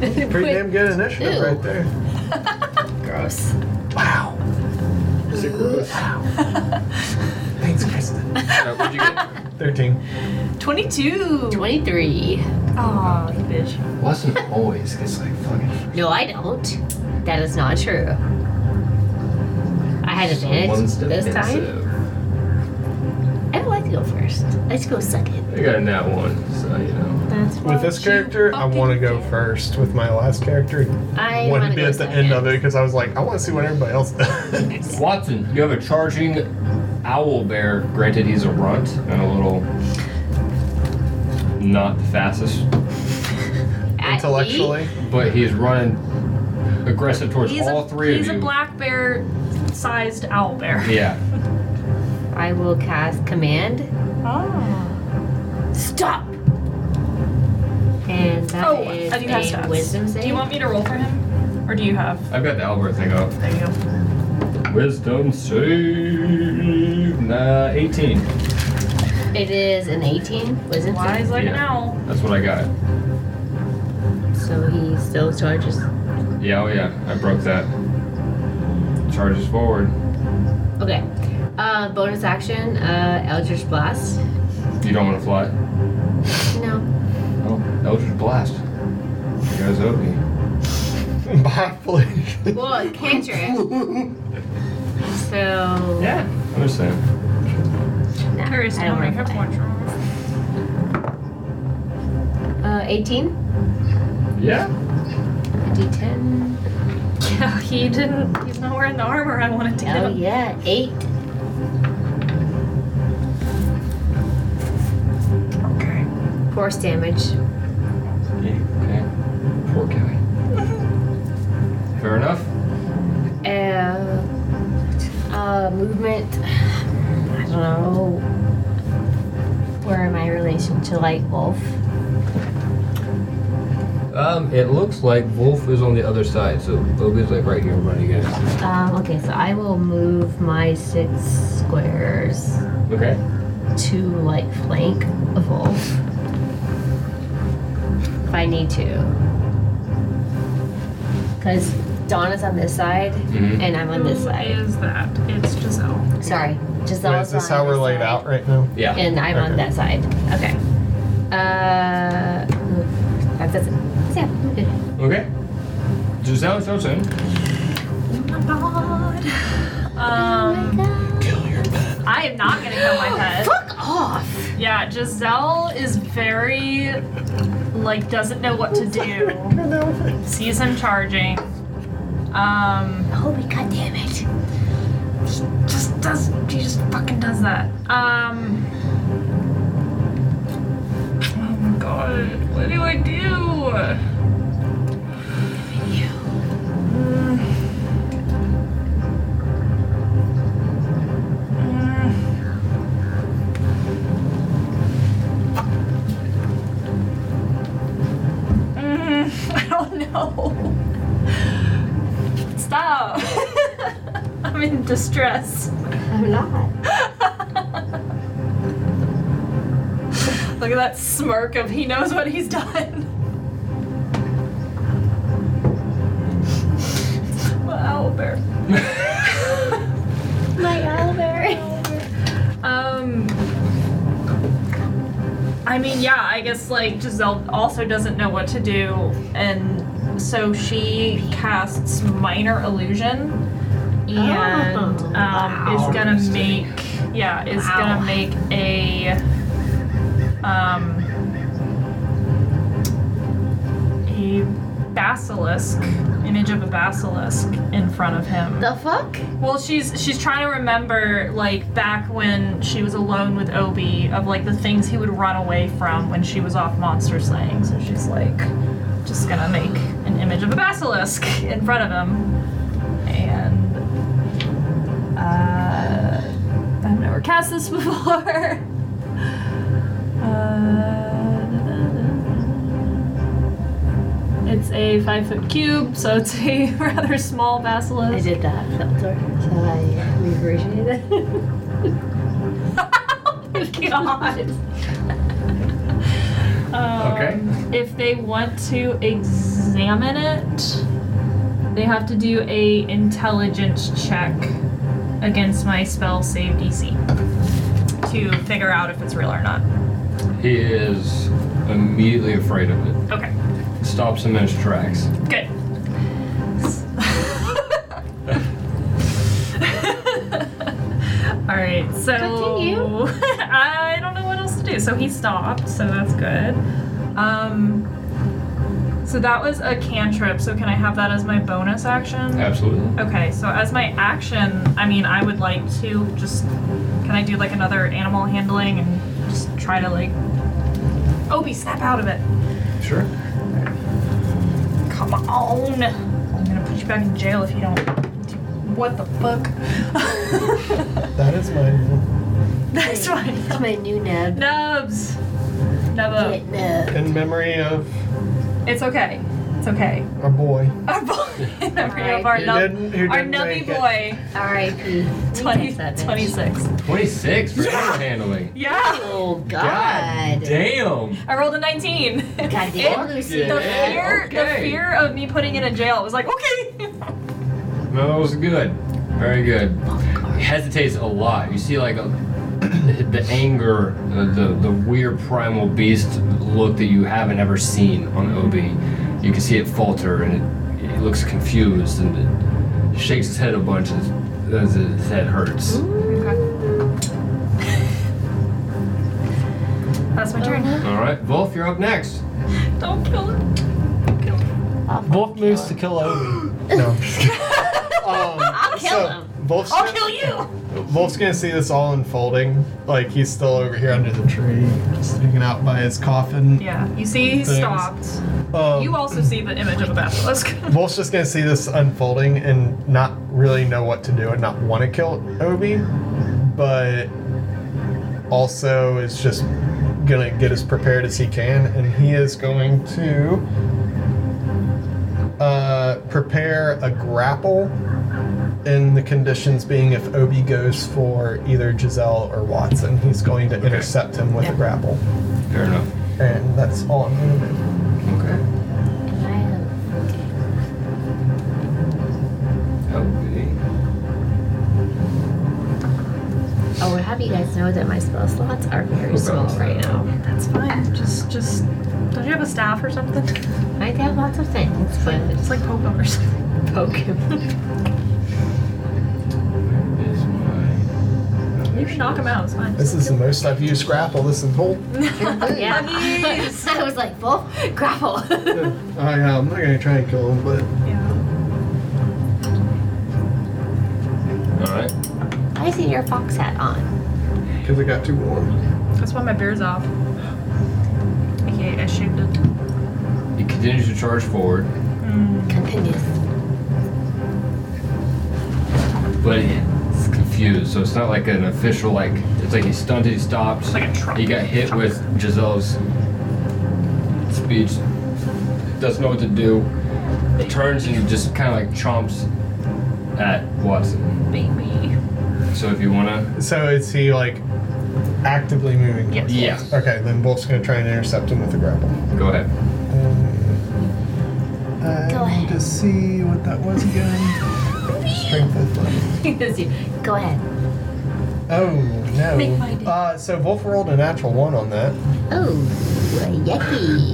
Pretty damn good initiative Ew. right there. Gross. Wow. Is it gross? Wow. Thanks, Kristen. Uh, what'd you get? 13. 22. Twenty-three. Aw, you bitch. Wasn't always. It's like fucking. No, I don't. That is not true. I had advantage Someone's this time. defensive. I don't like to go first. Let's go suck it. I got in that one, so you know. That's With this character, I want to go first. With my last character, I wanted want to to be go at the second. end of it because I was like, I want to see what everybody else does. Watson, you have a charging owl bear, granted he's a runt and a little not the fastest, At Intellectually, but he's running aggressive towards He's all a three he's of you. a black bear sized owl bear. yeah. me, I will cast command. Oh. Stop! And that Oh, is I do have a stats. wisdom save. Do you want me to roll for him, or do you have? I've got the Albert thing up. There you go. Wisdom save nah, 18. it is an 18 wisdom Why save. is like an Yeah. owl? That's what I got. So he still charges. Yeah, oh yeah, I broke that. Charges forward. Okay. Uh, bonus action, uh, Eldritch Blast. You don't want to fly. No. Oh, Eldritch Blast. You guys owe me. mindfully. Well, it cantrip. So. Yeah. I understand. Nah, Curious I to don't know my wanna hit fly. points are. Uh, 18? Yeah? D10. Yeah, he didn't. He's not wearing the armor I wanted to Oh, give him. yeah. 8. Okay. Force damage. Okay. okay. Poor guy. Fair enough. Uh, uh, movement. I don't know. Where am I in relation to Light Wolf? Um, it looks like Wolf is on the other side, so Boga's like right here in front of you guys. Um, okay, so I will move my six squares Okay. to like flank of Wolf. If I need to. Because Donna's on this side Mhm. and I'm on this Who side. is that? It's Giselle. Sorry. Just Wait, is this how we're laid out right now? Yeah. And I'm on Okay. that side. Okay. Uh, that's, that's it. Yeah. Okay. Giselle, it's your turn. Oh my god. Um, I am not gonna kill my pet. Fuck off! Yeah, Giselle is very like doesn't know what to do. Sees him charging. Um Holy god Oh, damn it. just does she just fucking does that. Um Oh my god, what do I do? Mm. Mm. Mm, I don't know. Stop. I'm in distress. I'm not. Look at that smirk of he knows what he's done. Wow, bear. My elder. Um. I mean, yeah, I guess like Giselle also doesn't know what to do, and so she casts minor illusion, and Oh, um, is gonna make yeah is Wow. gonna make a um a basilisk image of a basilisk in front of him. The fuck? Well, she's she's trying to remember like back when she was alone with Obi of like the things he would run away from when she was off monster slaying. So she's like just gonna make an image of a basilisk in front of him, and uh, I've never cast this before. Uh, It's a five foot cube, so it's a rather small basilisk. I did that filter, so I we appreciate it. oh my god. Um, Okay. If they want to examine it, they have to do a intelligence check against my spell save DC to figure out if it's real or not. He is immediately afraid of it. Okay. Stops him in his tracks. Good. All right, so Continue. I don't know what else to do. So he stopped, so that's good. Um, So that was a cantrip, so can I have that as my bonus action? Absolutely. Okay, so as my action, I mean, I would like to just. Can I do like another animal handling and just try to like. Obi, snap out of it! Sure. Come on! I'm gonna put you back in jail if you don't. What the fuck? That is mine. That's That's fine. my new nub. Nubs! Get Nubbo. nub. In memory of It's okay. It's okay. our boy. Our boy. Alright. our Who nub. didn't- who Our didn't nubby make it. boy. R.I.P. 20, that bitch. 26. 26 for camera handling. Yeah! Oh God God. damn. I rolled a 19. God damn, Lucy. The Yeah, fear, the okay. fear of me putting it in jail was like, okay. No, that was good. Very good. He hesitates a lot. You see, like, a, the anger, uh, the, the weird primal beast look that you haven't ever seen on Obi. You can see it falter and it, it looks confused and it shakes its head a bunch as, as its head hurts. That's my turn. Alright, Wolf, you're up next. Don't kill him. Don't kill him. Wolf moves to kill Obi. No. I'm just kidding. um, I'll kill him. Wolf's, I'll kill you. Wolf's gonna see this all unfolding. Like he's still over here under the tree, just hanging out by his coffin. Yeah, you see, he Things. stopped. Um, You also see the image of a basilisk. Wolf's just gonna see this unfolding and not really know what to do and not want to kill Obi, but also is just gonna get as prepared as he can, and he is going to uh, prepare a grapple in the conditions being if Obi goes for either Giselle or Watson, he's going to intercept him with a grapple, Fair enough. and that's all I'm gonna do. Okay. Obi. I would have oh, you guys know that my spell slots are very Okay. small right now. That's fine. Just, just. Don't you have a staff or something? I have lots of things, but It's like Pokemon or something. Pokemon. Is my. You can knock him out. It's fine. This is the most I've used grapple this whole yeah. Buggies. I was like, well, grapple. I know, I'm not gonna try and kill him, but Yeah. Alright. I see your fox hat on. because it got too warm. That's why my beer's off. Okay, I shaved it. He continues to charge forward. Continues. but it's confused. So it's not like an official like. It's like he stunted, he stopped. Like a truck. He got hit with Giselle's speech. Doesn't know what to do. Turns and just kind of like chomps at Watson. Baby. So if you wanna, So is he like actively moving? Yes. yeah, Okay, then Wolf's gonna try and intercept him with a grapple. go ahead. Go ahead. to see what that was again. Strength athletic. Because you- Go ahead. Oh no. Make my day. Uh, so Wolf rolled a natural one on that. Oh, yucky.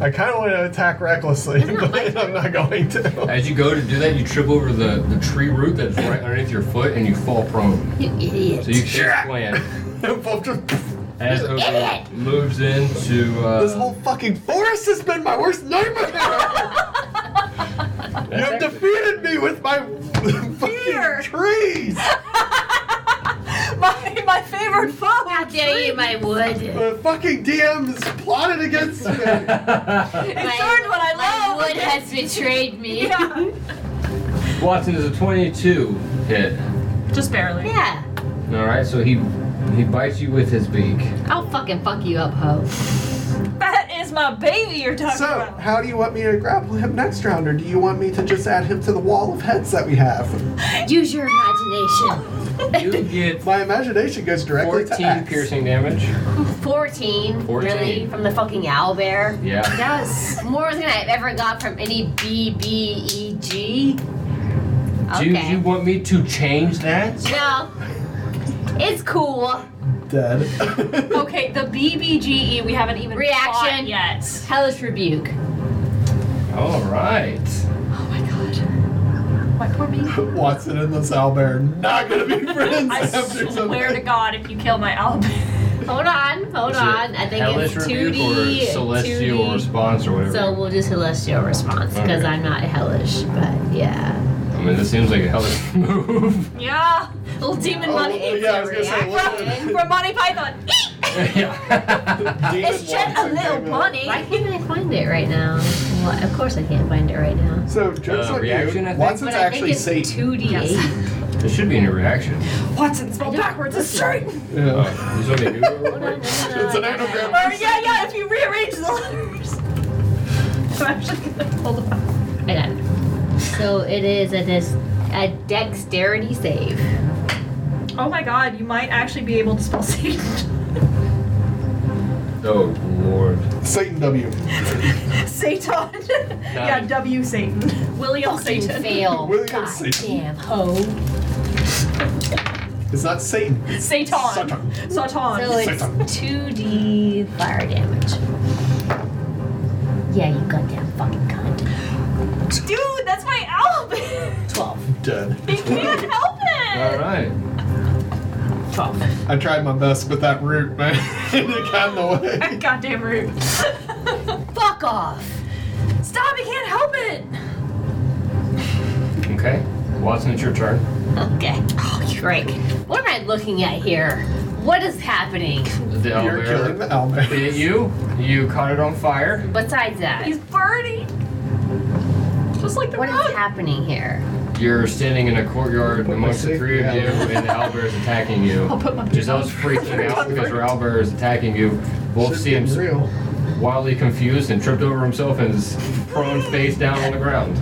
I kind of want to attack recklessly, but I'm not going to. As you go to do that, you trip over the, the tree root that's right underneath your foot, and you fall prone. You idiot. So you can't land. Wolf just, As You Ogre idiot. moves into uh, this whole fucking forest has been my worst nightmare. you have defeated me with my fucking Fear. trees. My, my favorite foe. How dare you, my wood. The fucking DM is plotted against me. It turned what I My love. wood has betrayed me. Yeah. Watson is a 22 hit. Just barely. Yeah. All right, so he he bites you with his beak. I'll fucking fuck you up, ho. That is my baby you're talking so, about. how do you want me to grapple him next round, or do you want me to just add him to the wall of heads that we have? Use your imagination. You get My imagination goes directly to 14 X. piercing damage. 14, 14. really, from the fucking owl bear. Yeah. That's more than I've ever got from any BBEG. Do you, Okay. you want me to change that? No. It's cool. Dead. Okay, the BBGE E, we haven't even Reaction. fought yet. Hellish rebuke. All right. Oh my god. My poor baby. Watson and this owlbear are not gonna be friends I after swear to something. God, if you kill my album, Hold on, hold Is it on. I think hellish it's two rebuke D. or celestial response or whatever. So we'll do celestial response because Okay. I'm not hellish, but yeah. I mean, this seems like a hellish move. Yeah, little demon bunny Oh, yeah, I was gonna say, from, from Monty Python. yeah. It's just a little bunny. Why can't I find it right now? Well, of course I can't find it right now. So jokes Uh, on reaction, I you. think. Watson's But I think actually it's Satan. two D eight. it should be in your reaction. Watson spelled backwards is straight. Oh, Yeah. you just want me to Google it real Hold on, quick? no, no, no. It's an I got it. anagram. Or yeah, yeah, if you rearrange the letters. I'm actually gonna hold up. I got it. So it is a dis- a dexterity save. Oh my god, you might actually be able to spell Satan. Oh lord. Satan W. Satan. yeah, W Satan. William Fucking Satan. fail. William God Satan. damn ho. It's not Satan. Satan. Satan. So it's two D fire damage. Yeah, you goddamn fucking cunt. Dude, that's my alphabet. Twelve. Dead. You can't help All it. right. Twelve. I tried my best, but that root, man, it got in the way. Goddamn rude. Fuck off. Stop! You can't help it. Okay. Watson, it's your turn. Okay. Oh, you break. What am I looking at here? What is happening? The You're owlbear killing the owlbear. bit you. You caught it on fire. Besides that, He's birdie. Just like the what is road. happening here? You're standing in a courtyard amongst the see? three of you, Yeah. and the owlbear is attacking you. I'll put my Giselle's freaking out because her owlbear is attacking you. Wolf Should've been seems real. wildly confused and tripped over himself and is prone face down on the ground.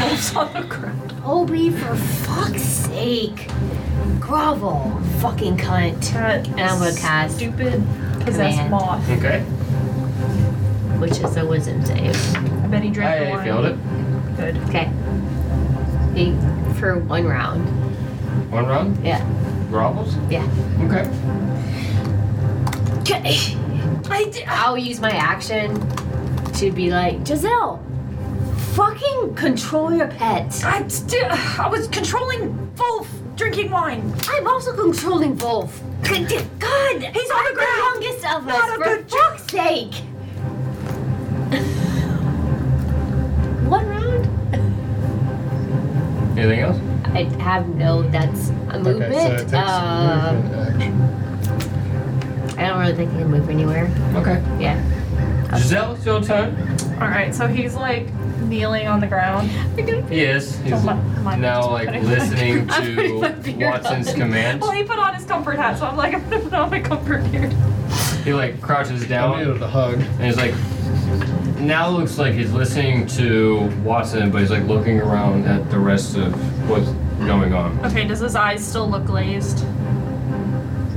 wolves on the ground. Obi, for fuck's sake. Grovel, fucking cunt. And I'm gonna cast, Stupid possessed Command. moth. Okay. which is a wisdom save. I bet he drank the I wine. failed it. Good. Okay. He, for one round. One round. Yeah. Grovels. Yeah. Okay. Okay. I d- I'll use my action to be like, Giselle, fucking control your pet. I, st- I was controlling Wolf drinking wine. I'm also controlling Wolf. God, d- God, He's on the the ground. youngest of Not us, a for good fuck's sake. One round? Anything else? I have no, that's a movement. Okay, so it takes uh, movement action. Um, I don't really think I can move anywhere. Okay. Yeah. Giselle, it's your turn. All right, so he's like kneeling on the ground. He is. He's Oh, my- my- now like I'm listening putting my to beard Watson's on. commands. Well, he put on his comfort hat, so I'm like, I'm gonna put on my comfort beard. He like crouches I down needed a hug. and he's like. Now looks like he's listening to Watson, but he's like looking around at the rest of what's going on. Okay, does his eyes still look glazed?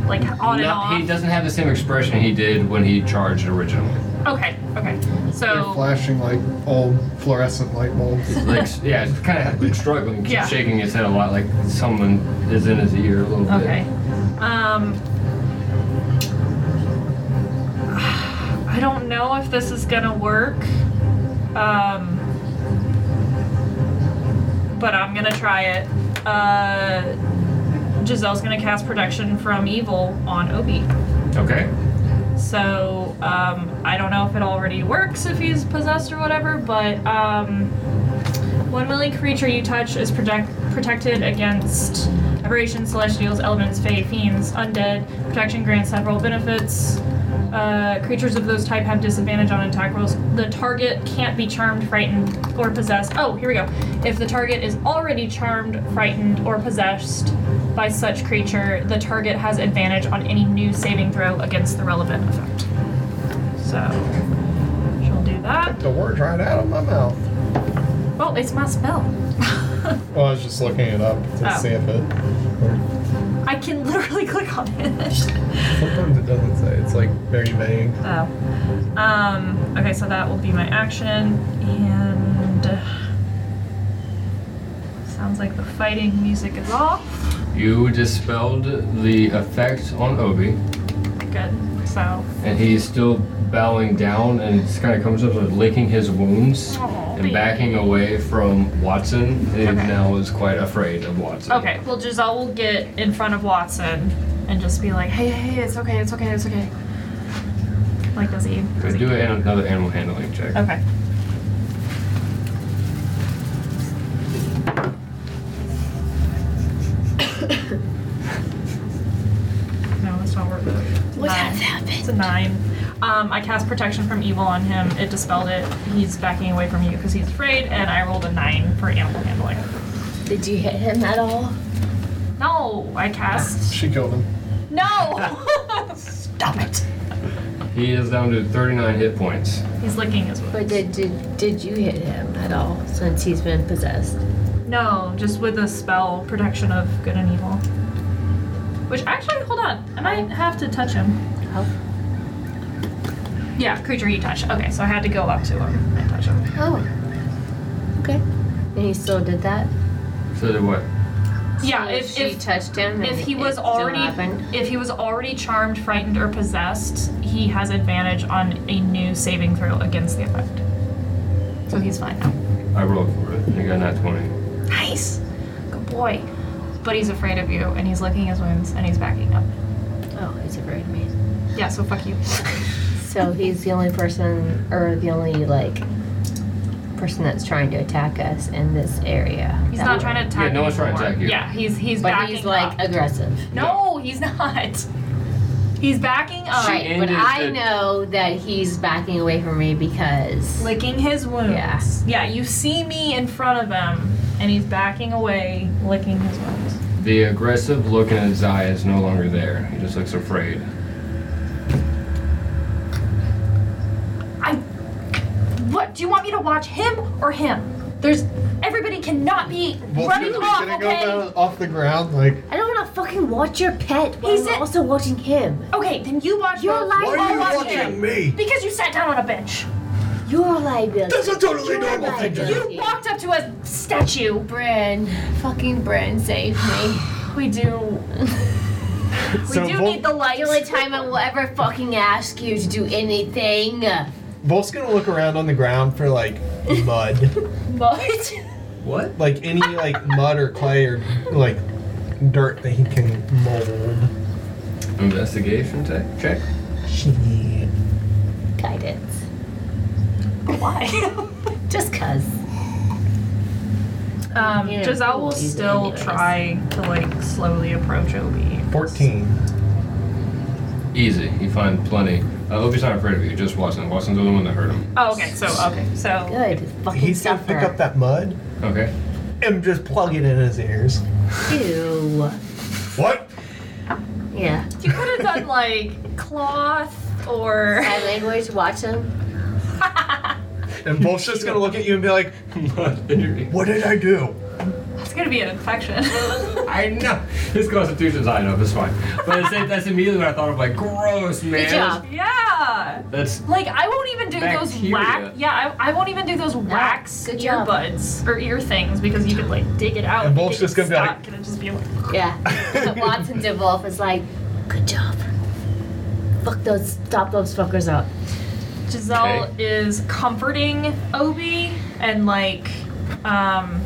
Like No, on he and off. doesn't have the same expression he did when he charged originally. okay, okay. They're So flashing like old fluorescent light bulbs. like yeah, it's kind of struggling, keeps Yeah. shaking his head a lot, like someone is in his ear a little Okay. Um, I don't know if this is gonna work. Um, but I'm gonna try it. Uh, Giselle's gonna cast protection from evil on Obi. bit. Okay. So um, I don't know if it already works if he's possessed or whatever, but um, one willing creature you touch is protect- protected against aberrations, celestials, elements, fey, fiends, undead. Protection grants several benefits. Uh, creatures of those type have disadvantage on attack rolls. The target can't be charmed, frightened, or possessed. Oh, here we go. If the target is already charmed, frightened, or possessed by such creature, the target has advantage on any new saving throw against the relevant effect. So, she'll do that. the words right out of my mouth. Well, it's my spell. Well, I was just looking it up to Oh. see if it. Or I can literally click on it. sometimes it doesn't say. It's like very vague. Oh. Um, okay, so that will be my action. And. Sounds like the fighting music is off. You dispelled the effect on Obi, Good. So. and he's still bowing down, and it's kind of comes up with licking his wounds Aw, and backing away from Watson. And Oh, Okay. now is quite afraid of Watson. Okay, well, Giselle will get in front of Watson and just be like, hey, hey, hey, it's okay, it's okay, it's okay. Like, does he? So do an- another animal handling check. Okay. no, that's not worth it. What has happened? It's a nine. Um, I cast protection from evil on him. It dispelled it. He's backing away from you because he's afraid, and I rolled a nine for animal handling. Did you hit him at all? No, I cast. She killed him. No! Stop it! He is down to 39 hit points. He's licking his wounds. But did, did did you hit him at all since he's been possessed? No, just with the spell protection of good and evil. Which actually, hold on, I might have to touch him. Oh. Yeah, creature you touch. Okay, so I had to go up to him and touch him. Oh. Okay. And he still did that. So did what? Yeah, So if she if, touched him, if and he it was still already happened, if he was already charmed, frightened, or possessed, he has advantage on a new saving throw against the effect. So he's fine now. I rolled for it. I got not 20. Nice, good boy. But he's afraid of you, and he's licking his wounds, and he's backing up. Oh, he's afraid of me. Yeah, so fuck you. So he's the only person, or the only like person that's trying to attack us in this area. He's that not way. trying to attack. Yeah, no one's trying to anymore. attack you. Yeah, he's he's But backing he's like up. aggressive. no, he's not. He's backing up, Right, but ended I the- know that he's backing away from me because licking his wounds. Yeah. Yeah, you see me in front of him, and he's backing away, licking his wounds. The aggressive look in his eye is no longer there. He just looks afraid. I. What? Do you want me to watch him or him? There's everybody cannot be Well, running you're off. getting Okay. up, uh, off the ground, like I don't want to fucking watch your pet. While He's I'm a- also watching him. Okay, then you watch. You're both. lying. I'll Why are you watch watching him. me? Because you sat down on a bench. You're a liability. That's a totally You're normal thing to do. liability. You walked up to a statue. Bryn, fucking Bryn, save me. We do. we So do Vol- need the lights. The only time I will ever fucking ask you to do anything. Vol's gonna look around on the ground for like mud, But What? like any like mud or clay or like dirt that he can mold. Investigation check? Check. Shit. Guidance. why? Just cuz. um, Yeah, Giselle will we'll use it still anyways. try to like slowly approach Obi. Fourteen. Easy. You find plenty. Uh, Obi's not afraid of you, just Watson. Watson's the only one that hurt him. Oh, okay. So okay. So Good. Fucking He's gonna suffer. pick up that mud Okay. and just plug it in his ears. Ew. What? Yeah. you could have done like cloth or My language, watch him. And Vol's just gonna look at you and be like, "What did I do?" it's gonna be an infection. I know. His constitution's high enough, it's fine. But it's, that's immediately what I thought of, like, gross, man. Good job. yeah. That's Like I won't even do those Bacteria. whack. Yeah, I, I won't even do those wax good job. earbuds or ear things because you could like dig it out. And Vol's dig just gonna be stuck, like- and it just be like. Yeah. Watson DeWolf is like, good job. Fuck those, stop those fuckers up. Giselle is comforting Obi and like um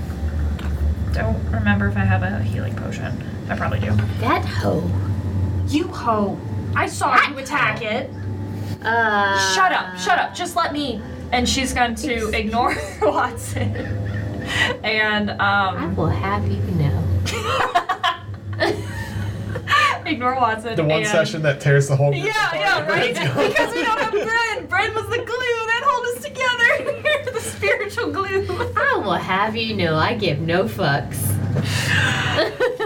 don't remember if I have a healing potion. I probably do. That hoe. You ho. I saw you attack it. Uh. Shut up. Shut up. Just let me. And she's going to ignore Watson. And I um will have you know. ignore Watson. The one and- session that tears the whole. Yeah, yeah, right? because we don't have Bryn. Bryn was the glue that held us together. the spiritual glue. I will have you know I give no fucks.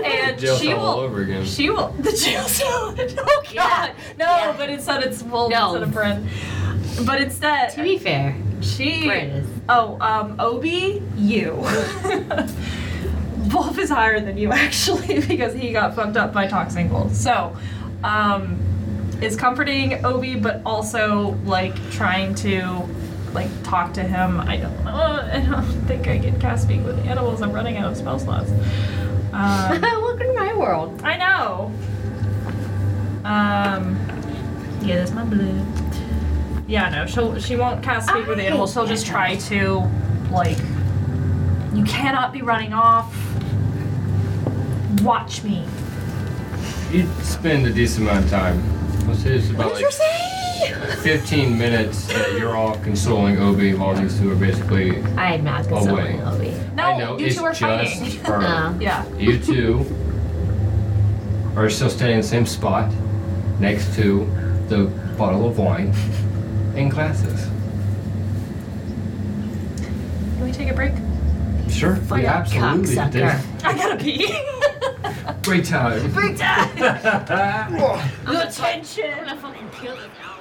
And jail she cell all will over again. She will. The jail cell. Oh God. Yeah. No, Yeah. but instead it's Wolf No. instead of Bren. But To instead, be fair, she. Bryn is. Oh, um, Obi, you. Wolf is higher than you actually because he got fucked up by toxic gold. So, um, is comforting Obi, but also like trying to like talk to him. I don't know. I don't think I can cast speak with animals. I'm running out of spell slots. Um, Welcome to my world. I know. Um. Yeah, that's my blue. Yeah, no, she'll she won't cast speak with animals. She'll just try to, like, you cannot be running off. Watch me. you spend a decent amount of time. Let's say it's about like 15 minutes that you're all consoling Obi while these two are basically I am not consoling Obi. No, I know you it's two are just fighting. Uh-huh. her. Oh. yeah. You two are still standing in the same spot next to the bottle of wine and glasses. Can we take a break? Sure, Fucking we absolutely did. cocksucker. I gotta pee. Great time. Break time. The tension. I'm gonna fucking kill it now.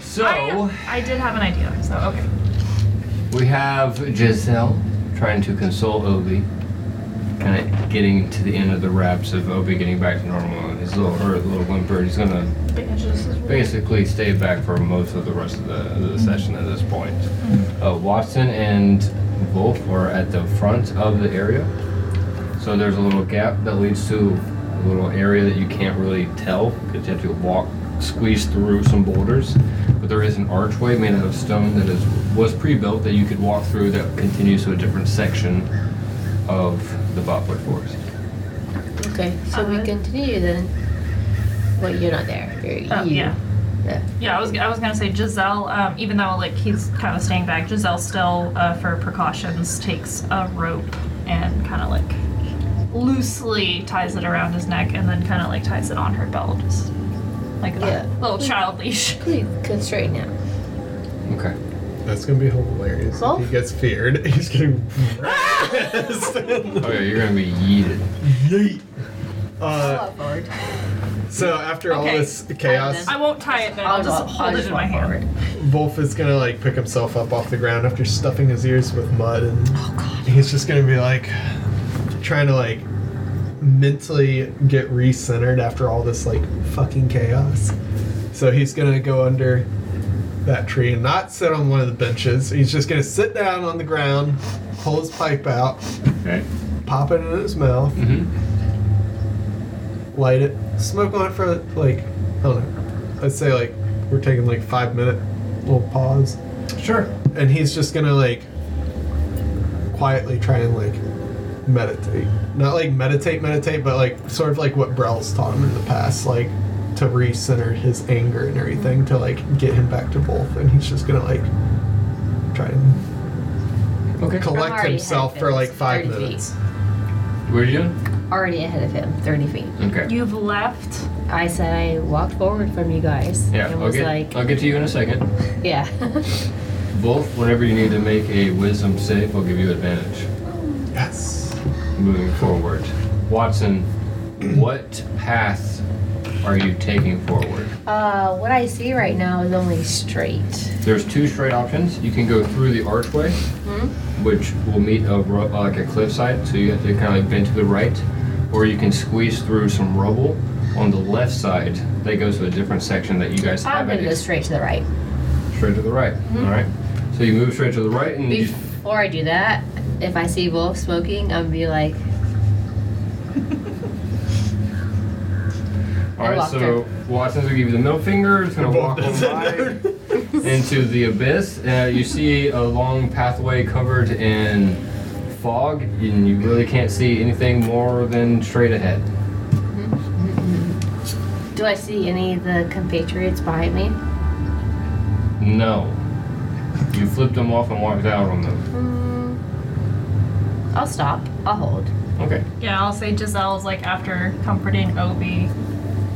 So I, I did have an idea, so okay. we have Giselle trying to console Obi, kind of getting to the end of the wraps of Obi getting back to normal and his little her little whimper. He's gonna basically stay back for most of the rest of the, of the session at this point. Uh, Watson and Wolf are at the front of the area, so there's a little gap that leads to a little area that you can't really tell because you have to walk, squeeze through some boulders. But there is an archway made out of stone that is was pre-built that you could walk through that continues to a different section of the Botwood Forest. Okay, so we Uh-huh. continue then. Well, you're not there. You're, Oh, you. yeah. Yeah. Yeah, I was, I was gonna say Giselle, um, even though like he's kind of staying back, Giselle still, uh, for precautions, takes a rope and kind of like loosely ties it around his neck and then kind of like ties it on her belt. Just like a Yeah. little child leash. Please, go straight now. Okay. That's gonna be hilarious. Well- If he gets feared, he's gonna. Okay, you're gonna be yeeted. Yeet. Uh, so after all Okay. this chaos, I won't tie it then. I'll, just hold it in my hand. Wolf is gonna like pick himself up off the ground after stuffing his ears with mud, and he's just gonna be like trying to like mentally get recentered after all this like fucking chaos. So he's gonna go under that tree and not sit on one of the benches. He's just gonna sit down on the ground, pull his pipe out, Okay. pop it in his mouth, Mm-hmm. light it, smoke on it for like I don't know. I'd say like we're taking like five minute little pause. Sure. and he's just gonna like quietly try and like meditate not like meditate meditate but like sort of like what brell's taught him in the past like to recenter his anger and everything to like get him back to wolf and he's just gonna like try and Okay. I'm collect already himself ahead of for him, like so five 30 feet. minutes What are you doing? Already ahead of him, 30 feet. Okay. You've left. I said I walked forward from you guys. Yeah, And I'll was get, like, I'll get to you in a second. yeah. Both, whenever you need to make a wisdom save, I'll give you advantage yes moving forward. Watson, what path are you taking forward? uh, what I see right now is only straight. There's two straight options. You can go through the archway, Mm-hmm. which will meet a ru- uh, like a cliffside, so you have to kind of like bend to the right, or you can squeeze through some rubble on the left side that goes to a different section that you guys I'm haven't gonna go ex- straight to the right. straight to the right. All right. So you move straight to the right, and you, Mm-hmm. Before I do that, if I see Wolf smoking, I'm gonna be like, All right, walked so Watson's gonna give you the middle finger. It's gonna walk on by into the abyss. Uh, you see a long pathway covered in fog, and you really can't see anything more than straight ahead. do I see any of the compatriots behind me? No, you flipped them off and walked out on them. I'll stop. I'll hold. Okay. Yeah, I'll say Giselle's like after comforting Obi,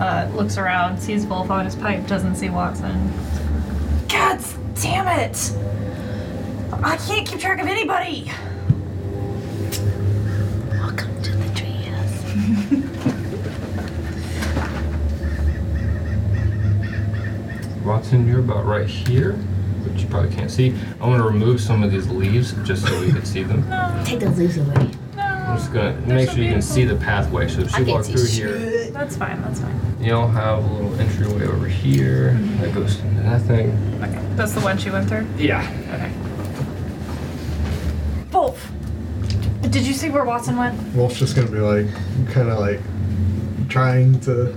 uh, looks around, sees Wolf on his pipe, doesn't see Watson. God damn it! I can't keep track of anybody! Welcome to the treehouse. Watson, you're about right here, which you probably can't see. I'm gonna remove some of these leaves just so we can see them. Take the leaves away. I'm just gonna make sure you can see the pathway. So if she can't walked see through here. That's fine, that's fine. You'll have a little entryway over here that goes into that thing. Okay. That's the one she went through? Yeah. Okay. Wolf! Did you see where Watson went? wolf's just gonna be like kind of like trying to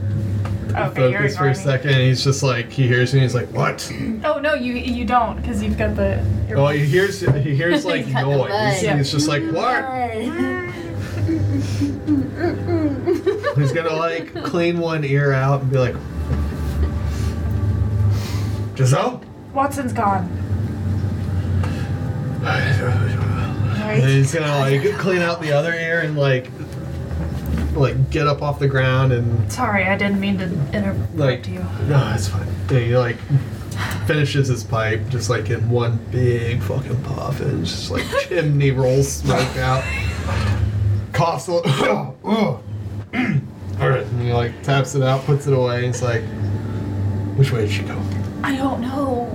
Okay, you're focus for a ignoring me. second. And he's just like he hears me. and He's like, "What?" Oh no, you you don't because you've got the. your- Oh, he hears he hears like got the noise. buzz. And he's just like, "What?" He's gonna like clean one ear out and be like, "Giselle." Watson's gone. And he's gonna like clean out the other ear and like like get up off the ground and Sorry, I didn't mean to interrupt Like- you. no, it's fine. And he like finishes his pipe just like in one big fucking puff and just like chimney rolls smoke out. Coughs a little. All right, and he like taps it out, puts it away. And he's like, "Which way did she go?" I don't know.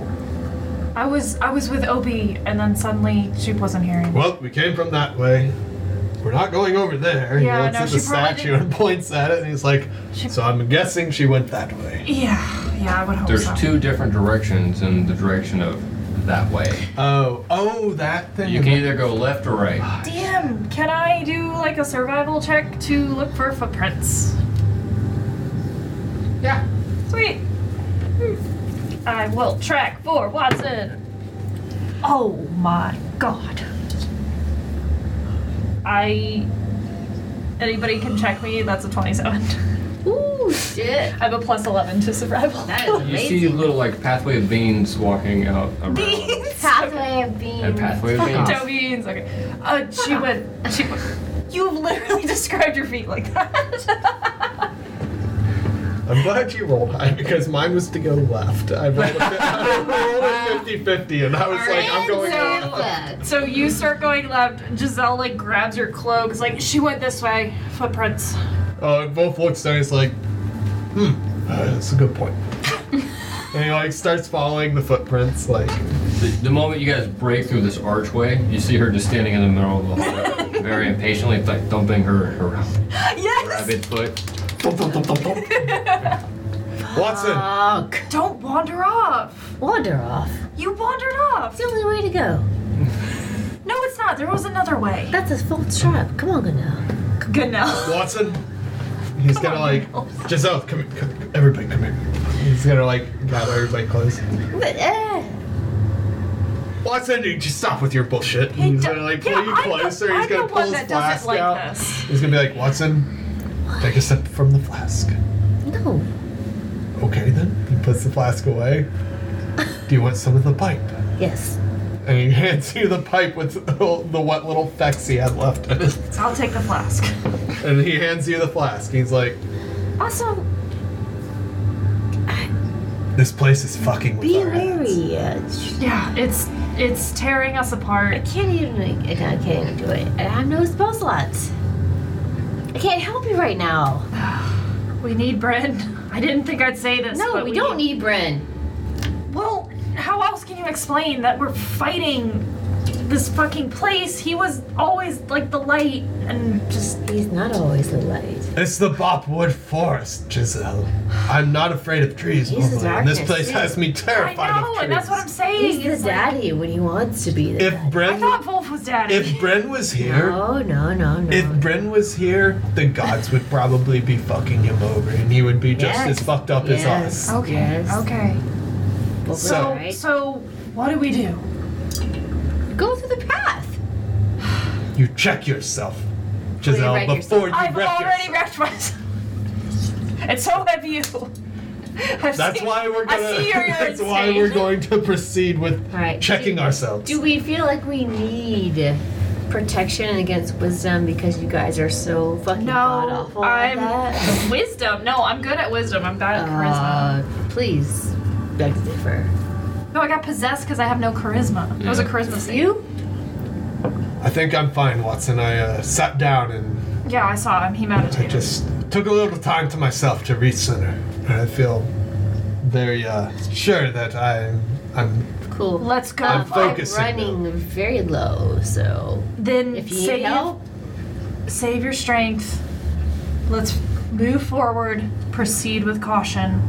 I was I was with Obi, and then suddenly she wasn't here. anymore. Well, we came from that way. We're not going over there. Yeah, he looks no, at the she probably statue didn't- and points at it, and he's like, She- "So I'm guessing she went that way." Yeah, yeah, I would hope There's so. two different directions in the direction of that way. Oh, oh, that thing. You can either go left or right. Damn, can I do like a survival check to look for footprints? Yeah. Sweet. I will track for Watson. Oh my god. I. Anybody can check me. That's a 27. Ooh, shit. I have a plus 11 to survival. That is You see amazing. little like pathway of beans walking out around. Beans. Pathway of beans. And pathway of beans. Dough beans. Okay. Uh, she went. She went. You literally described your feet like that. I'm glad you rolled high because mine was to go left. I rolled a, fi- I rolled a 50-50, and I was like, "I'm going Pathway left." of beans. so you start going left. Giselle like grabs your cloak. Is like she went this way. Footprints. Oh, it both looks down. He's like, "Hmm, uh, that's a good point." and he like starts following the footprints, like. The, the moment you guys break through this archway, you see her just standing in the middle of the hallway, very impatiently, like dumping her her Yes. rabbit foot. thump, thump, thump, thump, thump. Watson, Fuck. Don't wander off. Wander off. You wandered off. It's the only way to go. No, it's not. There was another way. That's a full trap. Come on, Gano. Good now. Watson. He's Come gonna on, like Miles. Giselle, come, here, come here. everybody, come here. He's gonna like gather everybody close. But, uh, Watson, dude, just stop with your bullshit. Hey, he's d- gonna like pull yeah, you I'm the- closer. he's I'm gonna the pull one his that flask doesn't like out. this. He's gonna be like, Watson, take a sip from the flask. no. Okay, then. He puts the flask away. Do you want some of the pipe? Yes. And he hands you the pipe with the what little fecks he had left in it. I'll take the flask. And he hands you the flask. He's like, Also, This place is fucking with Be our heads." wary. Uh, sh- yeah, it's it's tearing us apart. can't even. I can't, I can't do it. I have no spell slots. I can't help you right now. We need Bryn. I didn't think I'd say this. No, but we don't need Bryn. Well, how else can you explain that we're fighting this fucking place? He was always like the light and just. He's not always the light. It's the Bopwood Forest, Giselle. I'm not afraid of trees He's a normally, and this darkness. place has me I terrified of know, trees. and that's what I'm saying. He's the It's like- daddy when he wants to be the daddy. if I Bren, thought Wolf was daddy. if Bren was here, No, no, no, no. if Bren was here, the gods would probably be fucking him over, and he would be just Yes. as fucked up Yes. as us. okay. Yes. Okay. Well, So- all right. So what do we do? go through the path. You check yourself, Giselle, wreck before you I've wreck already yourself. wrecked myself. And so have you. I've That's seen- why we're I gonna. see you're- you're that's why insane. we're going to proceed with All right. checking do, ourselves. Do we feel like we need protection against wisdom because you guys are so fucking god No, awful? that? I'm wisdom. No, I'm good at wisdom. I'm bad at charisma. Uh, please, beg to differ. No, I got possessed because I have no charisma. It was a Yeah. charisma save. You? I think I'm fine, Watson. I uh, sat down and Yeah, I saw him. He I meditated. just took a little time to myself to recenter, and I feel very uh, sure that I'm. I'm Cool. Let's go. I'm Um, focusing now. running very low, so Then if you need save, help, save your strength. Let's move forward. Proceed with caution.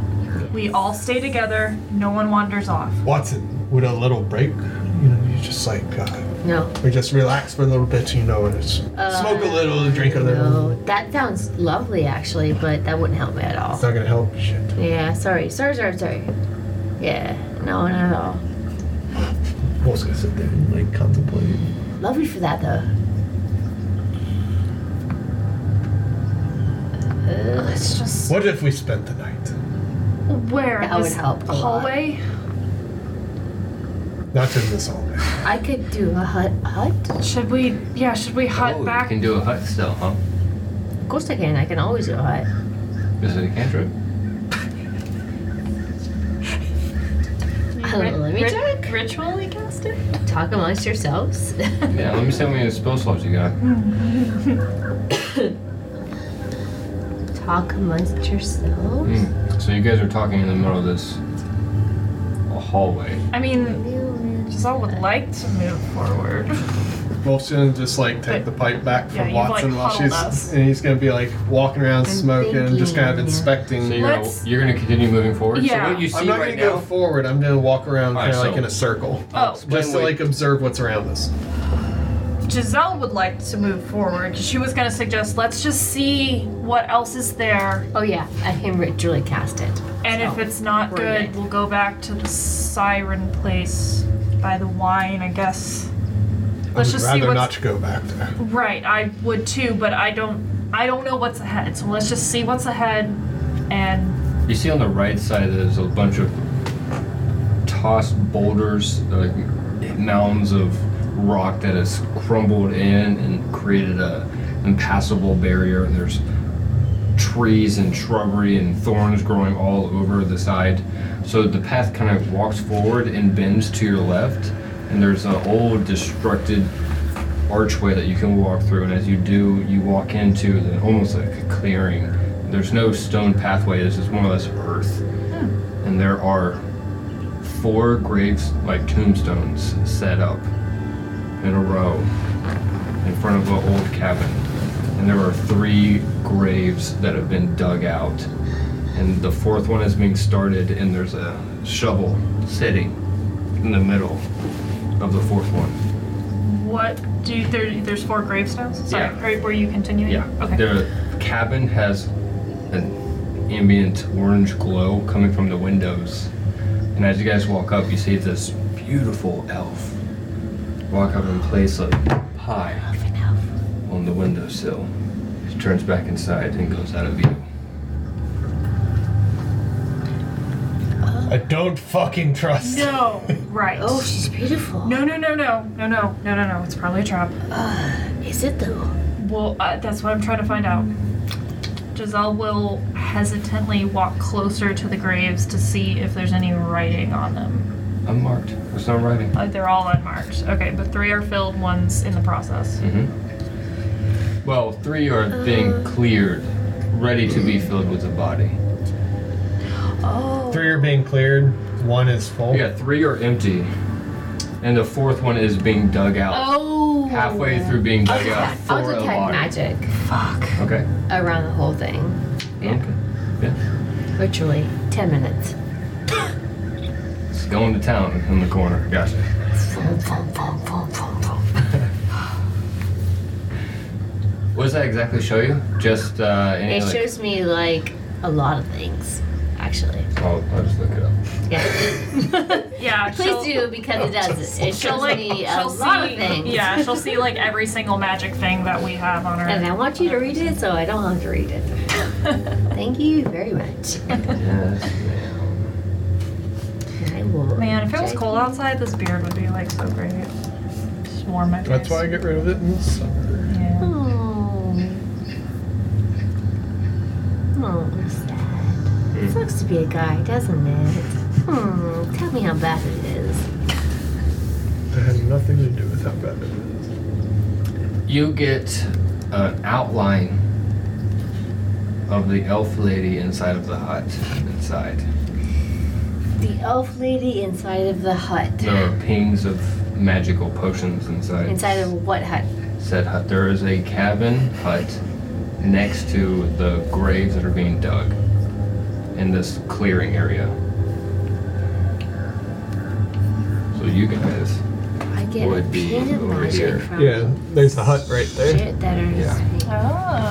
We all stay together. No one wanders off. Watson. Would a little break, you know, you just like uh, No. We just relax for a little bit, you know, and it's Uh, smoke a little and drink a little. No. Um, That sounds lovely, actually, but that wouldn't help me at all. It's not gonna help. Shit. Yeah, sorry. Sorry, sorry, sorry. Yeah, no, not at all. Wolf's gonna sit there and like contemplate. Love you for that, though. Uh, Let's just. What if we spent the night? Where? That would This help a lot. Hallway? Not in this hallway. I could do a hut. Hut? Should we. Yeah, should we hut oh, back? you can do a hut still, huh? Of course I can. I can always do a hut. Is it a cantrip? I don't know, let me check. Ritually cast it? Talk amongst yourselves. Yeah, let me see how many spell slots you got. Talk amongst yourselves. Hmm. So you guys are talking in the middle of this hallway. I mean, Mm. Giselle would like to move forward. Wolf's gonna just like take the pipe back Yeah, from you've, like, Watson while huddled she's us. and he's gonna be like walking around smoking, just kind of thinking, yeah. inspecting. So you're gonna, Let's- you're gonna continue moving forward. Yeah. So what you see I'm not right gonna go now? forward. I'm gonna walk around All kind right, of like so- in a circle, Oh, When just to we- like observe what's around us. Giselle would like to move forward. She was going to suggest let's just see what else is there, Oh, yeah. I can ritually cast it. and Oh, if it's not we're good, good. we'll go back to the siren place by the wine, I guess. I Let's would just see rather what's not to go back there. right. I would too, but I don't. I don't know what's ahead. So let's just see what's ahead, and You see on the right side there's a bunch of tossed boulders, like mounds of rock that has crumbled in and created a impassable barrier. There's trees and shrubbery and thorns growing all over the side. So the path kind of walks forward and bends to your left, and there's an old destructed archway that you can walk through. And as you do, you walk into the, almost like a clearing. There's no stone pathway. This is more or less earth, and there are four graves, like tombstones, set up in a row in front of an old cabin. And there are three graves that have been dug out. And the fourth one is being started, and there's a shovel sitting in the middle of the fourth one. what do you, there? There's four gravestones. Sorry, Yeah. are- were you continuing? Yeah. Okay. The cabin has an ambient orange glow coming from the windows. And as you guys walk up, you see this beautiful elf walk up and place a pie on the windowsill. She turns back inside and goes out of view. I don't fucking trust. No. Right. Oh, she's beautiful. No, no, no, no, no, no, no, no, no. It's probably a trap. Is it though? Well, uh, that's what I'm trying to find out. Giselle will hesitantly walk closer to the graves to see if there's any writing on them. Unmarked. It's not arriving. Uh, they're all unmarked. Okay, but three are filled, one's in the process. Mm-hmm. Well, three are being cleared, ready to be filled with a body. Oh. Three are being cleared. One is full. Yeah, three are empty, and the fourth one is being dug out. Oh! halfway through being dug out detect- for I'll a detect body. magic Fuck. Okay. around the whole thing. Yeah. Ritually. 10 minutes. It's going to town in the corner. Gotcha. Vroom, vroom, vroom, vroom, vroom, vroom. What does that exactly show you? Just uh, any It like- shows me like a lot of things, actually. Oh, I'll just look it up. Yeah. Yeah. she'll- Please do because it does. It She'll shows like. me a She'll lot see. of things. Yeah. She'll see like every single magic thing that we have on And her. I want you to read it so I don't have to read it. Thank you very much. Yes. And I will Man, if it was check- cold outside, this beard would be like so great. Just warm my face. That's why I get rid of it in the summer. Yeah. Oh. Oh, it's sad. Hmm. It sucks to be a guy, doesn't it? Hmm, tell me how bad it is. That had nothing to do with how bad it is. You get an outline of the elf lady inside of the hut. Inside. The elf lady inside of the hut. There are pings of magical potions inside. Inside of what hut? said hut. There is a cabin hut next to the graves that are being dug in this clearing area. So you guys I get would be peanut over magic here. from Yeah, there's a hut right there. shit that are Yeah.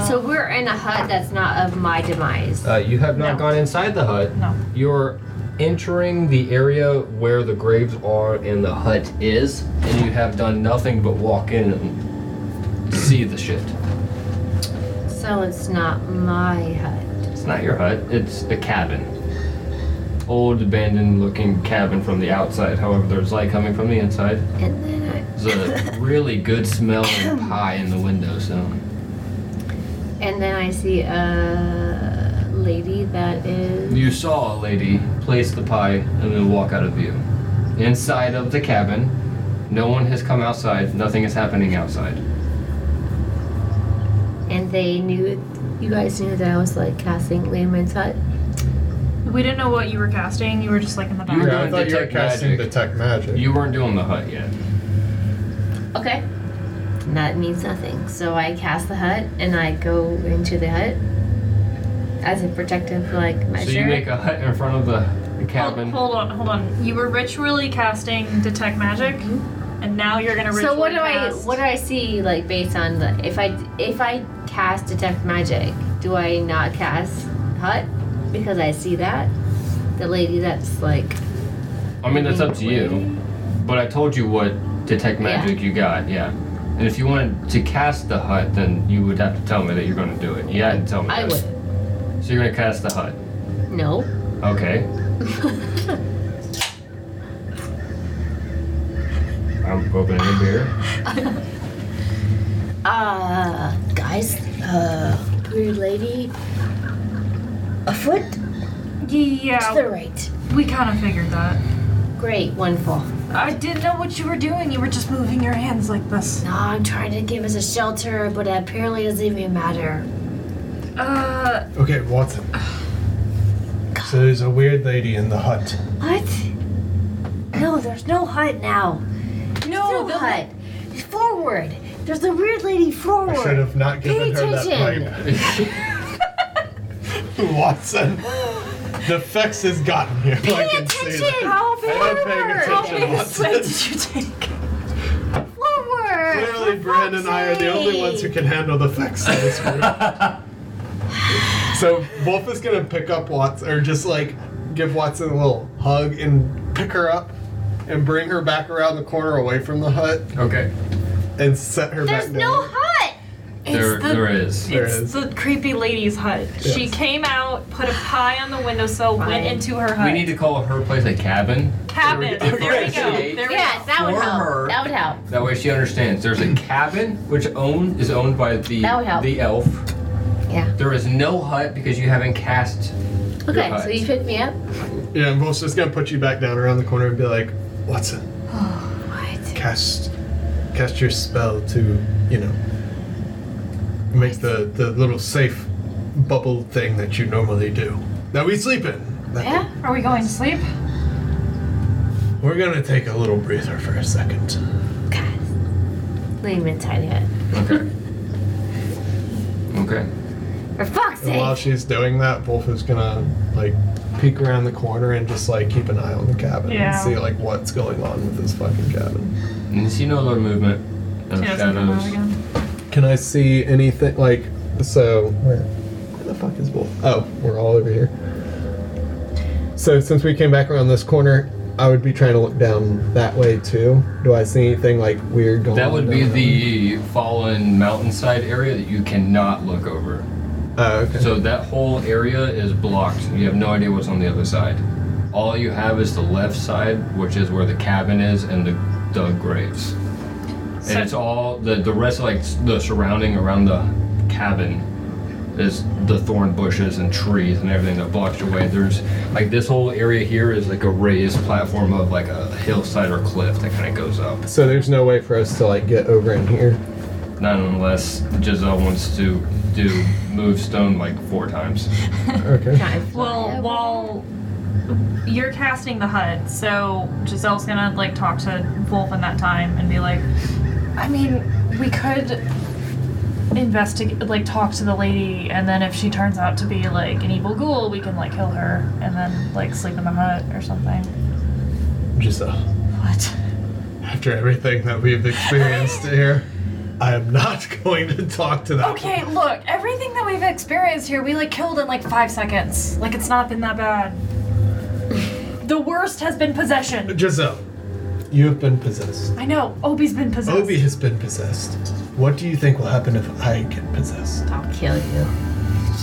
Oh. So we're in a hut that's not of my demise. Uh, you have not No. gone inside the hut. No. You're entering the area where the graves are and the hut is, and you have done nothing but walk in and see the shit. So it's not my hut. It's not your hut, it's a cabin. Old abandoned looking cabin from the outside. However, there's light coming from the inside. And then There's a really good smelling pie in the window, so. I, and then I see a lady that is You saw a lady place the pie and then walk out of view. Inside of the cabin, no one has come outside, nothing is happening outside. and they knew you guys knew that I was like casting Layman's Hut. We didn't know what you were casting. You were just like in the You were back. Yeah, I doing thought you were detect casting magic. detect magic. You weren't doing the hut yet. Okay. That means nothing. So I cast the hut and I go into the hut as a protective like measure. So you make a hut in front of the, the Hold, cabin. hold on, hold on. You were ritually casting detect magic, and now you're gonna ritually so what do I cast- what do I see like based on the if I if I cast detect magic, do I not cast hut because I see that the lady that's like I mean, that's up to you. But I told you what detect magic you got, yeah. And if you wanted to cast the hut, then you would have to tell me that you're going to do it. You hadn't tell me I this. would So you're going to cast the hut. no Okay. I'm opening a beer. Uh, guys, uh, weird lady, a foot to the Yeah, right. we kind of figured that. Great, wonderful. I didn't know what you were doing. You were just moving your hands like this. No, I'm trying to give us a shelter, but it apparently doesn't even matter. Uh, Okay, Watson. So there's a weird lady in the hut. What? No, there's no hut now. no, No hut. Forward. There's a weird lady I should forward. have not given her that attention. pipe. Watson. The effects has gotten here. Pay attention. how I'm not paying big? How big attention, a swing Watson. did you take? Forward. Clearly, Brand and I are the only ones who can handle the effects of this group. so Wolf is gonna pick up Watson, or just like give Watson a little hug and pick her up and bring her back around the corner away from the hut Okay. and set her There's back no down. hut. There, the- there is. There it's is. the creepy lady's hut. She came out, put a pie on the windowsill, went into her hut. We need to call her place a cabin. cabin. There we go. There we Yes, that would For help. her. That would help. That way she understands. There's a cabin which own is owned by the That would help. the elf. Yeah. There is no hut because you haven't cast. your Okay, hut. so you pick me up. Yeah, and Wolf's just gonna put you back down around the corner and be like, Watson, Oh, What? cast, cast your spell to, you know, make the the little safe bubble thing that you normally do. That we sleep in. That- Yeah. go. Are we going to sleep? We're gonna take a little breather for a second. Guys, Layman's hut yet. Okay. okay. For fuck's And while sake. she's doing that, Wolf is gonna like peek around the corner and just like keep an eye on the cabin Yeah. and see like what's going on with this fucking cabin. And you see no other movement. No She doesn't come out shadows. again. Can I see anything like so where, where the fuck is Wolf? Oh, we're all over here. So since we came back around this corner, I would be trying to look down that way too. Do I see anything like weird going on? That would be down there? the fallen mountainside area that you cannot look over. Oh, okay. So that whole area is blocked. You have no idea what's on the other side. All you have is the left side, which is where the cabin is and the dug graves. So- and it's all the the rest of like s- the surrounding around the cabin is the thorn bushes and trees and everything that blocks your way. There's like this whole area here is like a raised platform of like a hillside or cliff that kind of goes up. so there's no way for us to like get over in here. Not unless Giselle wants to do move stone like four times. Okay. Well, while you're casting the hut, so Giselle's gonna like talk to Wolf in that time and be like, I mean, we could investigate, like talk to the lady, and then if she turns out to be like an evil ghoul, we can like kill her and then like sleep in the hut or something. Just uh, What? after everything that we've experienced here, I am not going to talk to that. Okay, look, everything that we've experienced here, we like killed in like five seconds. Like it's not been that bad. The worst has been possession. Giselle, you have been possessed. I know. Obi's been possessed. Obi has been possessed. What do you think will happen if I get possessed? I'll kill you.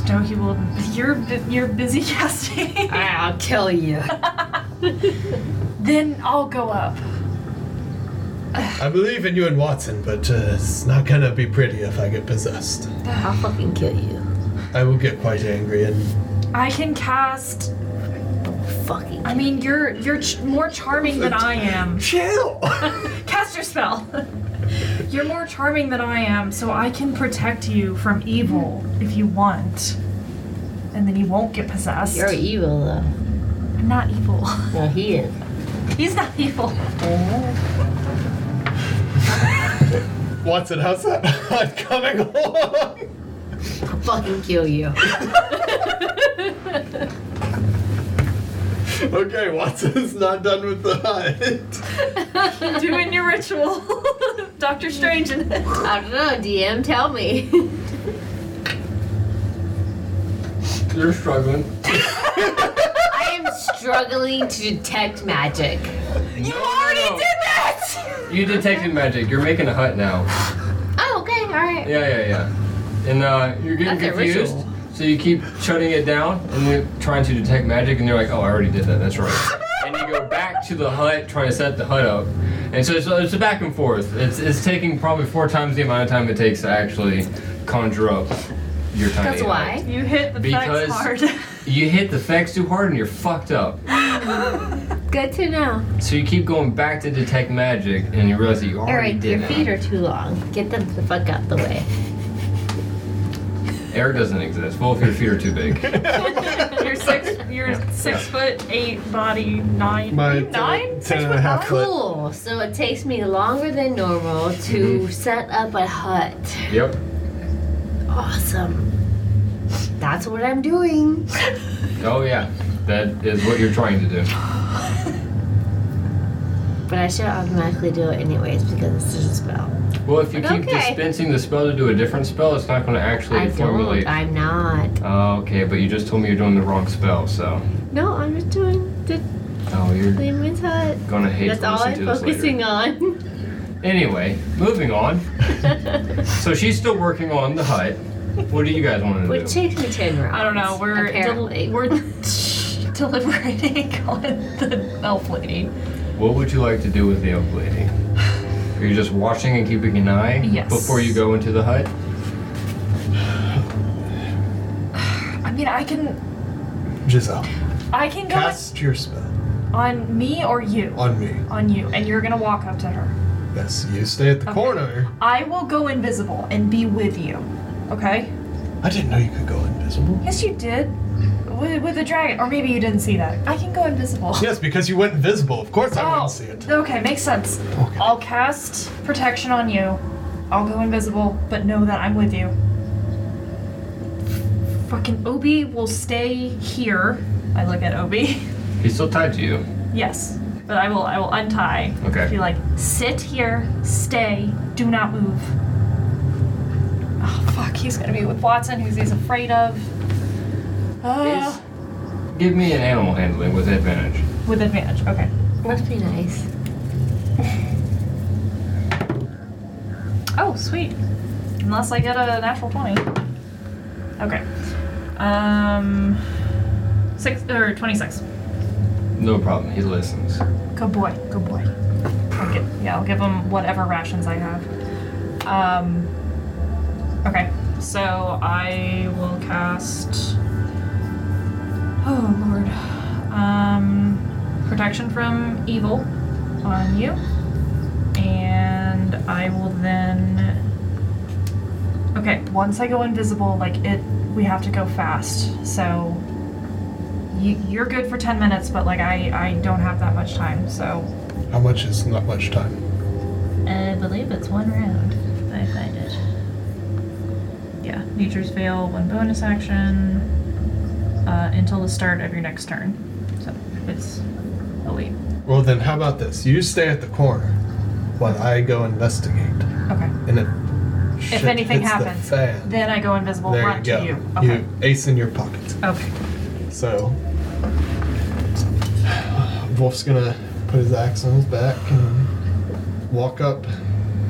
No, he will. You're bu- you're busy casting. I'll kill you. then I'll go up. I believe in you and Watson, but uh, it's not gonna be pretty if I get possessed. I'll fucking kill you. I will get quite angry and I can cast. Fucking. I mean, you're you're ch- more charming than I am. chill. Cast your spell. You're more charming than I am, so I can protect you from evil if you want. And then you won't get possessed. You're e-, evil though. I'm not evil. No, he is. He's not evil. Watson, how's that hunt coming along? I'll fucking kill you. Okay, Watson's not done with the hunt. Doing your ritual. Doctor Strange and I don't know, DM, tell me. You're struggling. I am struggling to detect magic. You already did that! You detected magic. You're making a hut now. Oh, okay, alright. Yeah, yeah, yeah. And uh, you're getting That's a confused. ritual. So you keep shutting it down, and you're trying to detect magic, and you're like, "Oh, I already did that. That's right." and you go back to the hut, trying to set the hut up. And so it's, it's a back and forth. It's, it's taking probably four times the amount of time it takes to actually conjure up your tiny. That's hut. why. You hit the Because- facts hard. You hit the facts too hard, and you're fucked up. Good to know. So you keep going back to detect magic, and you realize that you already Eric, did your that. feet are too long. Get them the fuck out the way. Eric doesn't exist. Both your feet are too big. you're six you're six foot eight body nine My nine? ten- Six ten and foot a half nine? foot. Cool. So it takes me longer than normal to set up a hut. yep. Awesome. That's what I'm doing. Oh yeah. That is what you're trying to do. But I should automatically do it anyways because it's just a spell. Well, if you keep Okay. dispensing the spell to do a different spell, it's not going to actually I formulate. don't. I'm not. Oh, okay, but you just told me you're doing the wrong spell, so. No, I'm just doing the Oh, you're Lehman's hut. going to hate That's to all listen I'm to this focusing later. on. Anyway, moving on. so she's still working on the hut. What do you guys want to Which do? takes me ten rounds. I don't know. We're apparently del- we're deliberating on the elf lady. What would you like to do with the elf lady? Are you just watching and keeping an eye Yes. before you go into the hut? I mean, I can Giselle, I can go cast your spell on me or you. on me. On you, and you're gonna walk up to her. Yes, you stay at the Okay. corner. I will go invisible and be with you. Okay? I didn't know you could go invisible. Yes, you did. With, with the dragon, or maybe you didn't see that. I can go invisible. Yes, because you went invisible. Of course I Oh, wouldn't see it. okay, makes sense. Okay. I'll cast protection on you. I'll go invisible, but know that I'm with you. Fucking Obi will stay here. I look at Obi. He's still tied to you. yes, but I will. I will untie. Okay. Be like, sit here, stay, do not move. Oh fuck, he's gonna be with Watson, who's he's afraid of. Uh, Give me an animal handling with advantage. with advantage. Okay. Must be nice. Oh, sweet. Unless I get a natural 20. Okay. Um. Six, or 26. No problem. He listens. Good boy. Good boy. I'll gi- yeah, I'll give him whatever rations I have. Um. Okay. So I will cast. Oh, Lord. Um. Protection from evil on you. And I will then. Okay, once I go invisible, like it, we have to go fast. So you, you're good for 10 minutes, but like I, I don't have that much time, so. How much is not much time? I believe it's one round. I find it. Yeah, Nature's Veil, one bonus action uh, until the start of your next turn. So it's a leap. Well, then how about this? You stay at the corner. but I go investigate. Okay. And if If shit anything hits the happens, fan, then I go invisible, there run you go. to you. Okay. ace in your pocket. Okay. So Wolf's gonna put his axe on his back and walk up.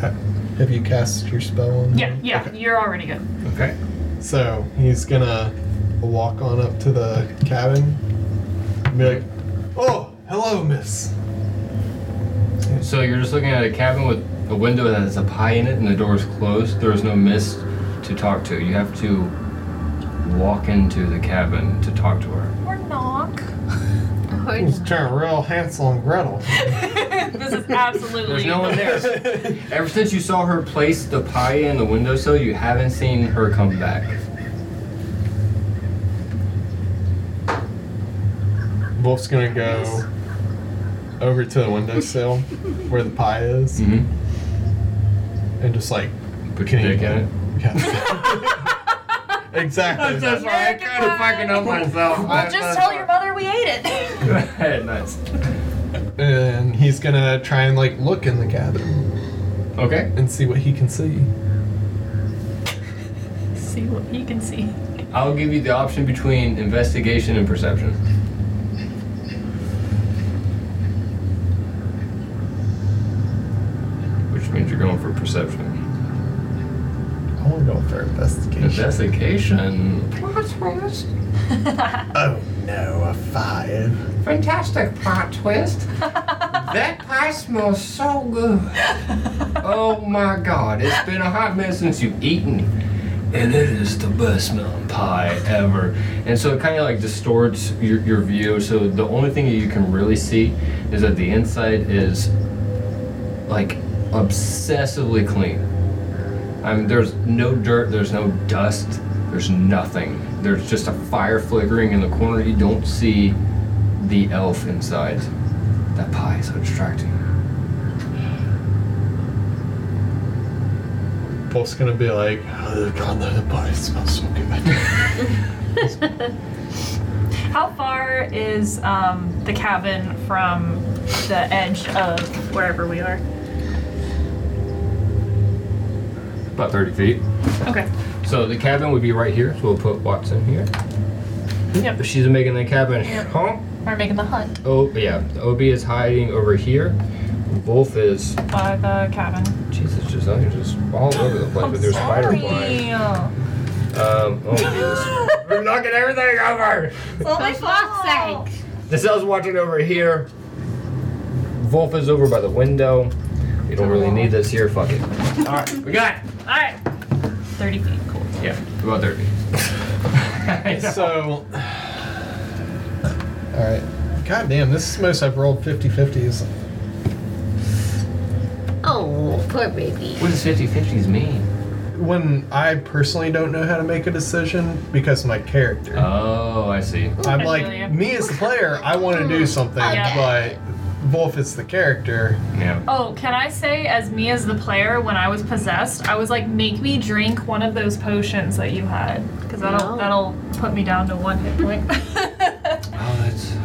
Ha- Have you cast your spell on? Yeah, him? yeah, Okay. you're already good. Okay. So he's gonna walk on up to the cabin and be like, Oh, hello, miss. So you're just looking at a cabin with a window that has a pie in it and the door is closed. There is no mist to talk to. You have to walk into the cabin to talk to her. Or knock. He's turning real Hansel and Gretel. this is absolutely. There's no one there. Ever since you saw her place the pie in the windowsill, you haven't seen her come back. Wolf's gonna go over to the windowsill where the pie is Mm-hmm. and just like Put your Can you dick in get it. Yeah. exactly. why I kinda fucking up myself. Well, just tell your mother we ate it. Go ahead, nice. and he's gonna try and like look in the cabin Okay. and see what he can see. see what he can see. I'll give you the option between investigation and perception. Which means you're going for perception. I wanna go for investigation. Investigation. Plot twist. Oh no, a five. Fantastic plot twist. that pie smells so good. Oh my god, it's been a hot minute since you've eaten. And it is the best mountain pie ever. And so it kind of like distorts your, your view. So the only thing that you can really see is that the inside is like obsessively clean. I mean, there's no dirt, there's no dust, there's nothing. There's just a fire flickering in the corner. You don't see the elf inside. That pie is so distracting. Wolf's gonna be like, oh god, the body smells so good. How far is um, the cabin from the edge of wherever we are? About 30 feet. Okay. So the cabin would be right here, so we'll put Watson here. Yep. If she's making the cabin, huh? We're making the hunt Oh, yeah. The OB is hiding over here. Wolf is. by the cabin. Jesus, Giselle, you're just all over the place with your spider blind. Um, oh, Jesus. We're knocking everything over! Oh my fuck's Giselle's watching over here. Wolf is over by the window. We don't really need this here. Fuck it. Alright, we got it! All right. Thirty feet. Cool. Yeah, about 30. I know. so Alright. God damn, this is the most I've rolled 50-50s. Oh, poor baby. what does 50 50s mean? When I personally don't know how to make a decision because of my character. Oh, I see. I'm I like, feel you. me as the player, I want to do something, Hmm. Okay. but Wolf is the character. Yeah. Oh, can I say, as me as the player, when I was possessed, I was like, make me drink one of those potions that you had, because that'll No. that'll put me down to one hit point. Oh, that's.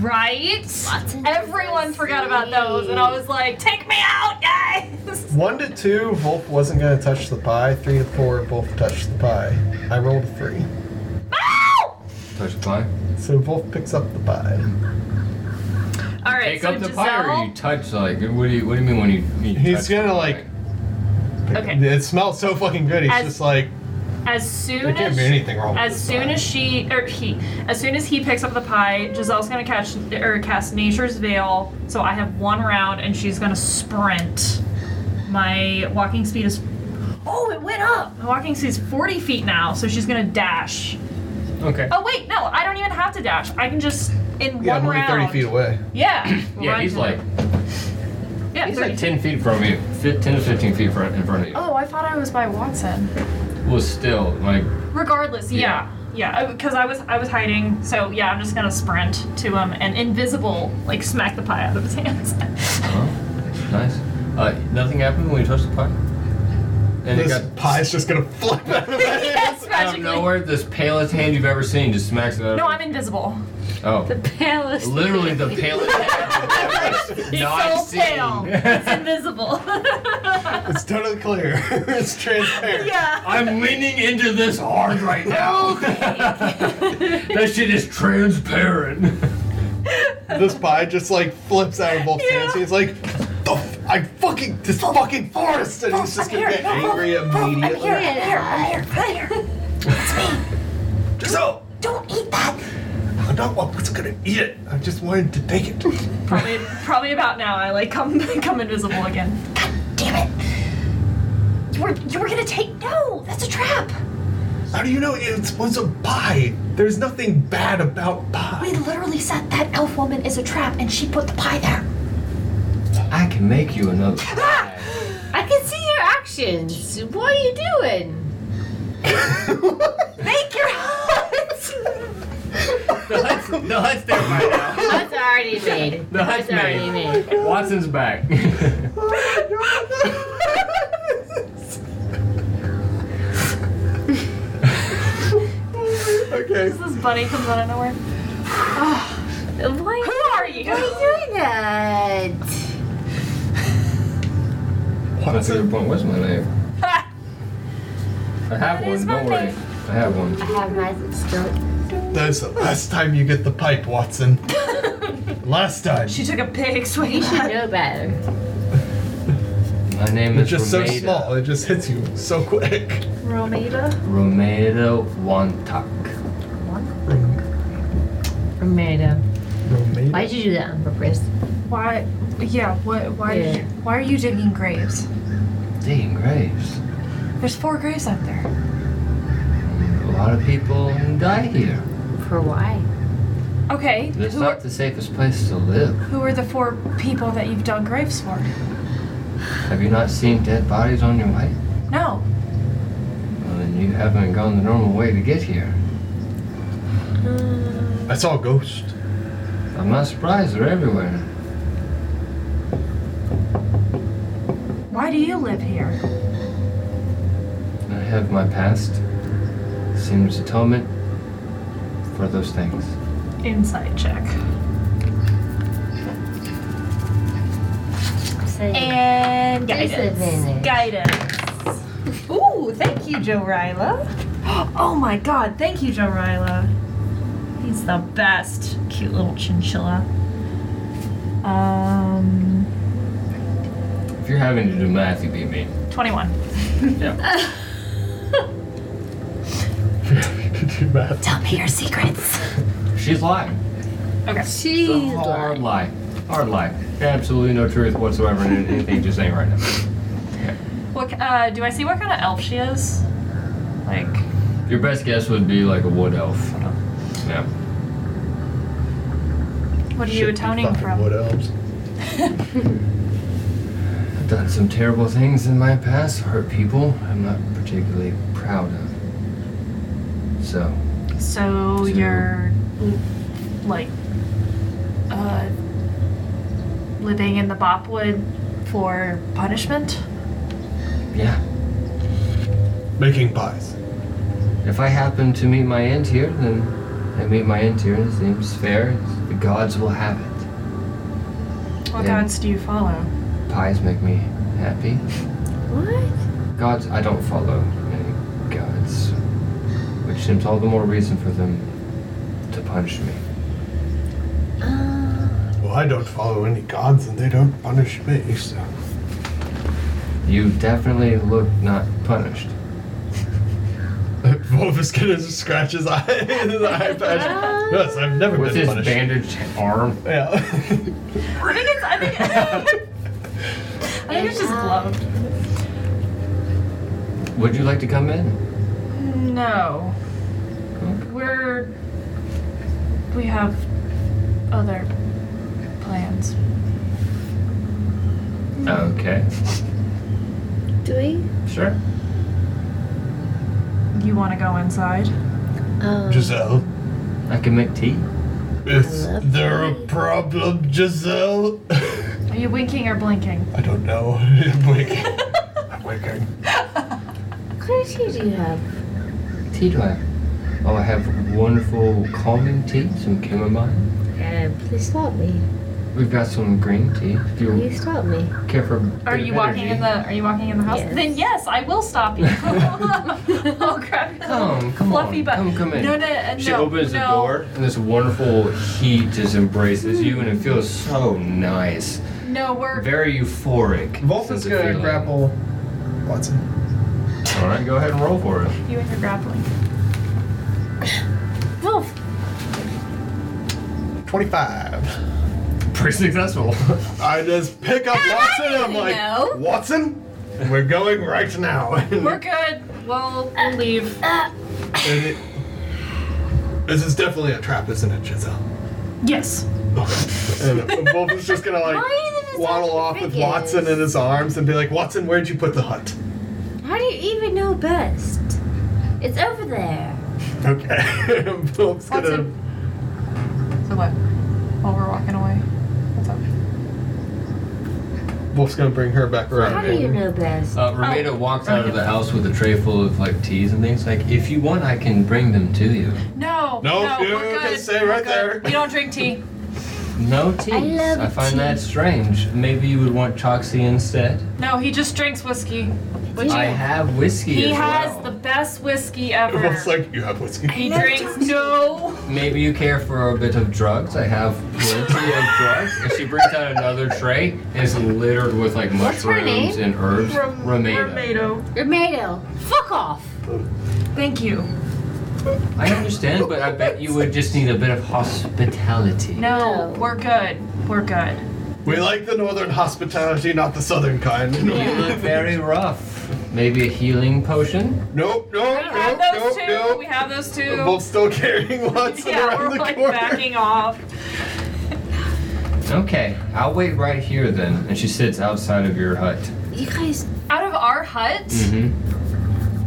right? and Everyone forgot about those, and I was like, take me out, guys. One to two, Wolf wasn't going to touch the pie. Three to four, Wolf touched the pie. I rolled a three. No! Touch the pie. So Wolf picks up the pie. All right, Pick so up the Giselle. pie or you touch like what do you what do you mean when you, you He's touch gonna, the pie? like- Okay. It smells so fucking good. He's As- just like, as soon there can't as be anything wrong with As this soon pie. as she or he, as soon as he picks up the pie, Giselle's gonna catch or cast Nature's Veil. So I have one round, and she's gonna sprint. My walking speed is. Oh, it went up. My walking speed is 40 feet now, so she's gonna dash. Okay. Oh wait, no, I don't even have to dash. I can just in Yeah, one I'm only round. 30 feet away. Yeah. Yeah, run he's to like them. Yeah, he's 30 like ten feet from you, fi- ten to fifteen feet front in front of you. Oh, I thought I was by Watson. Was still like Regardless, yeah, yeah, because I was I was hiding, so yeah, I'm just gonna sprint to him and invisible, like smack the pie out of his hands. huh? nice. Uh, nothing happened when you touched the pie. And This it got pie's just gonna flip out of my hand. yes, out of magically. nowhere. This palest hand you've ever seen just smacks it out. No, of I'm invisible. Oh. The palace. Literally the palest head not so pale. It's invisible. It's totally clear. it's transparent. yeah. I'm leaning into this hard right now. that shit is transparent. This pie just like flips out of both Yeah. hands. He's like, the f- I fucking this fucking forest, and he's just gonna get angry immediately. So Don't eat that. I'm not one was gonna eat it. I just wanted to take it. Probably, probably about now. I like come come invisible again. Damn it. You were you were gonna take no. That's a trap. How do you know it was a pie? There's nothing bad about We pie. literally said that elf woman is a trap, and she put the pie there. I can make you another. I can see your actions. What are you doing? Make your huts. The hut's, the hut's there by now. That's already made. The That's hut's already made. made. Watson's back. Okay. This bunny comes out of nowhere. Why? Who are you? Doing that. That's a good point. What's my name? Ha! I have one. Don't worry. I have one. I have my skill. That's the last time you get the pipe, Watson. last time. she took a big swing. You should know better. My name It's is just so Romeda- small. It just hits you so quick. Romita. Romero Wontak. Romero. Romeo. Why did you do that on purpose? Why? Yeah. What? Why? Yeah. Did you, why are you digging graves? Dang graves. There's four graves out there. A lot of people die here. For why? Okay. It's Who are, not the safest place to live. who are the four people that you've dug graves for? Have you not seen dead bodies on your way? No. Well, then you haven't gone the normal way to get here. I saw a ghost. I'm not surprised they're everywhere. Why do you live here? I have my past. Seems atonement for those things. Inside check. And guidance. Disadvantage. Guidance. Ooh, thank you, Joe Ryla. Oh my god, thank you, Joe Ryla. He's the best. Cute little chinchilla. Um, If you're having to do math, you beat me. 21. Yeah. Too bad. Tell me your secrets. She's lying. Okay. It's a She's hard lie. Hard lie. Absolutely no truth whatsoever in anything just ain't right now. What, ki- uh, do I see what kind of elf she is? Like, Your best guess would be like a wood elf. Yeah. what are Should you be atoning fucking from? Wood elves. I've done some terrible things in my past, hurt people I'm not particularly proud of. So, So To- you're like uh, living in the Bopwood for punishment? yeah. Making pies. If I happen to meet my end here, then I meet my end here. It seems fair. The gods will have it. What Yeah. gods do you follow? Pies make me happy. What? Gods, I don't follow any gods, which seems all the more reason for them to punish me. Uh, Well, I don't follow any gods, and they don't punish me. So You definitely look not punished. Volvus gonna just scratch his eye, his eye patch. Yes, I've never With been his punished. bandaged arm, Yeah. I think it's I think, I think it's just gloved. would you like to come in? No, we're we have other plans. Okay, Do we? sure. You want to go inside? Um, Oh. Giselle, I can make tea. is there a problem, Giselle? Are you winking or blinking? I don't know. I'm waking. I'm waking. What kind of tea do you have? Tea do I? I'll have wonderful calming tea, some chamomile. Uh, please stop me. We've got some green tea. If you Please stop me. care for a bit Are of you walking energy. in the Are you walking in the house? Yes. Then yes, I will stop you. I'll grab your little Come, come fluffy on, butt. come, come in. No, no, uh, no. She opens no. the door, and this wonderful heat just embraces you, and it feels so nice. No, we're Very euphoric. Volta's sense of gonna feeling. grapple Watson. All right, go ahead and roll for it. you and your grappling. Wolf, 25. Pretty successful. I just pick up Watson and I'm like, know. Watson, we're going right now. And We're good. We'll, we'll leave. it- this is definitely a trap, isn't it, Giselle? Yes. And Wolf is just gonna like Why is it waddle such a off with bigot? Watson in his arms and be like, Watson, where'd you put the hut? how do you even know best? It's over there. Okay. Wolf's gonna. Watson. So what? While we're walking away. What's up? Wolf's gonna bring her back How around. do you know best? Uh, Ramada Oh. walks out of the house with a tray full of like teas and things. Like, if you want, I can bring them to you. No. No, no you we're good. can stay right We're good. there. We don't drink tea. No teas. love I find tea. that strange. Maybe you would want Choxy instead. No, he just drinks whiskey. Which I have whiskey. he as has well. the best whiskey ever. Wolf's like, you have whiskey. he drinks no. Maybe you care for a bit of drugs. I have plenty of drugs. And she brings out another tray and it's littered with like What's her mushrooms and herbs. Romano. Tomato. Fuck off. Thank you. I understand, but I bet you would just need a bit of hospitality. No, No. we're good. We're good. We like the northern hospitality, not the southern kind. You look very rough. Maybe a healing potion? Nope, nope, We have nope, those nope, two. nope. We have those two. Both still carrying Watson yeah, around we're the like corner. backing off. Okay, I'll wait right here then. And she sits outside of your hut. You guys, Out of our hut. Mm-hmm.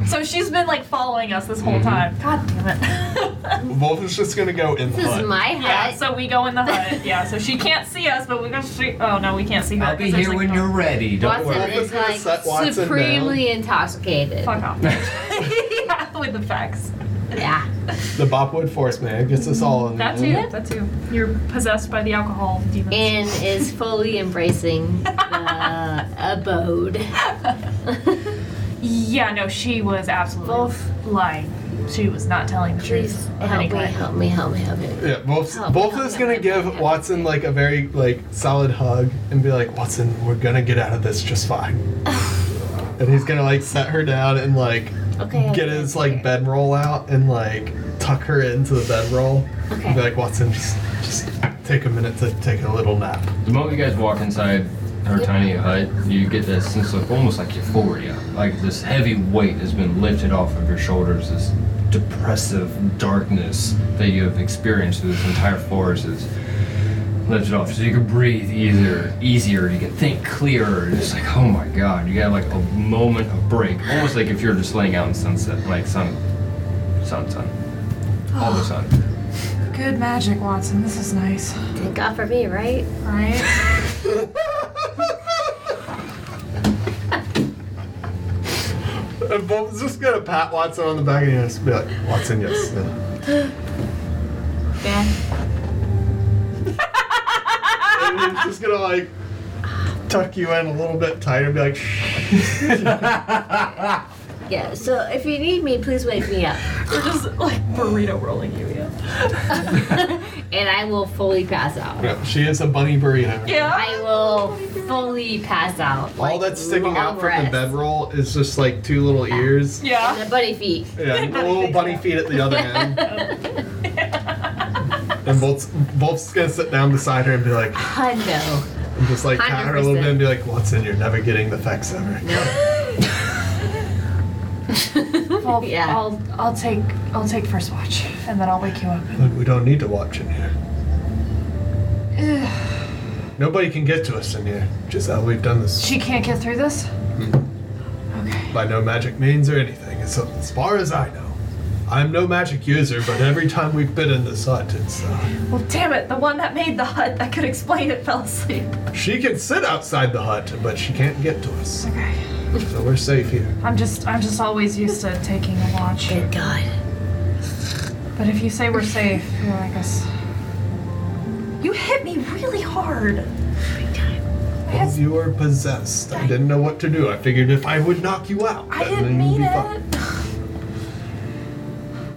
So she's been like following us this whole Mm-hmm. time. God damn it. Wolf is just gonna go in the this is hut. my yeah. hut. So we go in the hut. Yeah. So she can't see us, but we're gonna. She- oh no, we can't see her. I'll be 'cause there's, here like, when no- you're ready. Don't Watson worry. Wolf is is gonna set like Watson down. supremely intoxicated. Fuck off. yeah, with the facts. Yeah. The Bopwood Forest Man gets us all in That there. too. That too. You're possessed by the alcohol demons. Mm-hmm. And is fully embracing the abode. yeah. No, she was absolutely Both. lying. She was not telling the Please truth. of help any me, kind. help me, help me, help me. Yeah, Wolf's, Oh, Wolf oh, is yeah, gonna yeah, give yeah. Watson like a very like solid hug and be like, Watson, we're gonna get out of this just fine. and he's gonna like set her down and like Okay. get his like bedroll out and like tuck her into the bedroll. Okay. And be like, Watson, just just take a minute to take a little nap. The moment you guys walk inside her tiny hut, you get that sense of almost like euphoria. Like this heavy weight has been lifted off of your shoulders. This depressive darkness that you have experienced through this entire forest is lifted off. So you can breathe easier, easier. You can think clearer. It's like, oh my god, you got like a moment of break, almost like if you're just laying out in sunset, like sun, sun, sun, all the sun. Good magic, Watson. This is nice. Thank God for me, right? Right? And Wolf is just gonna pat Watson on the back and just be like, Watson, yes. Yeah. and he's just gonna like tuck you in a little bit tighter and be like, Shh. Yeah. So if you need me, please wake me up, We're just like burrito rolling you, yeah. and I will fully pass out. Yeah, she is a bunny burrito. Yeah. I will fully pass out. All like, that's sticking out long from the rest. bedroll is just like two little ears. And Yeah. the bunny feet. Yeah, and the little bunny feet at the other end. And Wolf's, Wolf's gonna sit down beside her and be like, Hundo. and just like pat her a little bit and be like, Watson, you're never getting the facts ever. I'll, Yeah. I'll I'll take I'll take first watch and then I'll wake you up. Look, we don't need to watch in here. Nobody can get to us in here. Giselle, we've done this She can't get through this? by no magic means or anything. As, as far as I know, I'm no magic user, but every time we've been in this hut, it's. Uh, Well damn it, the one that made the hut that could explain it fell asleep. she can sit outside the hut, but she can't get to us. Okay. So we're safe here. I'm just I'm just always used to taking a watch. Good God. But if you say we're safe, you know, I guess. You hit me really hard. Big time. I, Well, had- you were possessed. I didn't know what to do. I figured if I would knock you out, I then didn't you'd mean be it. fine.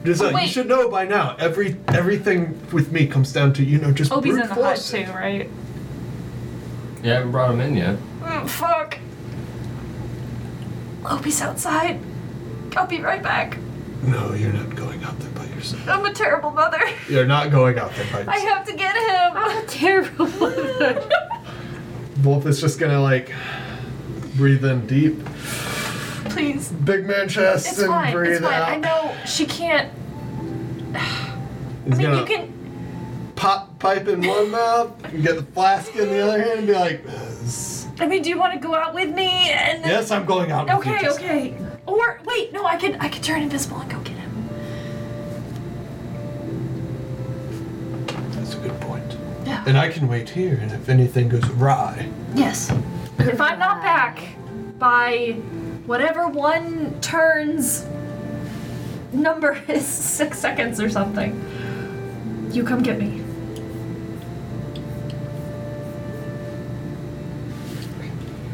Giselle, Oh, wait. you should know by now. Every everything with me comes down to you know just Obi's brute in the hut force too, it. right? Yeah, I haven't brought him in yet. Mm, fuck. Obi's outside. I'll be right back. No, you're not going out there by yourself. I'm a terrible mother. You're not going out there by I yourself. have to get him. I'm a terrible mother. Wolf is just gonna like breathe in deep, Please. big man chest, It's and fine. breathe It's fine. out. I know she can't. He's I mean, gonna you can. pop pipe in one mouth, and get the flask in the other hand, and be like, "Yes, I mean, do you want to go out with me? And then- yes, I'm going out." with you, Okay, Jessica." okay. Or wait, no, I could I could turn invisible and go get him. That's a good point. Yeah. And I can wait here, and if anything goes awry, Yes. If I'm not back by whatever one turns number is six seconds or something, you come get me.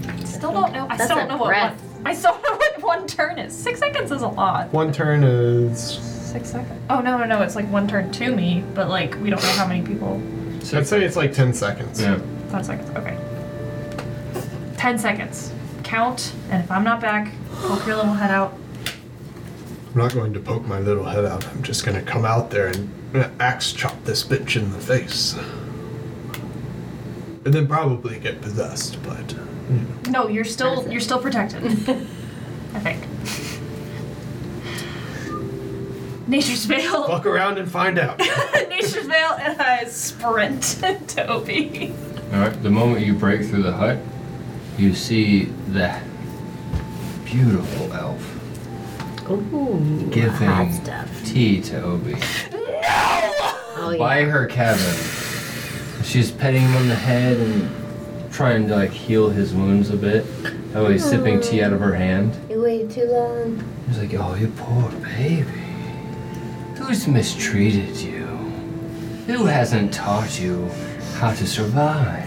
I Still don't know. I That's still a don't know what breath. one, I still don't know what one turn is. Six seconds is a lot. one turn is. Six seconds? Oh no no no! It's like one turn to me, but like we don't know how many people. I'd say it's like ten seconds. Yeah. Ten seconds. Okay. Ten seconds. Count, and if I'm not back, poke your little head out. I'm not going to poke my little head out. I'm just going to come out there and uh, axe chop this bitch in the face, and then probably get possessed. But uh, No, you're still you're still protected. I think. Nature's veil. fuck around and find out. Nature's veil, and I sprint to Obi. All right. The moment you break through the hut, you see the beautiful elf Ooh, hot giving stuff. tea to Obi Oh yeah. by her cabin. She's petting him on the head and trying to like heal his wounds a bit. Oh, he's sipping tea out of her hand. You waited too long. He's like, oh, you poor baby. Who's mistreated you? Who hasn't taught you how to survive?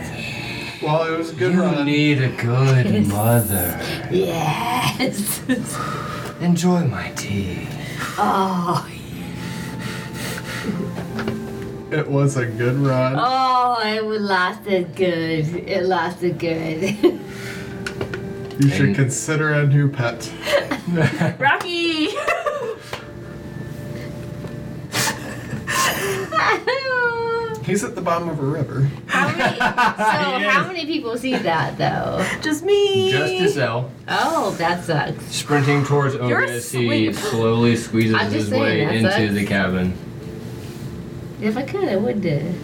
well, it was a good you run. need a good mother. Yes. Enjoy my tea. oh. It was a good run. Oh, it lasted good. It lasted good. you should and- consider a new pet. Rocky. He's at the bottom of a river. how many, so how many people see that though? Just me. Just as L, Oh, that sucks. sprinting towards You're Obi as he sweet. slowly I'm squeezes just his way saying, into that the sucks. cabin. If I could, I would do.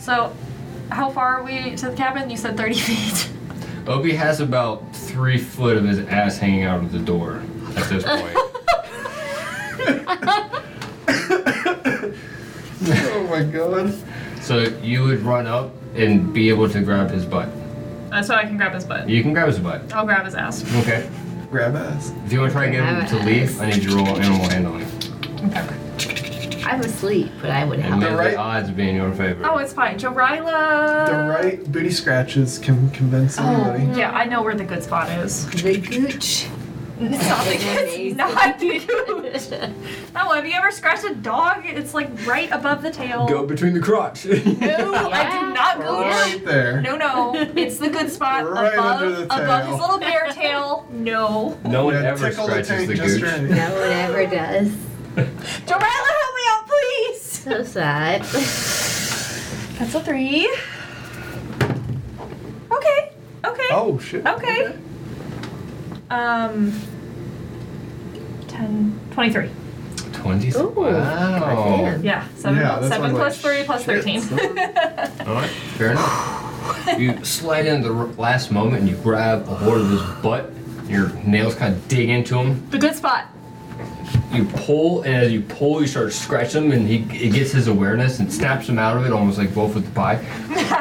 So, how far are we to the cabin? You said 30 feet. Obi has about three foot of his ass hanging out of the door at this point. oh my god. so you would run up and be able to grab his butt. That's Uh, so I can grab his butt. You can grab his butt. I'll grab his ass. Okay. Grab ass. If you want to try and get him to leave, I need you to roll animal handling. Okay. I'm asleep, but I would And help. may the right- odds be in your favor. Oh, it's fine. Jorila. The right booty scratches can convince anybody. Yeah, I know where the good spot is. The gooch. It's not the it's not the gooch. No, have you ever scratched a dog? It's like right above the tail. between the crotch. All No, I do not gooch. Right there. No, no, it's the good spot Right above under the above tail. his little bear tail. No, No one Yeah, ever tickle scratches tank the just gooch. right. No one ever does. Jorila, help me out, please. So sad. That's a three. Okay, okay. Oh shit. Okay. Um. 10, 23. 20. Ooh, Wow. goddamn. Yeah, 7, Yeah, that's seven why I'm plus like, 3 plus shit, 13. Alright, fair enough. you slide in at the r- last moment and you grab a hold of his butt. Your nails kind of dig into him. the good spot. you pull, and as you pull, you start to scratch him, and he it gets his awareness and snaps him out of it, almost like Wolf with the pie.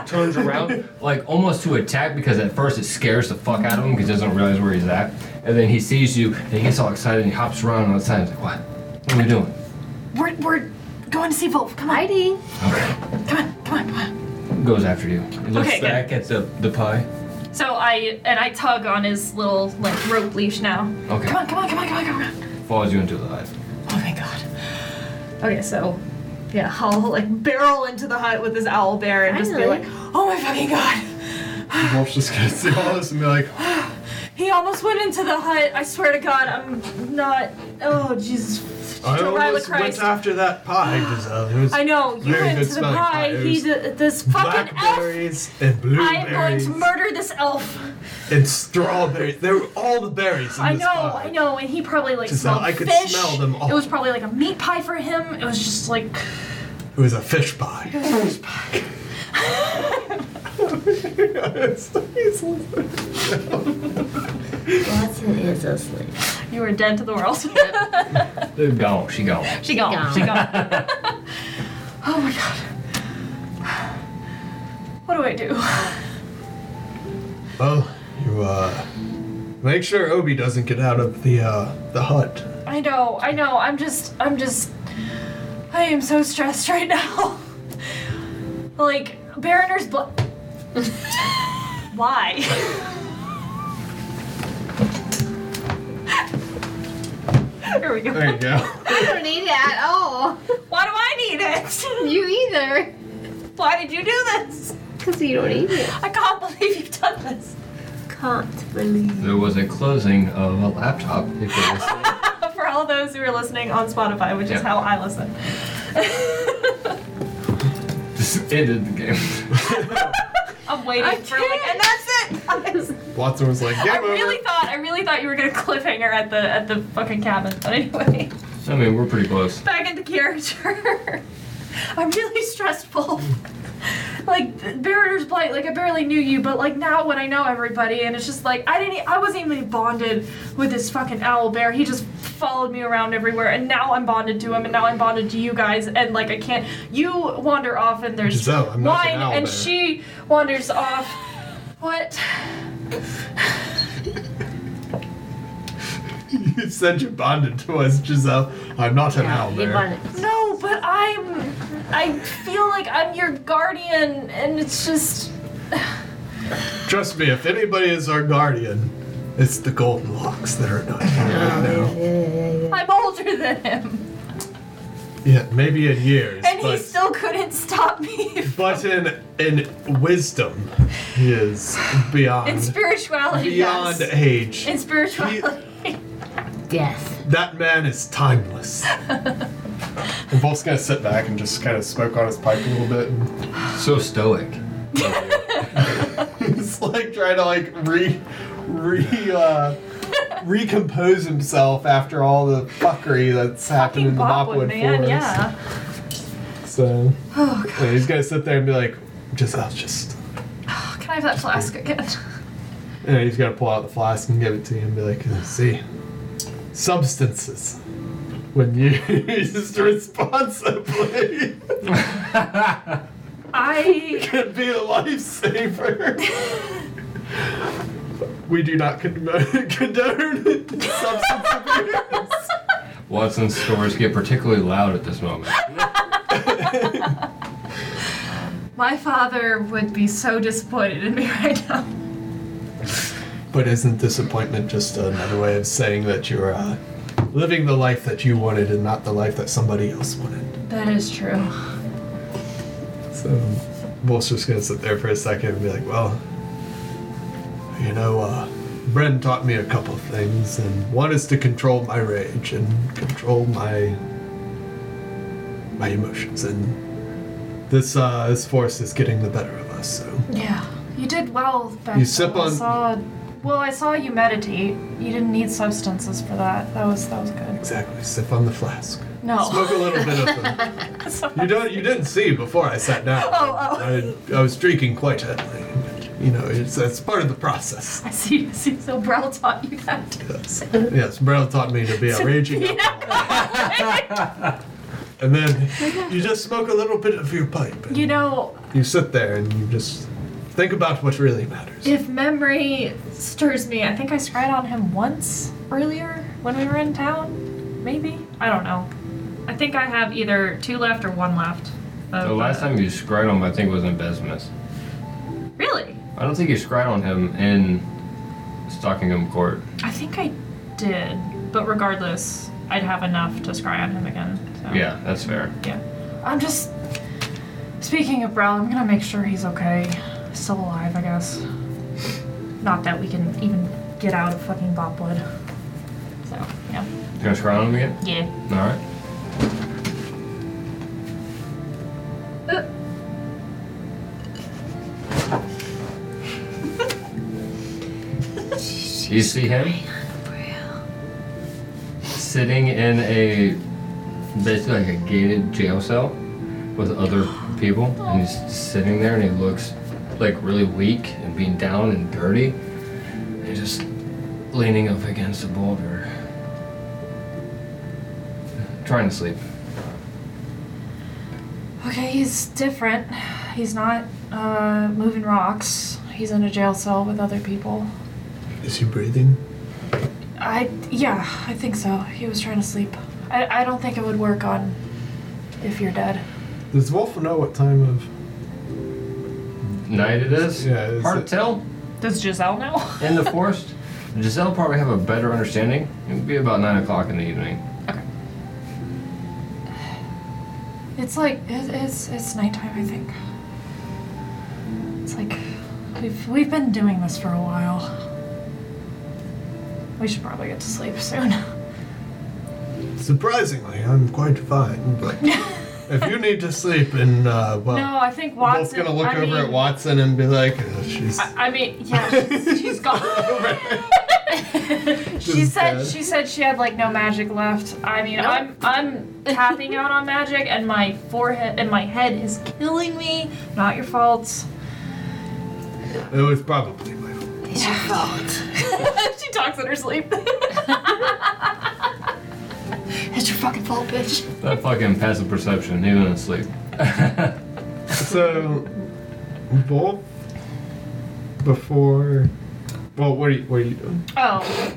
Turns around, like almost to attack, because at first it scares the fuck out of him because he doesn't realize where he's at. And then he sees you, and he gets all excited, and he hops around on the side. He's like, "What? What are we doing?" We're, we're going to see Wolf. Come on. Hiding. Okay. Come on. Come on. Come on. Goes after you. He looks Okay, good. back at the the pie. So I and I tug on his little like rope leash now. Okay. Come on, come on, come on, come on, come on. Follows you into the hut. Oh my god. Okay, so yeah, I'll like barrel into the hut with this owl bear and just be Finally. like, oh my fucking god. Wolf's just gonna see all this and be like, He almost went into the hut. I swear to God, I'm not. Oh Jesus, I Delilah almost "Oh, went Christ! after that pie, Giselle. It was I know you Very went good to the smelling pie. pie. It He was did this fucking elf. blackberries and blueberries I am going to murder this elf. and strawberries. They were all the berries in I this know, pie. I know, and he probably like Giselle, smelled I could fish. smell them all. It was probably like a meat pie for him. It was just like It was a fish pie. Watson is asleep. you were dead to the world. They're gone. She gone. she gone. Gone. She gone. oh my god. What do I do? well, you uh, make sure Obi doesn't get out of the uh, the hut. I know, I know. I'm just, I'm just, I am so stressed right now. like Baroner's blood. Why? Here we go. There you go. I don't need it at all. Why do I need it? You either. Why did you do this? Because you don't eat it. I can't believe you've done this. Can't believe. There was a closing of a laptop. If it was- For all those who are listening on Spotify, which Yeah. is how I listen. This ended the game. I'm waiting for like, and that's it. guys. Watson was like, I game over. really thought I really thought you were gonna cliffhanger at the at the fucking cabin. But anyway, I mean, we're pretty close. back into character. I'm really stressful. like Barriers Blight, like I barely knew you, but like now when I know everybody, and it's just like I didn't, e- I wasn't even bonded with this fucking owl bear. He just followed me around everywhere, and now I'm bonded to him, and now I'm bonded to you guys, and like I can't. You wander off, and there's Giselle, I'm not an wine, owl and bear. she wanders off. What? you said you bonded to us, Giselle. I'm not an owl He bear. won it. No, but I'm. I feel like I'm your guardian, and it's just. Trust me, if anybody is our guardian, it's the golden locks that are not here right now. I'm older than him. Yeah, maybe in years, And he but, still couldn't stop me but in in wisdom, he is beyond in spirituality. beyond yes. age. In spirituality. Death. that man is timeless. And Wolf's gonna sit back and just kind of smoke on his pipe a little bit. And So stoic. He's like trying to like re re uh, recompose himself after all the fuckery that's happened in the Mopwood man, Forest. yeah. So yeah, he's gonna sit there and be like, just I'll just Oh, can I have that flask again? and he's gonna pull out the flask and give it to you and be like, see. Substances. When you used responsibly I. can be a lifesaver. We do not condone, condone substance abuse. Watson's stories get particularly loud at this moment. My father would be so disappointed in me right now. But isn't disappointment just another way of saying that you're uh, living the life that you wanted and not the life that somebody else wanted? That is true. So Wolf's just gonna sit there for a second and be like, well, you know, uh, Bren taught me a couple things, and one is to control my rage and control my my emotions, and this uh, this force is getting the better of us. So Yeah, you did well back You then. sip on- I saw, well, I saw you meditate. You didn't need substances for that. That was that was good. exactly, sip on the flask, No. smoke a little bit of them. Sorry. You don't you didn't see before I sat down. Oh, oh. I, I was drinking quite heavily. You know, it's that's part of the process. I see. I see. So Brell taught you that. Yes, yes Brown taught me to be a raging And then you just smoke a little bit of your pipe. And You know, you sit there and you just think about what really matters. if memory stirs me, I think I spied on him once earlier when we were in town. Maybe I don't know. I think I have either two left or one left. of, The last uh, time you scryed on him, I think, was in Besmus. Really? I don't think you scryed on him in Stockingham Court. I think I did, but regardless, I'd have enough to scry on him again. So. Yeah, that's fair. Yeah. I'm just. Speaking of Brown, I'm gonna make sure he's okay. Still alive, I guess. Not that we can even get out of fucking Bopwood. So, yeah. You gonna scry on him again? Yeah. All right. You see him sitting in a basically like a gated jail cell with other people, and he's sitting there, and he looks like really weak and being down and dirty, and he's just leaning up against a boulder, trying to sleep. Okay, he's different. He's not uh, moving rocks, he's in a jail cell with other people. Is he breathing? I. Yeah, I think so. He was trying to sleep. I, I don't think it would work on if you're dead. Does Wolf know what time of? Night it is. Yeah, it's- Hard to tell. Does Giselle know? in the forest. Giselle probably have a better understanding. It would be about nine o'clock in the evening. It's like it, it's it's nighttime. I think. It's like we've we've been doing this for a while. We should probably get to sleep soon. Surprisingly, I'm quite fine. But if you need to sleep, and uh, well, no, I think Wolf's Watson. gonna look I over mean, at Watson and be like, oh, "She's." I, I mean, yeah, she's, she's gone. she She's said dead. she said she had like no magic left. I mean, I'm I'm tapping out on magic, and my forehead and my head is killing me. Not your fault. it was probably my fault. she talks in her sleep. it's your fucking fault, bitch. That fucking passive perception, even asleep. So, Wolf, before, well, what are you, what are you doing? Oh.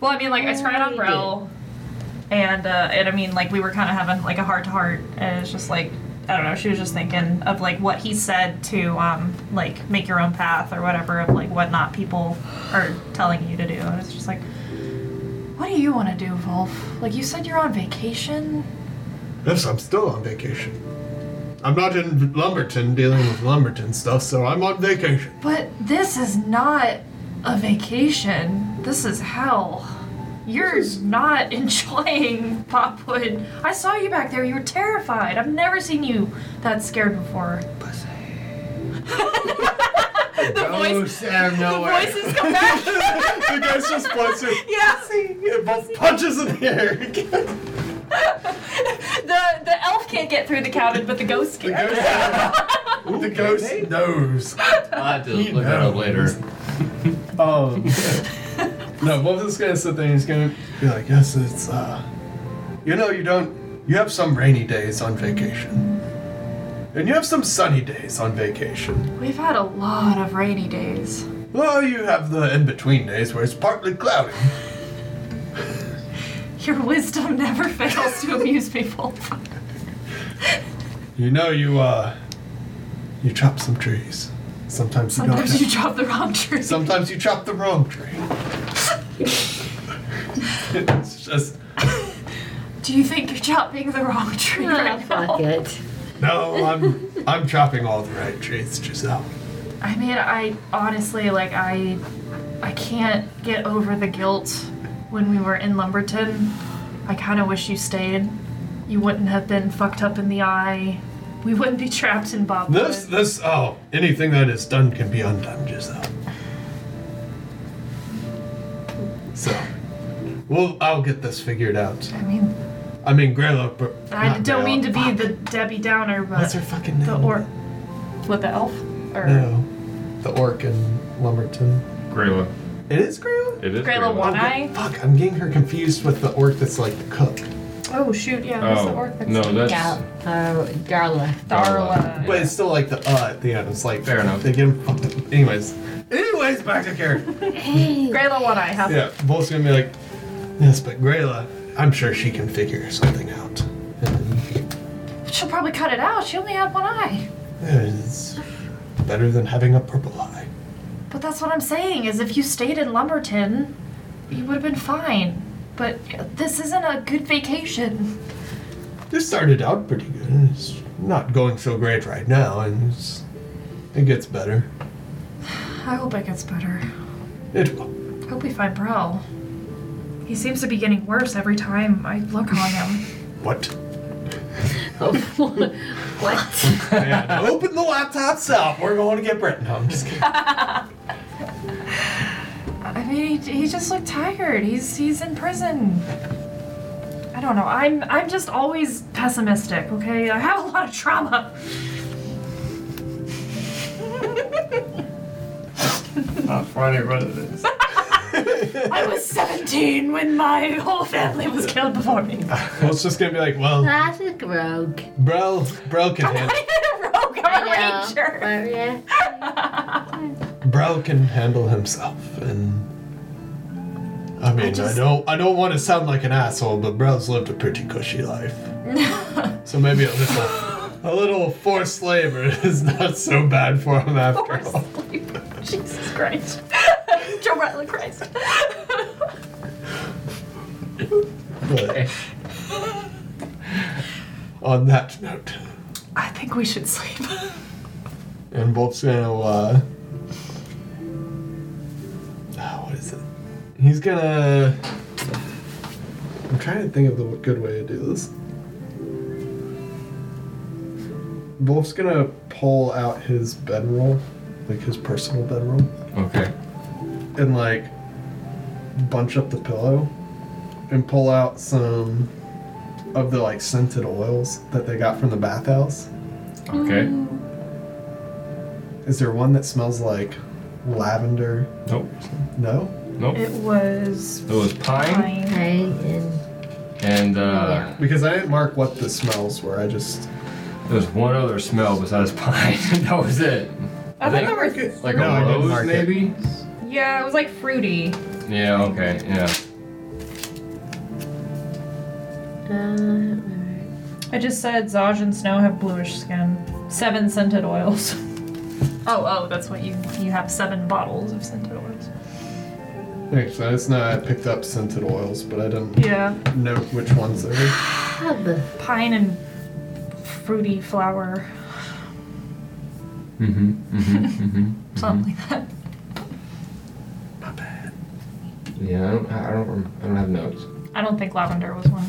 Well, I mean, like, I scryed on Brell, and, uh, and I mean, like, we were kind of having, like, a heart to heart, and it's just like, I don't know, she was just thinking of, like, what he said to, um, like, make your own path or whatever, of, like, what not people are telling you to do. And it's just like, what do you want to do, Wolf? Like, you said you're on vacation? Yes, I'm still on vacation. I'm not in Lumberton dealing with Lumberton stuff, so I'm on vacation. But this is not a vacation. This is hell. You're not enjoying Popwood. I saw you back there. You were terrified. I've never seen you that scared before. the voice, out of the voices come back. the guy's just punching. yeah. It both punches in the air. The the elf can't get through the cabin, but the ghost The can. ghost, the ghost knows. I'll have to look that up later. Um, no, Wolf is gonna sit there and he's gonna be like, yes, it's, uh, you know, you don't, you have some rainy days on vacation. And you have some sunny days on vacation. We've had a lot of rainy days. Well, you have the in between days where it's partly cloudy. Your wisdom never fails to amuse people. You know, you, uh, you chop some trees. Sometimes you don't. Sometimes you chop- drop the wrong tree. sometimes you chop the wrong tree. it's just, Do you think you're chopping the wrong tree right now? Oh, Fuck it. no, I'm, I'm chopping all the right trees, Giselle. I mean, I honestly like I I can't get over the guilt when we were in Lumberton. I kind of wish you stayed. You wouldn't have been fucked up in the eye. We wouldn't be trapped in Bob. This, this, oh, anything that is done can be undone, Giselle. So, well, I'll get this figured out. I mean, I mean, Graylo. br- I not don't mean to Greylo. be the Debbie Downer, but What's her fucking name? the or what the elf or No, Oh, the orc in Lumberton. Grayla. It is Grayla? It is Grayla One Oh, Eye. Fuck, I'm getting her confused with the orc that's like the cook. Oh shoot, yeah, that's the Oh, orc. That's no, that's. Gal- Oh, uh, Darla. Darla. But it's still like the uh at the end. It's like Fair enough. They get him fucked up. Anyways, anyways, back to character. Grayla One Eye. Have yeah, Vol's gonna be like, yes, but Grayla, I'm sure she can figure something out. And She'll probably cut it out. She only had one eye. it's better than having a purple eye. But that's what I'm saying. Is if you stayed in Lumberton, you would have been fine. But this isn't a good vacation. This started out pretty good. and It's not going so great right now, and it's, it gets better. I hope it gets better. It will. Hope we find Bro. He seems to be getting worse every time I look on him. What? What? Man, open the laptops up. We're going to get Brett. No, I'm just kidding. I mean, he, he just looked tired. He's he's in prison. I don't know. I'm I'm just always pessimistic. Okay, I have a lot of trauma. Not funny, but it is. I was 17 when my whole family was killed before me. Well, it's just gonna be like, well, That's a rogue. bro, bro can handle. even a rogue. I'm a Yeah. ranger. Well, yeah. Brow can handle himself, and I mean, I, just- don't, I don't want to sound like an asshole, but Brow's lived a pretty cushy life, so maybe a little, a little forced labor is not so bad for him after all. Jesus Christ. Joe Bradley Christ. But on that note, I think we should sleep. and Wolf's gonna, uh, ah, what is it? He's gonna. I'm trying to think of the good way to do this. Wolf's gonna pull out his bedroll, like his personal bedroll, Okay. and like bunch up the pillow and pull out some of the like scented oils that they got from the bathhouse. Okay. Is there one that smells like lavender? Nope. No? Nope. It was was pine I, and and uh, Because I didn't mark what the smells were, I just. there was one other smell besides pine. that was it. I thought there were- like No, I a didn't rose mark it. maybe. Yeah, it was like fruity. Yeah. Okay. Yeah. Uh, I just said Zaj and Snow have bluish skin. Seven scented oils. Oh, oh, that's what you you have seven bottles of scented oils. Thanks. I just know I picked up scented oils, but I didn't Yeah, know which ones they were. pine and fruity flower, Mm-hmm. Mm-hmm. mm-hmm. something like that. mm-hmm. Yeah. I don't. I don't. rem- I don't have notes. I don't think lavender was one.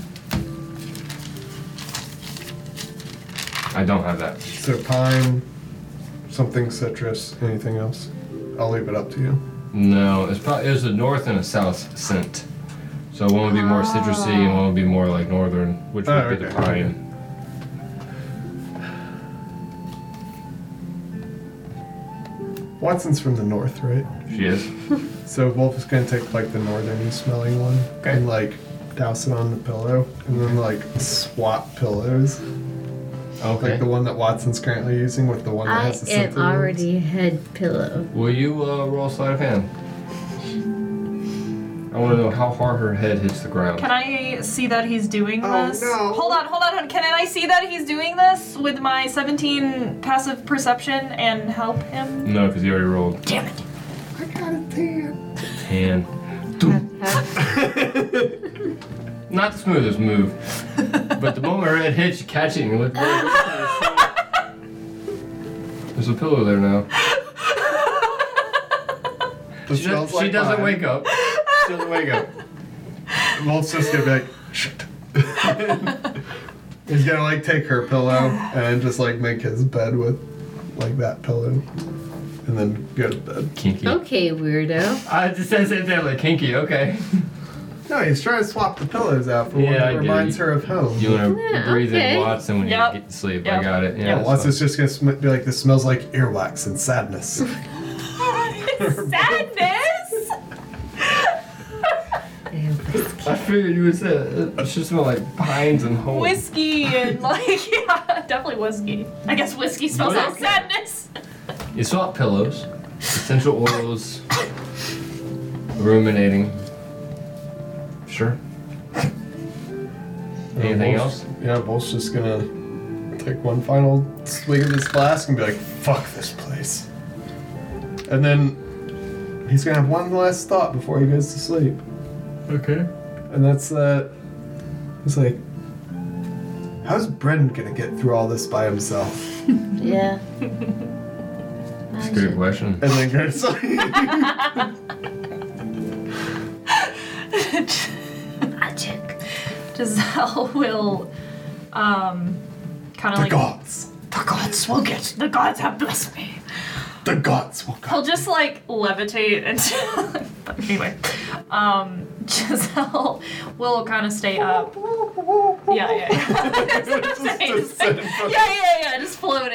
I don't have that. So pine, something citrus, anything else? I'll leave it up to you. No. It's probably it was a north and a south scent. So one would be more citrusy and one would be more like northern, which would Oh, be the okay. pine. Watson's from the north, right? She is. So Wolf is gonna take like the northerny smelling one and like douse it on the pillow, and then like swap pillows, Okay. like the one that Watson's currently using with the one that I has the am scented ones. already head pillow. Will you uh, roll sleight of hand? I want to know how hard her head hits the ground. Can I see that he's doing Oh, this? no. Hold on, hold on, hold on. Can I see that he's doing this with my 17 passive perception and help him? no, because you already rolled. Damn it. I got a tan. Hand. Not the smoothest move, but the moment her head hits, you catch it and you look. There's a pillow there now. The She, smells does, like not pine. wake up. She doesn't wake up. Wolf's just gonna be like, shit. He's gonna like take her pillow and just like make his bed with like that pillow, and then go to bed. Kinky. Okay, weirdo. I just said the same thing, like kinky. Okay. No, he's trying to swap the pillows out for Yeah, one I that get it. reminds her of home. You want to Yeah, breathe okay. in Watson when Yep. you get to sleep. Yep. I got it. Yeah. yeah, that's Watson's fine. just gonna sm- be like, this smells like earwax and sadness. sadness. I figured you would say that. It should smell like pines and home. whiskey and like yeah, definitely whiskey. I guess whiskey smells like Okay. sadness. You swap pillows, essential oils, ruminating. Sure. Anything else? Yeah, Bolt's just gonna take one final swig of his flask and be like, fuck this place. And then he's gonna have one last thought before he goes to sleep. Okay. And that's that. He's like, how's Brendan gonna get through all this by himself? Yeah. That's a good question. And then go to sleep. Magic. Giselle will um kind of the like gods. the gods will get the gods have blessed me. The gods will come. He'll just like levitate into. but anyway, um, Giselle will kind of stay up. Yeah, yeah, yeah. That's what I'm Just saying. Just descend like- from- yeah, yeah, yeah. Just float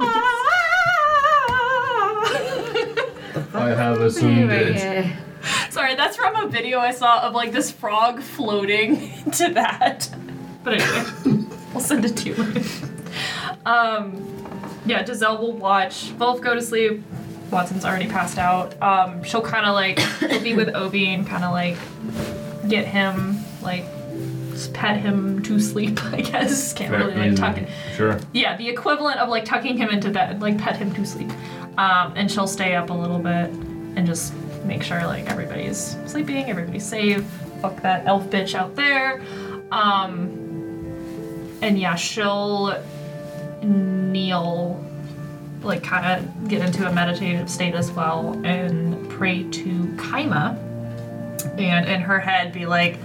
Ah! into. I have assumed it. Sorry, that's from a video I saw of like this frog floating to that. But anyway, we'll send it to you. later. Um, yeah, Giselle will watch. Both go to sleep. Watson's already passed out. Um, she'll kind of like she'll be with Obi and kind of like get him like s- pet him to sleep. I guess can't really like tuck it. Sure. Yeah, the equivalent of like tucking him into bed, like pet him to sleep. Um, and she'll stay up a little bit and just make sure like everybody's sleeping, everybody's safe. Fuck that elf bitch out there. Um, and yeah, she'll kneel, like kind of get into a meditative state as well and pray to Kaima. And in her head, be like,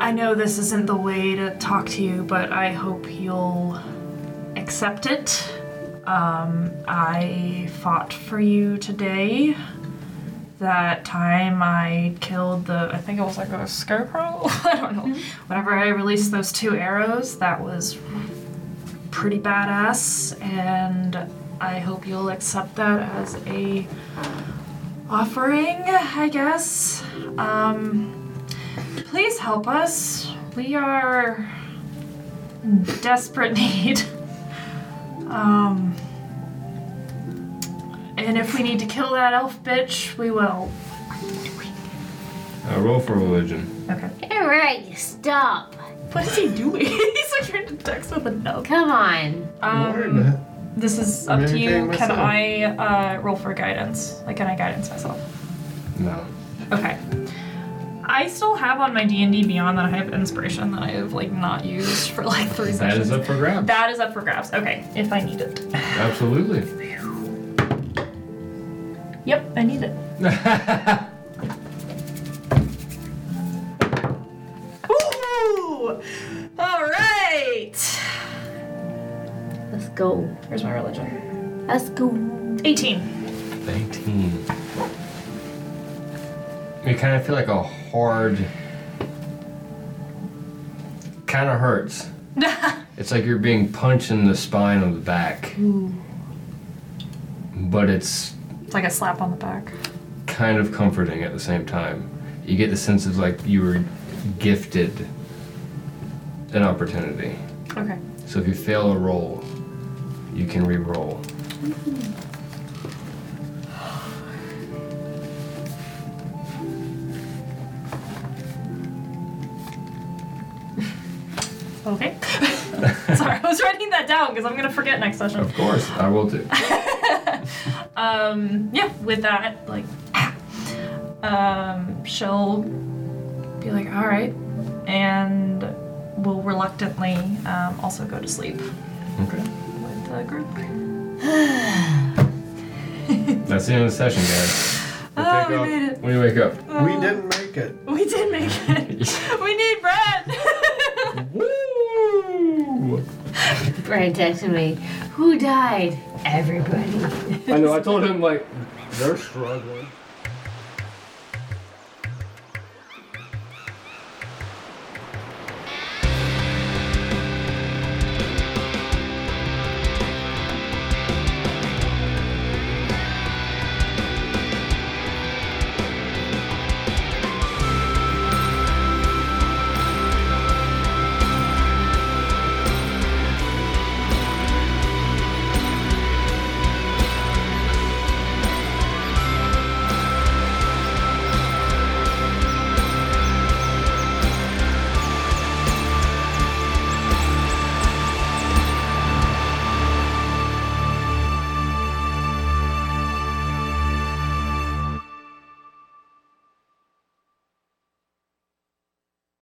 I know this isn't the way to talk to you, but I hope you'll accept it. Um, I fought for you today. That time I killed the, I think it was like a scarecrow? I don't know. Whenever I released those two arrows, that was pretty badass, and I hope you'll accept that as a offering, I guess. Um, Please help us. We are in desperate need. Um, and if we need to kill that elf bitch, we will. Uh, roll for religion. Okay. All right, you stop. What is he doing? He's like trying to text with a note. Come on. Um, Lord, this is up to you. Anything Can myself. I uh, roll for guidance? Like, can I guidance myself? No. Okay. I still have on my D and D Beyond that I have inspiration that I have like not used for like three sessions. That is up for grabs. That is up for grabs. Okay, if I need it. Absolutely. Yep, I need it. Ooh! All right. Let's go. Here's my religion. Let's go. 18. 19. You kind of feel like a hard. Kind of hurts. it's like you're being punched in the spine or the back. But it's It's like a slap on the back. kind of comforting at the same time. You get the sense of like you were gifted an opportunity. Okay. So if you fail a roll, you can re roll. Okay. Sorry, I was writing that down because I'm gonna forget next session. Of course, I will too. Um, yeah, with that, like, um, she'll be like, all right, and will reluctantly um, also go to sleep Okay. with the group. That's the end of the session, guys. We'll Oh, pick we up made it. Oh, When you wake up. We didn't make it. We did make it. we need bread. Woo! Brian texted me. Who died? Everybody. I know, I told him, like, they're struggling.